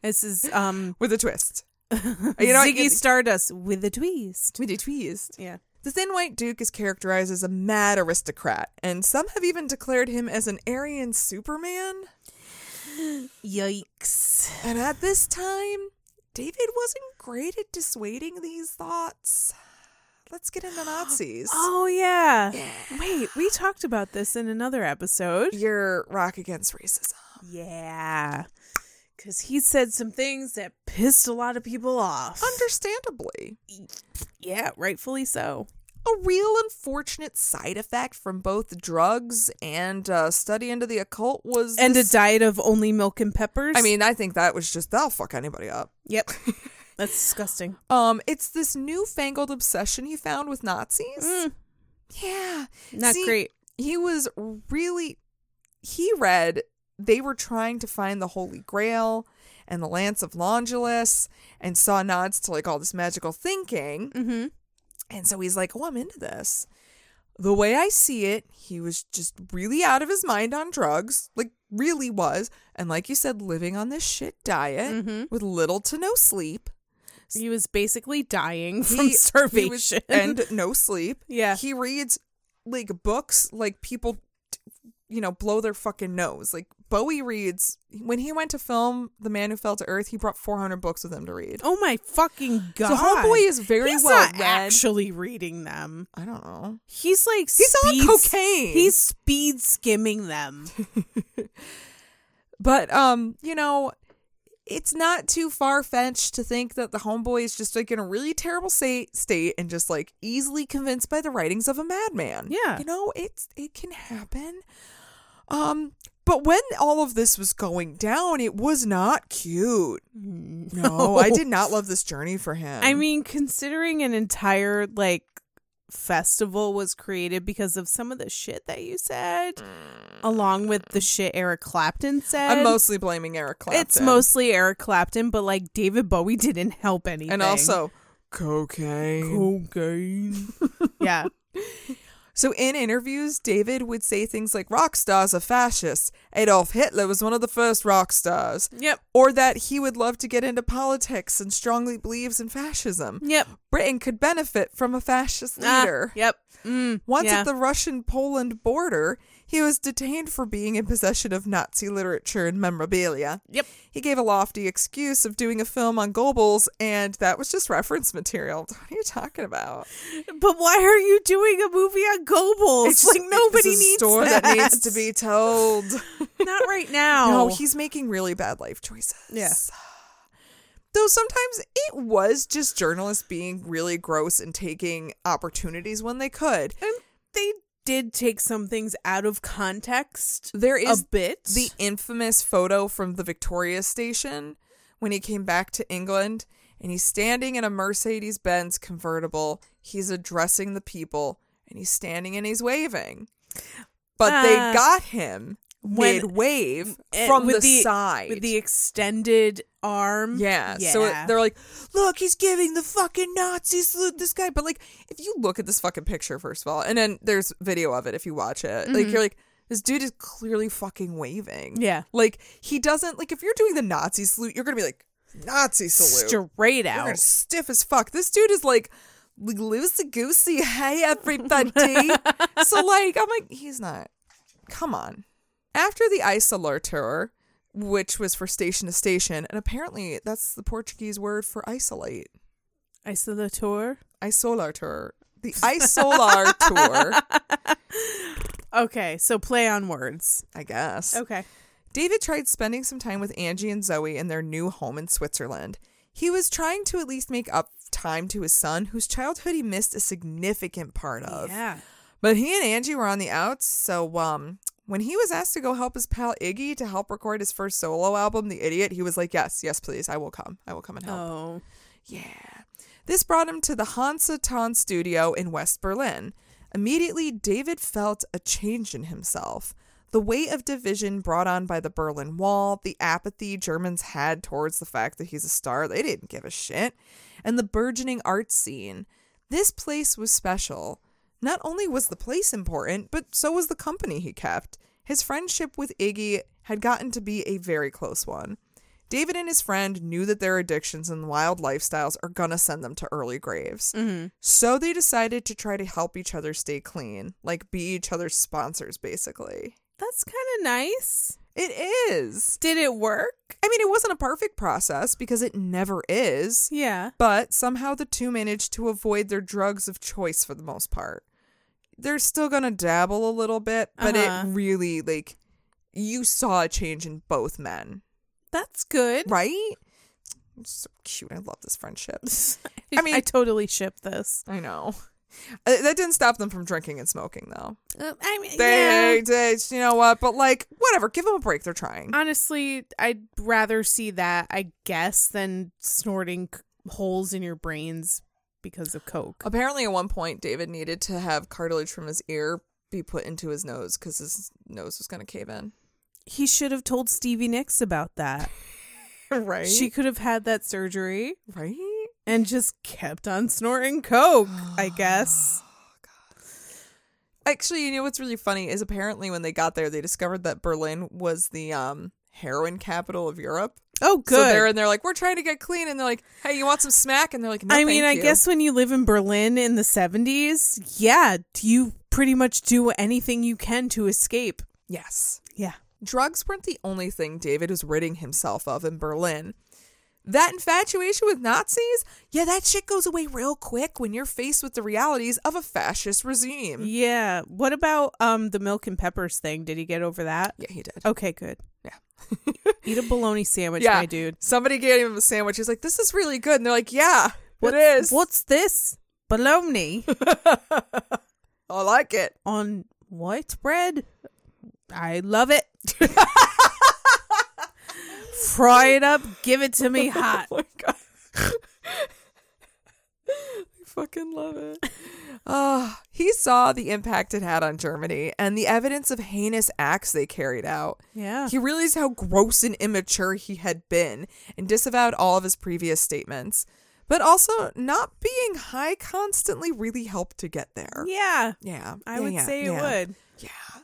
Speaker 1: This is
Speaker 2: [LAUGHS]
Speaker 1: um
Speaker 2: With a twist.
Speaker 1: you
Speaker 2: know what?
Speaker 1: Ziggy Stardust with a twist.
Speaker 2: With a twist.
Speaker 1: Yeah.
Speaker 2: The Thin White Duke is characterized as a mad aristocrat, and some have even declared him as an Aryan Superman.
Speaker 1: Yikes.
Speaker 2: And at this time, David wasn't great at dissuading these thoughts. Let's get into Nazis.
Speaker 1: [GASPS] Oh yeah. Wait, we talked about this in another episode.
Speaker 2: Your rock against racism.
Speaker 1: Yeah. Cause he said some things that pissed a lot of people off.
Speaker 2: Understandably,
Speaker 1: yeah, rightfully so.
Speaker 2: a real unfortunate side effect from both drugs and uh, study into the occult was.
Speaker 1: And a
Speaker 2: this-
Speaker 1: diet of only milk and peppers.
Speaker 2: I mean, I think that was just that'll fuck anybody up.
Speaker 1: [LAUGHS]
Speaker 2: [LAUGHS]
Speaker 1: Yep. That's disgusting.
Speaker 2: Um, it's this newfangled obsession he found with Nazis. Yeah,
Speaker 1: Mm. Not
Speaker 2: See,
Speaker 1: great.
Speaker 2: he was really he read they were trying to find the holy grail and the lance of longulus and saw nods to like all this magical thinking
Speaker 1: Mm-hmm.
Speaker 2: and so he's like oh i'm into this the way i see it he was just really out of his mind on drugs like really was and like you said living on this shit diet with little to no sleep
Speaker 1: He was basically
Speaker 2: [LAUGHS]
Speaker 1: dying from starvation.
Speaker 2: he was- [LAUGHS] and no sleep.
Speaker 1: Yeah.
Speaker 2: He reads like books like people you know blow their fucking nose. Like Bowie reads when he went to film The Man Who Fell to Earth, he brought 400 books with him to read.
Speaker 1: [LAUGHS] Oh my fucking god!
Speaker 2: homeboy is very
Speaker 1: He's
Speaker 2: well
Speaker 1: not
Speaker 2: read.
Speaker 1: actually reading them.
Speaker 2: I don't know.
Speaker 1: He's like
Speaker 2: He's
Speaker 1: speed,
Speaker 2: on cocaine.
Speaker 1: He's speed skimming them.
Speaker 2: but um, you know, it's not too far fetched to think that the homeboy is just like in a really terrible state, state and just like easily convinced by the writings of a madman.
Speaker 1: Yeah.
Speaker 2: you know it's it can happen. Um, but when all of this was going down, it was
Speaker 1: [LAUGHS]
Speaker 2: not cute. No, I did not love this journey for him.
Speaker 1: I mean, considering an entire like festival was created because of some of the shit that you said, along with the shit Eric Clapton said.
Speaker 2: Mm. I'm mostly blaming Eric Clapton.
Speaker 1: It's mostly Eric Clapton, but like David Bowie [LAUGHS] didn't help anything.
Speaker 2: and also cocaine. [LAUGHS]
Speaker 1: cocaine. yeah.
Speaker 2: So in interviews, David would say things like rock stars are fascists, Adolf Hitler was one of the first rock stars,
Speaker 1: Yep.
Speaker 2: or that he would love to get into politics and strongly believes in fascism.
Speaker 1: Yep.
Speaker 2: Britain could benefit from a fascist
Speaker 1: Ah,
Speaker 2: leader.
Speaker 1: yep. Mm,
Speaker 2: Once
Speaker 1: yeah.
Speaker 2: at the Russian Poland border, he was detained for being in possession of Nazi literature and memorabilia.
Speaker 1: Yep.
Speaker 2: He gave a lofty excuse of doing a film on Goebbels, and that was just reference material. [LAUGHS] What are you talking about?
Speaker 1: But why are you doing a movie on Goebbels?
Speaker 2: It's
Speaker 1: like
Speaker 2: just-
Speaker 1: nobody
Speaker 2: it's a
Speaker 1: needs
Speaker 2: story
Speaker 1: that.
Speaker 2: that. needs to be told.
Speaker 1: [LAUGHS] Not right now.
Speaker 2: No, he's making really bad life choices.
Speaker 1: Yeah.
Speaker 2: [SIGHS] Though sometimes it was just journalists being really gross and taking opportunities when they could.
Speaker 1: and they did take some things out of context
Speaker 2: There is
Speaker 1: a bit.
Speaker 2: the infamous photo from the Victoria station when he came back to England and he's standing in a Mercedes Benz convertible. He's addressing the people and he's standing and he's waving. But they
Speaker 1: Ah.
Speaker 2: got him
Speaker 1: When-
Speaker 2: mid wave
Speaker 1: Eh,
Speaker 2: from
Speaker 1: with
Speaker 2: the, side.
Speaker 1: with the extended arm.
Speaker 2: yeah. So it- they're like, look, he's giving the fucking Nazi salute this guy. But like, if you look at this fucking picture, first of all, and then there's video of it if you watch it, like, you're like, this dude is clearly fucking waving.
Speaker 1: Yeah.
Speaker 2: Like, he doesn't, like, if you're doing the Nazi salute, you're going to be like, Nazi salute.
Speaker 1: straight
Speaker 2: You're gonna
Speaker 1: out.
Speaker 2: stiff as fuck. This dude is like, loosey goosey. Hey, everybody. so, like, I'm like, he's not. Come on. After the Isolar tour, which was for station to station, and apparently that's the Portuguese word for isolate.
Speaker 1: Isolator.
Speaker 2: Isolar tour. The Isolar tour,
Speaker 1: Okay, so play on words.
Speaker 2: I guess.
Speaker 1: Okay.
Speaker 2: David tried spending some time with Angie and Zoe in their new home in Switzerland. He was trying to at least make up time to his son, whose childhood he missed a significant part of.
Speaker 1: Yeah.
Speaker 2: But he and Angie were on the outs, so um when he was asked to go help his pal Iggy to help record his first solo album, The Idiot, he was like, "Yes, yes, please. I will come. I will come and help."
Speaker 1: Oh.
Speaker 2: Yeah. This brought him to the Hansa Ton studio in West Berlin. Immediately, David felt a change in himself. The weight of division brought on by the Berlin Wall, the apathy Germans had towards the fact that he's a star, they didn't give a shit, and the burgeoning art scene. This place was special. Not only was the place important, but so was the company he kept. His friendship with Iggy had gotten to be a very close one. David and his friend knew that their addictions and wild lifestyles are gonna send them to early graves. So they decided to try to help each other stay clean, like be each other's sponsors, basically.
Speaker 1: That's kind of nice.
Speaker 2: It is.
Speaker 1: Did it work?
Speaker 2: I mean, it wasn't a perfect process because it never is,
Speaker 1: Yeah.
Speaker 2: but somehow the two managed to avoid their drugs of choice for the most part. They're still gonna dabble a little bit, but
Speaker 1: Uh-huh.
Speaker 2: it really, like, you saw a change in both men,
Speaker 1: That's good.
Speaker 2: right? It's so cute. I love this friendship.
Speaker 1: I
Speaker 2: I
Speaker 1: mean,
Speaker 2: mean-
Speaker 1: I totally ship this.
Speaker 2: I know. Uh, That didn't stop them from drinking and smoking, though.
Speaker 1: Uh, I mean,
Speaker 2: They,
Speaker 1: yeah.
Speaker 2: they, you know what? But like, whatever. Give them a break. They're trying.
Speaker 1: Honestly, I'd rather see that, I guess, than snorting c- holes in your brains because of coke.
Speaker 2: Apparently, at one point, David needed to have cartilage from his ear be put into his nose because his nose was going to
Speaker 1: [LAUGHS]
Speaker 2: cave in.
Speaker 1: He should have told Stevie Nicks about that.
Speaker 2: Right.
Speaker 1: She could have had that surgery
Speaker 2: right.
Speaker 1: and just kept on snorting coke,
Speaker 2: [SIGHS]
Speaker 1: I guess.
Speaker 2: Actually, you know what's really funny is apparently when they got there, they discovered that Berlin was the um heroin capital of Europe.
Speaker 1: Oh, good.
Speaker 2: So they're and they're like, we're trying to get clean, and they're like, hey, you want some smack? And they're like, no,
Speaker 1: I mean, I
Speaker 2: thank you."
Speaker 1: guess when you live in Berlin in the 70s, yeah, you pretty much do anything you can to escape.
Speaker 2: yes.
Speaker 1: Yeah.
Speaker 2: Drugs weren't the only thing David was ridding himself of in Berlin. That infatuation with Nazis, yeah, that shit goes away real quick when you're faced with the realities of a fascist regime.
Speaker 1: Yeah. What about um the milk and peppers thing? Did he get over that?
Speaker 2: Yeah, he did.
Speaker 1: Okay, good.
Speaker 2: Yeah.
Speaker 1: [LAUGHS] Eat a bologna sandwich,
Speaker 2: Yeah.
Speaker 1: my dude.
Speaker 2: Somebody gave him a sandwich. He's like, this is really good. And they're like, yeah, it is.
Speaker 1: What's this? Bologna
Speaker 2: I like it. [LAUGHS]
Speaker 1: on white bread? I love
Speaker 2: [LAUGHS]
Speaker 1: it. Fry it up, give it to me
Speaker 2: [LAUGHS]
Speaker 1: hot.
Speaker 2: Oh my god. I fucking love it. Uh, he saw the impact it had on Germany and the evidence of heinous acts they carried out.
Speaker 1: Yeah.
Speaker 2: He realized how gross and immature he had been and disavowed all of his previous statements. But also, not being high constantly really helped to get there.
Speaker 1: Yeah.
Speaker 2: Yeah.
Speaker 1: I
Speaker 2: Yeah,
Speaker 1: would
Speaker 2: yeah,
Speaker 1: say
Speaker 2: yeah.
Speaker 1: it would.
Speaker 2: Yeah.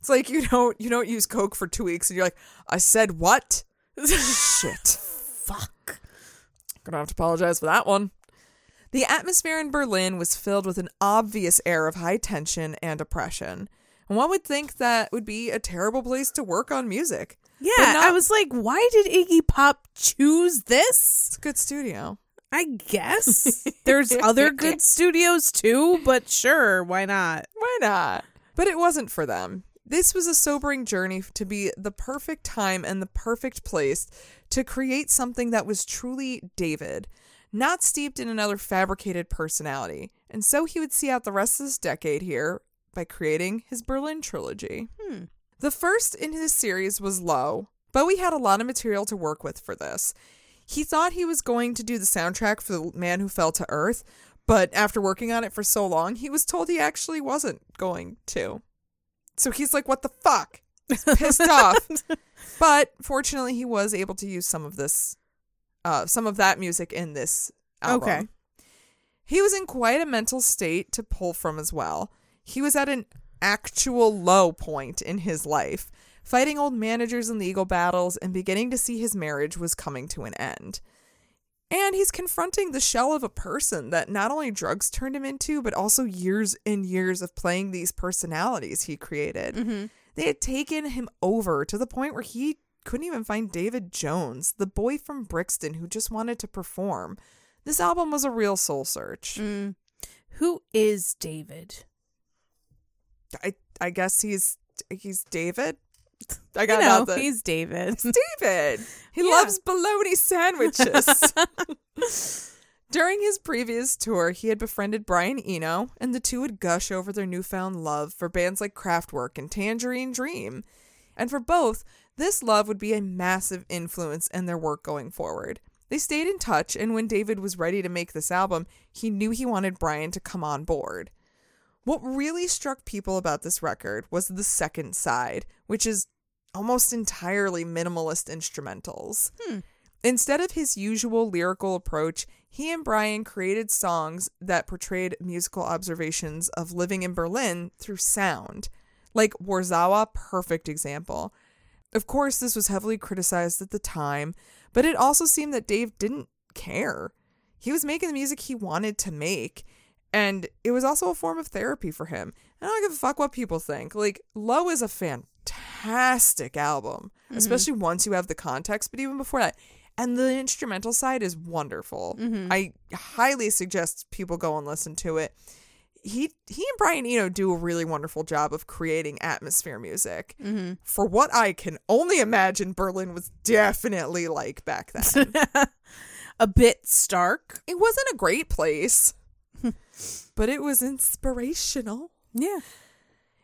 Speaker 2: It's like you don't you don't use coke for 2 weeks and you're like, "I said what?" Shit.
Speaker 1: Fuck.
Speaker 2: Gonna have to apologize for that one. The atmosphere in Berlin was filled with an obvious air of high tension and oppression. And one would think that would be a terrible place to work on music.
Speaker 1: Yeah.
Speaker 2: But not-
Speaker 1: I was like, why did Iggy Pop choose this?
Speaker 2: It's a good studio.
Speaker 1: I
Speaker 2: [LAUGHS]
Speaker 1: guess there's other good studios too, but sure, why not?
Speaker 2: Why not? But it wasn't for them. This was a sobering journey to be the perfect time and the perfect place to create something that was truly David, not steeped in another fabricated personality. And so he would see out the rest of this decade here by creating his Berlin trilogy. The first in his series was Low, but we had a lot of material to work with for this. He thought he was going to do the soundtrack for The Man Who Fell to Earth, but after working on it for so long, he was told he actually wasn't going to. So he's like, what the fuck? He's pissed off. But fortunately, he was able to use some of this, uh, some of that music in this album.
Speaker 1: Okay.
Speaker 2: He was in quite a mental state to pull from as well. He was at an actual low point in his life, fighting old managers in legal battles and beginning to see his marriage was coming to an end. And he's confronting the shell of a person that not only drugs turned him into, but also years and years of playing these personalities he created. They had taken him over to the point where he couldn't even find David Jones, the boy from Brixton who just wanted to perform. This album was a real soul
Speaker 1: Mm.
Speaker 2: search.
Speaker 1: Who is David?
Speaker 2: I I guess he's he's David. [LAUGHS] I
Speaker 1: You
Speaker 2: got
Speaker 1: know,
Speaker 2: nothing.
Speaker 1: he's
Speaker 2: [LAUGHS]
Speaker 1: David.
Speaker 2: It's David. He
Speaker 1: Yeah.
Speaker 2: loves bologna sandwiches. During his previous tour, he had befriended Brian Eno, and the two would gush over their newfound love for bands like Kraftwerk and Tangerine Dream. And for both, this love would be a massive influence in their work going forward. They stayed in touch, and when David was ready to make this album, he knew he wanted Brian to come on board. What really struck people about this record was the second side, which is almost entirely minimalist instrumentals. Instead of his usual lyrical approach, he and Brian created songs that portrayed musical observations of living in Berlin through sound, like Warzawa, perfect example. Of course, this was heavily criticized at the time, but it also seemed that Dave didn't care. He was making the music he wanted to make, and it was also a form of therapy for him. I don't give a fuck what people think. Like, Low is a fantastic album, especially once you have the context, but even before that. And the instrumental side is wonderful. I highly suggest people go and listen to it he he and Brian Eno do a really wonderful job of creating atmosphere music. For what I can only imagine, Berlin was definitely like back then.
Speaker 1: A bit stark.
Speaker 2: it wasn't a great place, but it was inspirational.
Speaker 1: Yeah.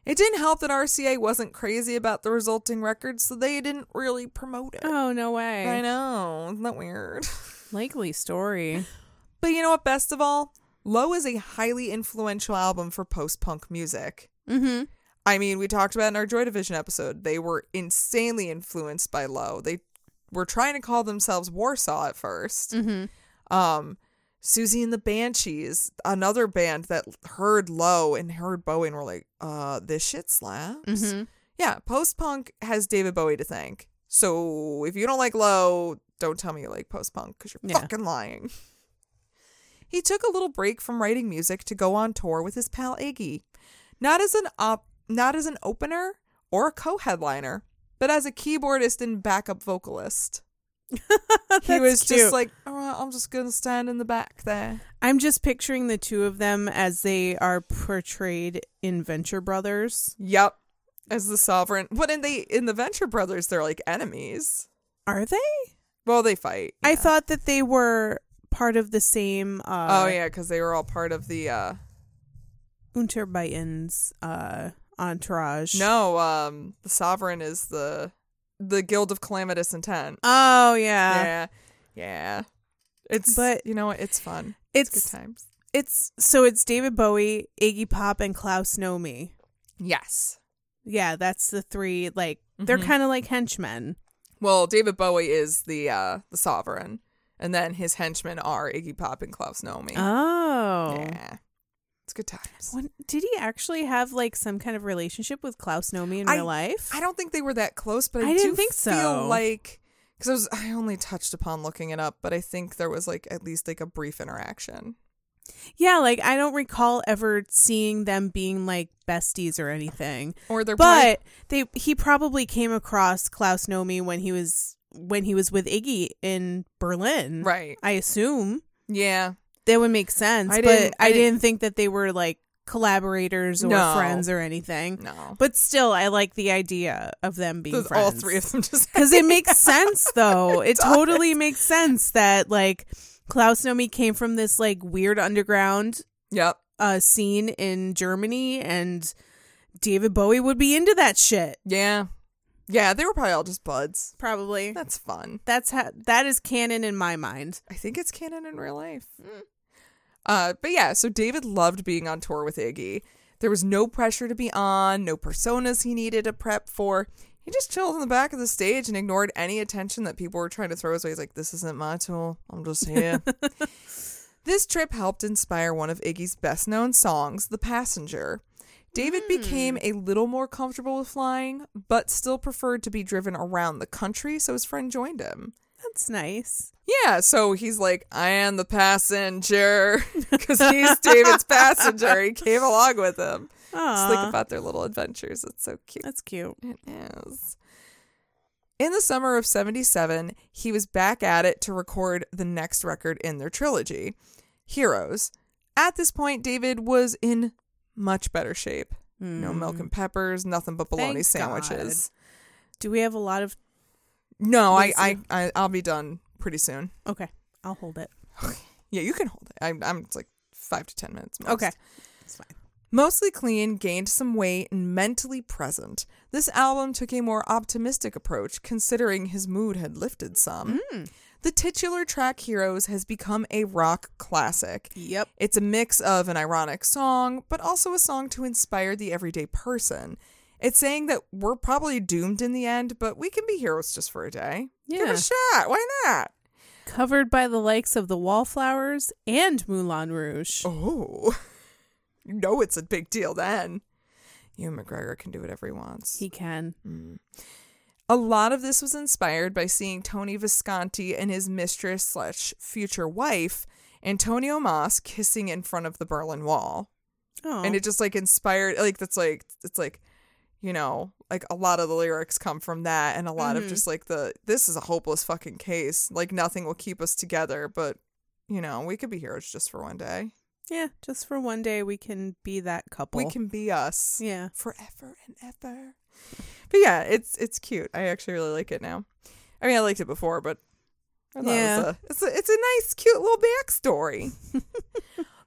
Speaker 2: It didn't help that RCA wasn't crazy about the resulting record, so they didn't really promote it.
Speaker 1: Oh no
Speaker 2: I
Speaker 1: way.
Speaker 2: know, isn't that weird?
Speaker 1: Likely story.
Speaker 2: But you know what? Best of all, Low is a highly influential album for post punk music.
Speaker 1: Mm-hmm.
Speaker 2: I mean, we talked about in our Joy Division episode, they were insanely influenced by Low. They were trying to call themselves Warsaw at 1st Um, Susie and the Banshees, another band that heard Low and heard Bowie and were like, uh, this shit slaps. Yeah, post punk has David Bowie to thank. So if you don't like Low, don't tell me you like post punk because you're
Speaker 1: Yeah.
Speaker 2: fucking lying. [LAUGHS] He took a little break from writing music to go on tour with his pal Iggy, not as an op- not as an opener or a co-headliner, but as a keyboardist and backup vocalist.
Speaker 1: [LAUGHS]
Speaker 2: he was
Speaker 1: cute.
Speaker 2: just like, all right, I'm just gonna stand in the back there.
Speaker 1: I'm just picturing the two of them as they are portrayed in Venture Brothers.
Speaker 2: Yep. As the sovereign, but in the in the Venture Brothers, they're like enemies.
Speaker 1: Are they?
Speaker 2: Well, they fight.
Speaker 1: I
Speaker 2: yeah.
Speaker 1: thought that they were part of the same uh
Speaker 2: oh yeah, because they were all part of the uh
Speaker 1: Unterbeitens uh entourage.
Speaker 2: no um the sovereign is the the Guild of Calamitous Intent.
Speaker 1: Oh yeah.
Speaker 2: yeah, yeah. It's
Speaker 1: But-
Speaker 2: but you know what? It's fun. It's,
Speaker 1: It's
Speaker 2: good times.
Speaker 1: it's so it's David Bowie, Iggy Pop and Klaus Nomi.
Speaker 2: Yes.
Speaker 1: Yeah, that's the three like they're
Speaker 2: Mhm.
Speaker 1: kind of like henchmen.
Speaker 2: Well, David Bowie is the uh the sovereign, and then his henchmen are Iggy Pop and Klaus Nomi.
Speaker 1: Oh.
Speaker 2: Yeah, it's good times.
Speaker 1: When, did he actually have like some kind of relationship with Klaus Nomi in
Speaker 2: I-
Speaker 1: real life?
Speaker 2: I don't think they were that close, but I,
Speaker 1: I didn't
Speaker 2: do
Speaker 1: think
Speaker 2: feel
Speaker 1: so.
Speaker 2: like because I was I only touched upon looking it up, but I think there was like at least like a brief interaction.
Speaker 1: Yeah, like I don't recall ever seeing them being like besties or anything.
Speaker 2: Or they're
Speaker 1: But they he probably came across Klaus Nomi when he was when he was with Iggy in Berlin.
Speaker 2: probably, right,
Speaker 1: I assume
Speaker 2: yeah,
Speaker 1: that would make sense.
Speaker 2: I
Speaker 1: but
Speaker 2: didn't-
Speaker 1: I,
Speaker 2: I
Speaker 1: didn't,
Speaker 2: didn't-
Speaker 1: think that they were like collaborators or
Speaker 2: No.
Speaker 1: friends or anything.
Speaker 2: no,
Speaker 1: But still, I like the idea of them being
Speaker 2: Those-
Speaker 1: friends.
Speaker 2: all three of [LAUGHS] them just
Speaker 1: Because it makes
Speaker 2: [LAUGHS]
Speaker 1: sense, though. It,
Speaker 2: does.
Speaker 1: totally makes sense that like Klaus Nomi came from this like weird underground
Speaker 2: yep,
Speaker 1: uh, scene in Germany, and David Bowie would be into that shit.
Speaker 2: yeah, yeah. They were probably all just buds.
Speaker 1: Probably.
Speaker 2: That's fun.
Speaker 1: That's how that is canon in my mind.
Speaker 2: I think it's canon in real life. Uh, but yeah, so David loved being on tour with Iggy. There was no pressure to be on, no personas he needed to prep for. He just chilled in the back of the stage and ignored any attention that people were trying to throw his way. He's like, this isn't my tool. I'm just here. this trip helped inspire one of Iggy's best known songs, The Passenger. David became a little more comfortable with flying, but still preferred to be driven around the country, so his friend joined him.
Speaker 1: That's nice.
Speaker 2: Yeah, so he's like, I am the passenger [LAUGHS] because he's David's passenger. He came along with him. Just
Speaker 1: Aw,
Speaker 2: think about their little adventures. It's so cute.
Speaker 1: that's cute.
Speaker 2: It is. In the summer of 77, he was back at it to record the next record in their trilogy, Heroes. At this point, David was in much better shape. No milk and peppers, nothing but bologna
Speaker 1: Mm. Thank
Speaker 2: sandwiches.
Speaker 1: Do we have a lot of?
Speaker 2: No, I,
Speaker 1: Lucy.
Speaker 2: I, I, I'll be done pretty soon.
Speaker 1: Okay, I'll hold it.
Speaker 2: Yeah, you can hold it. I'm, I'm it's like five to ten minutes. most.
Speaker 1: Okay, it's fine.
Speaker 2: Mostly clean, gained some weight, and mentally present. This album took a more optimistic approach, considering his mood had lifted some.
Speaker 1: Hmm.
Speaker 2: The titular track Heroes has become a rock classic.
Speaker 1: Yep.
Speaker 2: It's a mix of an ironic song, but also a song to inspire the everyday person. It's saying that we're probably doomed in the end, but we can be heroes just for a day. Give
Speaker 1: Yeah.
Speaker 2: it a shot. Why not?
Speaker 1: Covered by the likes of the Wallflowers and Moulin Rouge.
Speaker 2: Oh, [LAUGHS] you know it's a big deal then. Ewan McGregor can do whatever he wants.
Speaker 1: He can.
Speaker 2: Mm. a lot of this was inspired by seeing Tony Visconti and his mistress slash future wife Antonio Moss kissing in front of the Berlin Wall,
Speaker 1: Oh,
Speaker 2: and it just like inspired like that's like it's like you know like a lot of the lyrics come from that, and a lot
Speaker 1: Mhm.
Speaker 2: of just like the this is a hopeless fucking case. Like nothing will keep us together, but you know we could be heroes just for one day.
Speaker 1: yeah. Just for one day, we can be that couple.
Speaker 2: We can be us.
Speaker 1: Yeah. [LAUGHS]
Speaker 2: forever and ever. But yeah, it's it's cute. I actually really like it now. I mean, I liked it before, but I thought
Speaker 1: Yeah.
Speaker 2: it was a, it's a it's a nice, cute little backstory.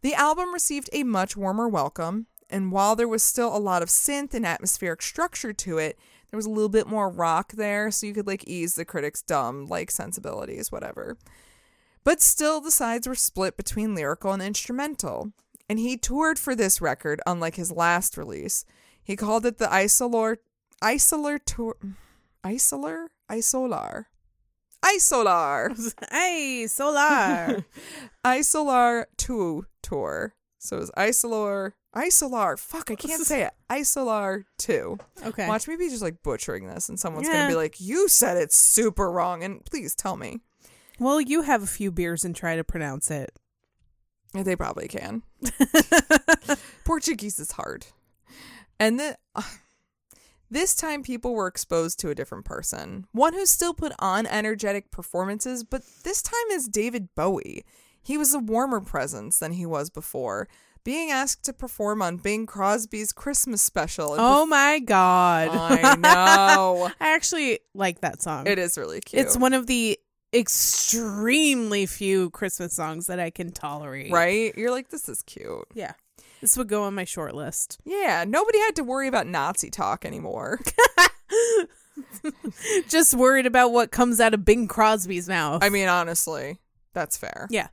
Speaker 2: the album received a much warmer welcome, and while there was still a lot of synth and atmospheric structure to it, there was a little bit more rock there, so you could like ease the critics' dumb like sensibilities, whatever. But still, the sides were split between lyrical and instrumental. And he toured for this record, unlike his last release. He called it the Isolor, Isolar Tour, Isolar, Isolar,
Speaker 1: [LAUGHS]
Speaker 2: Isolar,
Speaker 1: hey,
Speaker 2: [LAUGHS]
Speaker 1: Solar.
Speaker 2: Isolar Two Tour. So it was Isolar, Isolar. Fuck, I can't say it. Isolar Two.
Speaker 1: Okay.
Speaker 2: Watch me be just like butchering this, and someone's
Speaker 1: Yeah.
Speaker 2: gonna be like, "You said it super wrong," and please tell me.
Speaker 1: Well, you have a few beers and try to pronounce it.
Speaker 2: Yeah, They
Speaker 1: [LAUGHS]
Speaker 2: probably can. Portuguese is hard. And then [SIGHS] This time, people were exposed to a different person, one who still put on energetic performances, but this time as David Bowie. He was a warmer presence than he was before, being asked to perform on Bing Crosby's Christmas special. and
Speaker 1: Oh my god. [LAUGHS]
Speaker 2: I know.
Speaker 1: I actually like that song.
Speaker 2: Uh, It is really cute.
Speaker 1: it's one of the extremely few Christmas songs that I can tolerate.
Speaker 2: right? You're like, this is cute.
Speaker 1: Yeah. This would go on my short list. [LAUGHS]
Speaker 2: Yeah, nobody had to worry about Nazi talk anymore.
Speaker 1: Just worried about what comes out of Bing Crosby's mouth.
Speaker 2: I mean, honestly, that's fair.
Speaker 1: yeah.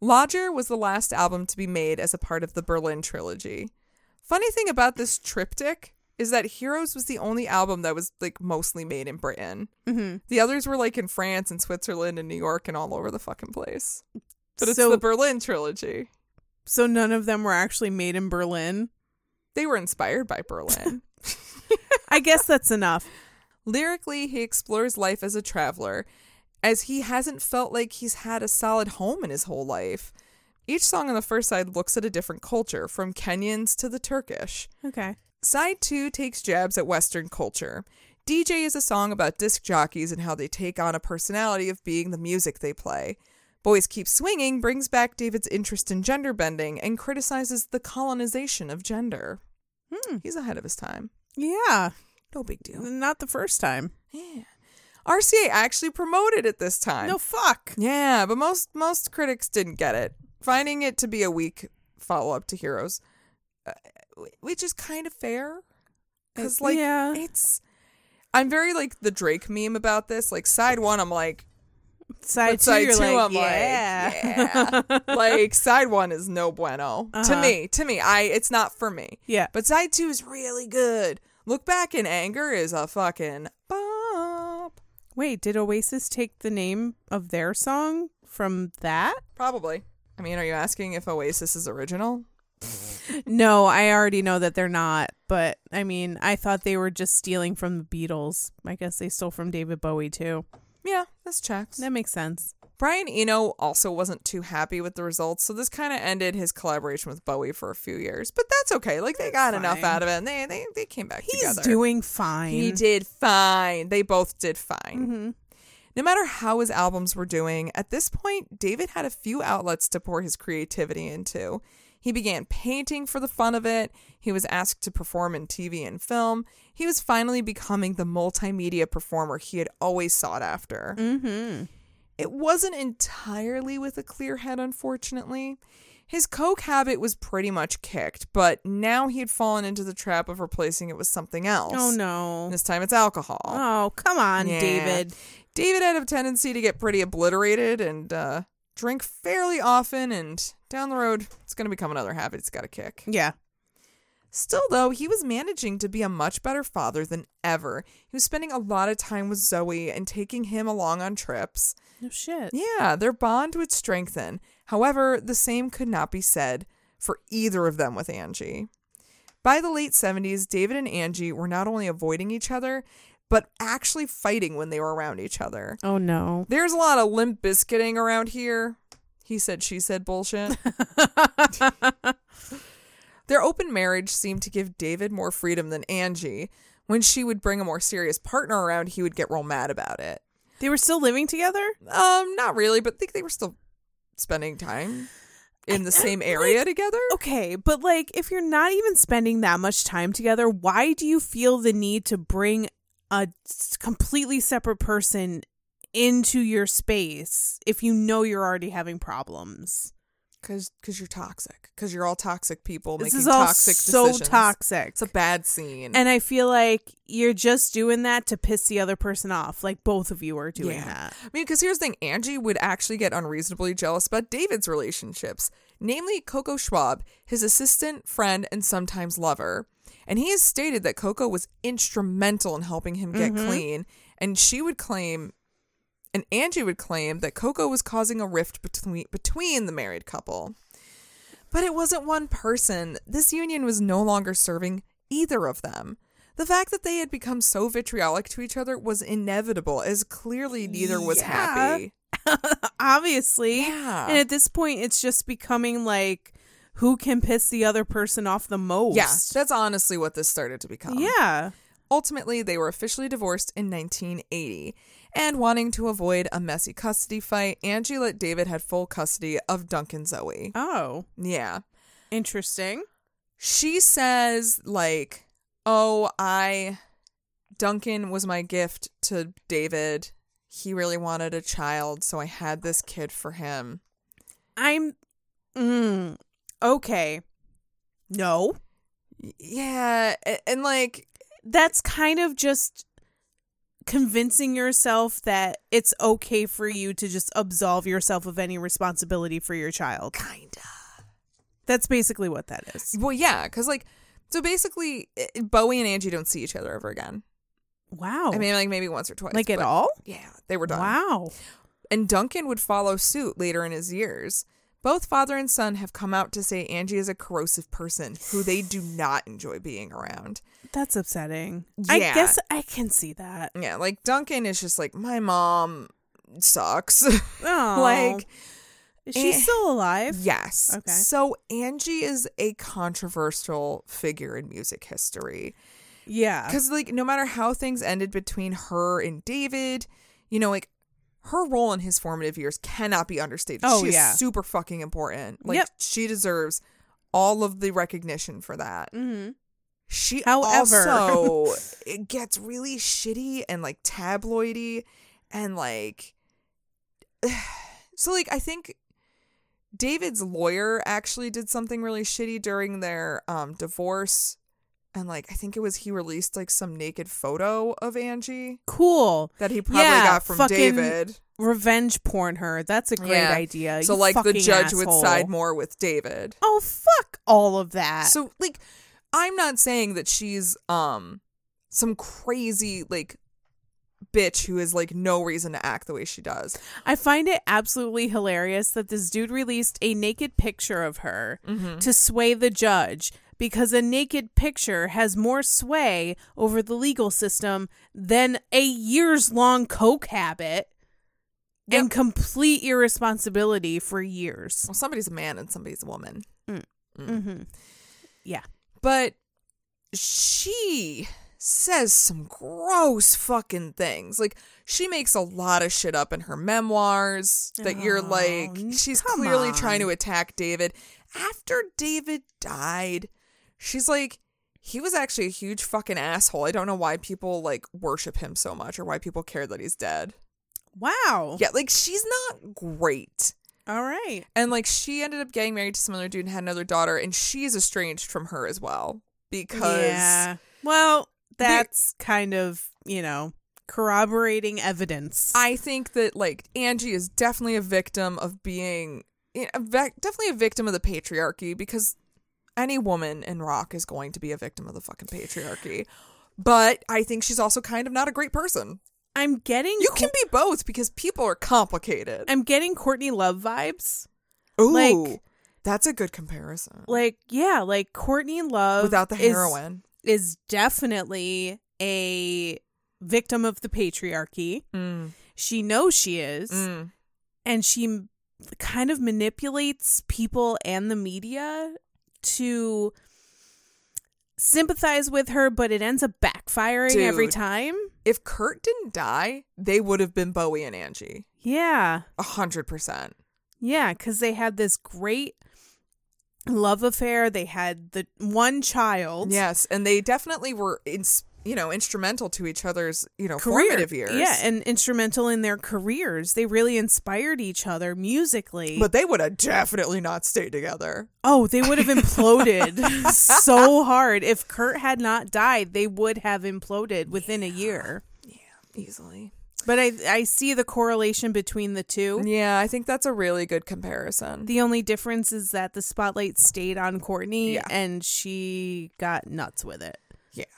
Speaker 2: Lodger was the last album to be made as a part of the Berlin trilogy. Funny thing about this triptych is that Heroes was the only album that was like mostly made in Britain.
Speaker 1: Mm-hmm.
Speaker 2: The others were like in France and Switzerland and New York and all over the fucking place. But it's
Speaker 1: So-
Speaker 2: the Berlin trilogy.
Speaker 1: So none of them were actually made in Berlin.
Speaker 2: They were inspired by Berlin.
Speaker 1: I
Speaker 2: [LAUGHS]
Speaker 1: guess that's enough.
Speaker 2: Lyrically, he explores life as a traveler, as he hasn't felt like he's had a solid home in his whole life. Each song on the first side looks at a different culture, from Kenyans to the Turkish.
Speaker 1: Okay.
Speaker 2: Side 2 takes jabs at Western culture. DJ is a song about disc jockeys and how they take on a personality of being the music they play. Boys Keep Swinging brings back David's interest in gender bending and criticizes the colonization of gender. He's ahead of his time.
Speaker 1: Yeah.
Speaker 2: Hmm. No big deal.
Speaker 1: Not the first time.
Speaker 2: RCA actually promoted it this time.
Speaker 1: No fuck.
Speaker 2: Yeah, but most most critics didn't get it, finding it to be a weak follow up to Heroes, uh, which is kind of fair, because like
Speaker 1: Uh, Yeah.
Speaker 2: it's. I'm very like the Drake meme about this. Like side one,
Speaker 1: [LAUGHS]
Speaker 2: I'm like
Speaker 1: Side
Speaker 2: but
Speaker 1: two,
Speaker 2: side
Speaker 1: you're
Speaker 2: 2
Speaker 1: like,
Speaker 2: I'm
Speaker 1: yeah.
Speaker 2: like, yeah. like side one is no bueno to me. To me, I it's not for
Speaker 1: [LAUGHS]
Speaker 2: me.
Speaker 1: Uh-huh. yeah.
Speaker 2: But side two is really good. Look back in anger is a fucking bop.
Speaker 1: Wait, did Oasis take the name of their song from that?
Speaker 2: Probably. I mean, are you asking if Oasis is original?
Speaker 1: No, I already know that they're not, but I mean, I thought they were just stealing from the Beatles. I guess they stole from David Bowie too.
Speaker 2: Yeah, this checks.
Speaker 1: That makes sense.
Speaker 2: Brian Eno also wasn't too happy with the results, so this kind of ended his collaboration with Bowie for a few years. But that's okay. Like they got enough
Speaker 1: fine.
Speaker 2: out of it, and they they, they came back
Speaker 1: He's
Speaker 2: together.
Speaker 1: doing fine. Mm-hmm.
Speaker 2: He did fine. They both did fine. No matter how his albums were doing, at this point, David had a few outlets to pour his creativity into. He began painting for the fun of it. He was asked to perform in TV and film. He was finally becoming the multimedia performer he had always sought after.
Speaker 1: Mm-hmm.
Speaker 2: It wasn't entirely with a clear head, unfortunately. His coke habit was pretty much kicked, but now he had fallen into the trap of replacing it with something else.
Speaker 1: Oh no.
Speaker 2: This time it's alcohol.
Speaker 1: Oh, come on,
Speaker 2: Yeah.
Speaker 1: David.
Speaker 2: David had a tendency to get pretty obliterated and uh, drink fairly often, and down the road, it's going to become another habit he's got to kick.
Speaker 1: Yeah.
Speaker 2: Still, though, he was managing to be a much better father than ever. He was spending a lot of time with Zoe and taking him along on trips.
Speaker 1: No shit.
Speaker 2: Yeah, their bond would strengthen. However, the same could not be said for either of them with Angie. By the late 70s, David and Angie were not only avoiding each other, but actually fighting when they were around each other.
Speaker 1: Oh no.
Speaker 2: There's a lot of limp biscuiting around here. He said, she said bullshit. Their open marriage seemed to give David more freedom than Angie. When she would bring a more serious partner around, he would get real mad about it.
Speaker 1: They were still living together?
Speaker 2: Um, not really, but I think they were still spending time in the same area together.
Speaker 1: Okay, but like if you're not even spending that much time together, why do you feel the need to bring a s- completely separate person into your space if you know you're already having problems?
Speaker 2: Cause, cause you're toxic. Cause you're all toxic people
Speaker 1: This
Speaker 2: making
Speaker 1: is all
Speaker 2: toxic
Speaker 1: so
Speaker 2: decisions.
Speaker 1: toxic.
Speaker 2: It's a bad scene.
Speaker 1: and I feel like you're just doing that to piss the other person off. Like both of you are doing
Speaker 2: Yeah.
Speaker 1: that.
Speaker 2: I mean, because here's the thing Angie would actually get unreasonably jealous about David's relationships, namely Coco Schwab, his assistant, friend, and sometimes lover. And he has stated that Coco was instrumental in helping him get
Speaker 1: Mm-hmm.
Speaker 2: clean. And she would claim, and Angie would claim, that Coco was causing a rift between, between the married couple. But it wasn't one person. This union was no longer serving either of them. The fact that they had become so vitriolic to each other was inevitable, as clearly neither was
Speaker 1: Yeah.
Speaker 2: happy.
Speaker 1: Obviously.
Speaker 2: Yeah.
Speaker 1: And at this point it's just becoming like who can piss the other person off the most.
Speaker 2: Yeah, that's honestly what this started to become.
Speaker 1: Yeah.
Speaker 2: Ultimately, they were officially divorced in 1980. And wanting to avoid a messy custody fight, Angie let David had full custody of Duncan Zoe.
Speaker 1: Oh,
Speaker 2: Yeah.
Speaker 1: interesting.
Speaker 2: She says, like, oh, I. Duncan was my gift to David. He really wanted a child, so I had this kid for him.
Speaker 1: I'm. Mm, okay. No.
Speaker 2: Y- Yeah. a- And, like,
Speaker 1: That's kind of just convincing yourself that it's okay for you to just absolve yourself of any responsibility for your child.
Speaker 2: kinda.
Speaker 1: That's basically what that is.
Speaker 2: Well, yeah, because like, so basically, i- Bowie and Angie don't see each other ever again.
Speaker 1: Wow.
Speaker 2: I mean, like maybe once or twice.
Speaker 1: Oh. like at
Speaker 2: but-
Speaker 1: all?
Speaker 2: Yeah, they were done.
Speaker 1: Wow.
Speaker 2: And Duncan would follow suit later in his years. Both father and son have come out to say Angie is a corrosive person who they do not enjoy being around.
Speaker 1: That's upsetting. I
Speaker 2: Yeah.
Speaker 1: guess I can see that.
Speaker 2: Yeah, like Duncan is just like my mom sucks. [LAUGHS]
Speaker 1: Oh,
Speaker 2: like
Speaker 1: is she
Speaker 2: eh.
Speaker 1: still alive?
Speaker 2: yes.
Speaker 1: Okay.
Speaker 2: So Angie is a controversial figure in music history.
Speaker 1: Yeah.
Speaker 2: because like no matter how things ended between her and david you know like her role in his formative years cannot be understated
Speaker 1: Oh,
Speaker 2: she
Speaker 1: yeah.
Speaker 2: is super fucking important like
Speaker 1: Yep.
Speaker 2: she deserves all of the recognition for that
Speaker 1: Mm-hmm.
Speaker 2: she
Speaker 1: However- [LAUGHS]
Speaker 2: also it gets really shitty and like tabloidy and like [SIGHS] so like I think David's lawyer actually did something really shitty during their um divorce and like I think it was he released like some naked photo of Angie
Speaker 1: Cool.
Speaker 2: that he probably
Speaker 1: Yeah,
Speaker 2: got from
Speaker 1: fucking
Speaker 2: David.
Speaker 1: Revenge porn her. That's a great
Speaker 2: Yeah.
Speaker 1: idea.
Speaker 2: So
Speaker 1: you
Speaker 2: like the
Speaker 1: fucking
Speaker 2: judge
Speaker 1: asshole.
Speaker 2: would side more with David.
Speaker 1: Oh fuck all of that.
Speaker 2: So like I'm not saying that she's um some crazy like bitch who has like no reason to act the way she does.
Speaker 1: I find it absolutely hilarious that this dude released a naked picture of her
Speaker 2: Mm-hmm.
Speaker 1: to sway the judge because a naked picture has more sway over the legal system than a years long coke habit and
Speaker 2: Yep.
Speaker 1: complete irresponsibility for years.
Speaker 2: Well, somebody's a man and somebody's a woman.
Speaker 1: Mm-hmm. Yeah.
Speaker 2: But she says some gross fucking things. Like she makes a lot of shit up in her memoirs that you're
Speaker 1: Oh,
Speaker 2: like she's
Speaker 1: come
Speaker 2: clearly trying
Speaker 1: on.
Speaker 2: to attack David. After David died, she's like he was actually a huge fucking asshole. I don't know why people like worship him so much or why people care that he's dead.
Speaker 1: Wow.
Speaker 2: Yeah, like she's not great.
Speaker 1: All right.
Speaker 2: And like she ended up getting married to some other dude and had another daughter, and she's estranged from her as well because
Speaker 1: Yeah. Well, that's kind of, you know, corroborating evidence.
Speaker 2: I think that like Angie is definitely a victim of being you know, a vic- definitely a victim of the patriarchy because any woman in rock is going to be a victim of the fucking patriarchy. But I think she's also kind of not a great person.
Speaker 1: I'm getting
Speaker 2: You can be both because people are complicated.
Speaker 1: I'm getting Courtney Love vibes.
Speaker 2: Ooh,
Speaker 1: like-
Speaker 2: that's a good comparison.
Speaker 1: Like, yeah, like Courtney Love
Speaker 2: Without the
Speaker 1: is-
Speaker 2: heroin,
Speaker 1: is, definitely a victim of the patriarchy.
Speaker 2: Mm,
Speaker 1: She knows she is,
Speaker 2: mm.
Speaker 1: and she m- kind of manipulates people and the media to sympathize with her, but it ends up backfiring every
Speaker 2: Dude.
Speaker 1: time.
Speaker 2: if Kurt didn't die, they would have been Bowie and Angie.
Speaker 1: Yeah.
Speaker 2: A hundred percent.
Speaker 1: Yeah, because they had this great love affair. They had the one child.
Speaker 2: Yes, and they definitely were in, you know instrumental to each other's you know
Speaker 1: Career.
Speaker 2: formative years.
Speaker 1: Yeah, and instrumental in their careers. They really inspired each other musically.
Speaker 2: but they would have definitely not stayed together.
Speaker 1: oh, they would have
Speaker 2: [LAUGHS]
Speaker 1: imploded so hard. If Kurt had not died, they would have imploded within a year.
Speaker 2: Yeah, easily.
Speaker 1: But I, I see the correlation between the two.
Speaker 2: Yeah, I think that's a really good comparison.
Speaker 1: The only difference is that the spotlight stayed on Courtney
Speaker 2: Yeah.
Speaker 1: and she got nuts with it.
Speaker 2: yeah,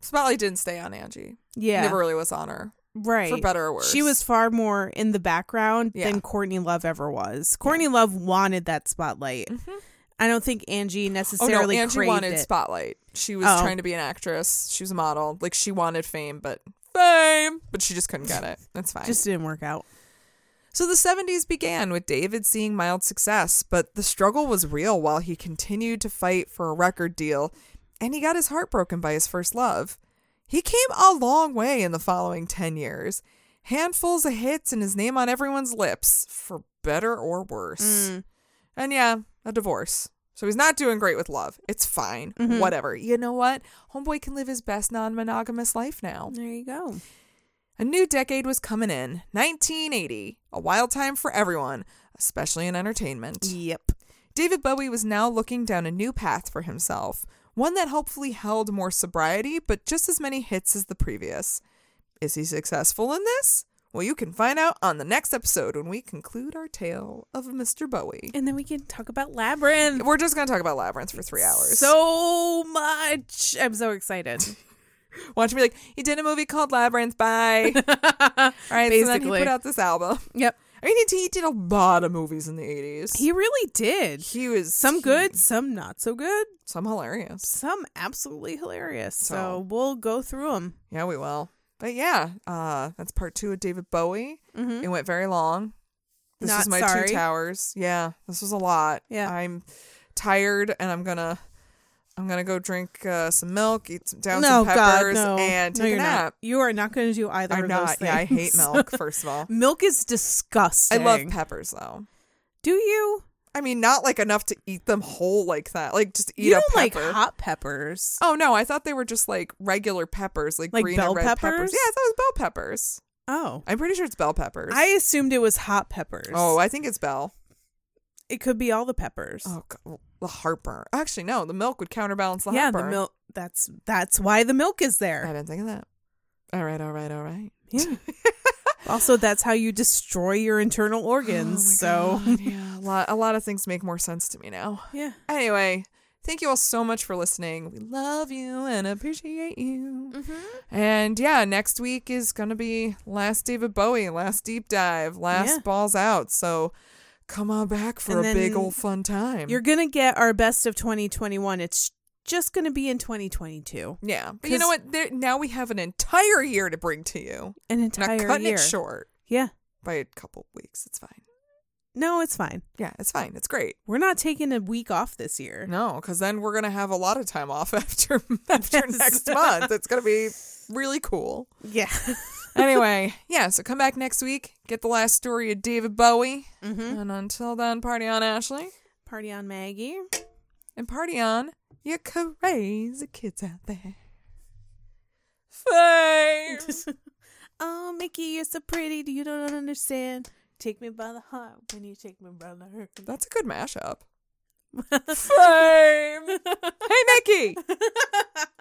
Speaker 2: Spotlight didn't stay on Angie.
Speaker 1: Yeah.
Speaker 2: never really was on her
Speaker 1: right.
Speaker 2: for better or worse.
Speaker 1: She was far more in the background
Speaker 2: Yeah.
Speaker 1: than Courtney Love ever was. Courtney Love wanted that spotlight. I don't think Mm-hmm. Angie
Speaker 2: Oh no,
Speaker 1: necessarily
Speaker 2: Angie
Speaker 1: craved
Speaker 2: wanted
Speaker 1: it.
Speaker 2: spotlight. She was
Speaker 1: Oh.
Speaker 2: trying to be an actress. She was a model. Like she wanted fame, but fame, but she just couldn't get it. That's fine.
Speaker 1: Just didn't work out.
Speaker 2: So the 70s began with David seeing mild success, but the struggle was real while he continued to fight for a record deal, and he got his heart broken by his first love. He came a long way in the following 10 years. Handfuls of hits and his name on everyone's lips, for better or worse. And yeah, a divorce. So he's not doing great with love. It's fine. Whatever. You know what? Homeboy can live his best non monogamous life now.
Speaker 1: There you go.
Speaker 2: A new decade was coming in 1980, a wild time for everyone, especially in entertainment.
Speaker 1: Yep.
Speaker 2: David Bowie was now looking down a new path for himself, one that hopefully held more sobriety but just as many hits as the previous. Is he successful in this? Well, you can find out on the next episode when we conclude our tale of Mr. Bowie.
Speaker 1: And then we can talk about Labyrinth.
Speaker 2: We're just going to talk about Labyrinth for three hours.
Speaker 1: So much. I'm so excited. [LAUGHS]
Speaker 2: watch me like, he did a movie called Labyrinth.
Speaker 1: [LAUGHS]
Speaker 2: Bye. All right. So then he
Speaker 1: Basically.
Speaker 2: put out this album.
Speaker 1: yep.
Speaker 2: I mean, he, he did a lot of movies in the 80s.
Speaker 1: He really did.
Speaker 2: he was
Speaker 1: Some
Speaker 2: he-
Speaker 1: good, some not so good,
Speaker 2: some hilarious.
Speaker 1: some absolutely hilarious. So,
Speaker 2: So-
Speaker 1: we'll go through them.
Speaker 2: Yeah, we will. But yeah, uh, that's part two of David Bowie. It went very long. This
Speaker 1: Mm-hmm. Not
Speaker 2: was my
Speaker 1: sorry.
Speaker 2: two towers. Yeah, this was a lot.
Speaker 1: Yeah.
Speaker 2: I'm tired, and I'm gonna, I'm gonna go drink uh, some milk, eat some down
Speaker 1: no,
Speaker 2: some
Speaker 1: God,
Speaker 2: peppers,
Speaker 1: no.
Speaker 2: and
Speaker 1: No,
Speaker 2: take a
Speaker 1: you're
Speaker 2: nap.
Speaker 1: Not. You are not going to do either
Speaker 2: I'm
Speaker 1: of those
Speaker 2: not.
Speaker 1: things.
Speaker 2: Yeah, I hate milk. First of all,
Speaker 1: [LAUGHS] Milk is
Speaker 2: I
Speaker 1: disgusting.
Speaker 2: love peppers though.
Speaker 1: Do you?
Speaker 2: I mean, not like enough to eat them whole like that. Like just eat
Speaker 1: you
Speaker 2: a
Speaker 1: don't like
Speaker 2: pepper.
Speaker 1: hot peppers.
Speaker 2: oh no, I thought they were just like regular peppers, like,
Speaker 1: Like
Speaker 2: green
Speaker 1: bell
Speaker 2: and red
Speaker 1: peppers?
Speaker 2: peppers. Yeah, I thought it was bell peppers.
Speaker 1: Oh.
Speaker 2: I'm pretty sure it's bell peppers.
Speaker 1: I assumed it was hot peppers.
Speaker 2: Oh, I think it's Bell.
Speaker 1: it could be all the peppers.
Speaker 2: Oh, God. the heartburn. Actually, no, the milk would counterbalance the
Speaker 1: yeah,
Speaker 2: heartburn.
Speaker 1: the milk. That's that's why the milk is
Speaker 2: I
Speaker 1: there.
Speaker 2: didn't think of that. All right, all right, all right. [LAUGHS]
Speaker 1: Yeah. also, that's how you destroy your internal organs. so [LAUGHS]
Speaker 2: Oh, God, yeah, a lot, a lot of things make more sense to me now.
Speaker 1: yeah,
Speaker 2: Anyway, thank you all so much for listening. We love you and appreciate you.
Speaker 1: Mm-hmm.
Speaker 2: And yeah, next week is gonna be last David Bowie, last deep dive, last
Speaker 1: Yeah.
Speaker 2: balls out. So come on back for
Speaker 1: And
Speaker 2: a big
Speaker 1: then
Speaker 2: old fun time.
Speaker 1: you're gonna get our best of 2021. It's just gonna be in 2022,
Speaker 2: yeah, but you know
Speaker 1: 'Cause-
Speaker 2: what? There, now we have an entire year to bring to you.
Speaker 1: an
Speaker 2: Not
Speaker 1: entire
Speaker 2: cutting
Speaker 1: year.
Speaker 2: it short.
Speaker 1: Yeah,
Speaker 2: by a couple weeks. It's fine.
Speaker 1: no, it's fine.
Speaker 2: Yeah, it's fine. It's great.
Speaker 1: We're not taking a week off this year.
Speaker 2: No, because then we're gonna have a lot of time off [LAUGHS] after after next month. It's gonna be really cool.
Speaker 1: [LAUGHS] Yeah,
Speaker 2: Anyway, yeah. So come back next week. Get the last story of David Bowie. And until then, party on, Ashley,
Speaker 1: party on Maggie.
Speaker 2: and party on, you crazy kids out there. Fame.
Speaker 1: Oh, Mickey, you're so pretty. You don't understand. Take me by the heart when you take me by the heart.
Speaker 2: That's a good [LAUGHS] mashup. Fame. hey, Mickey.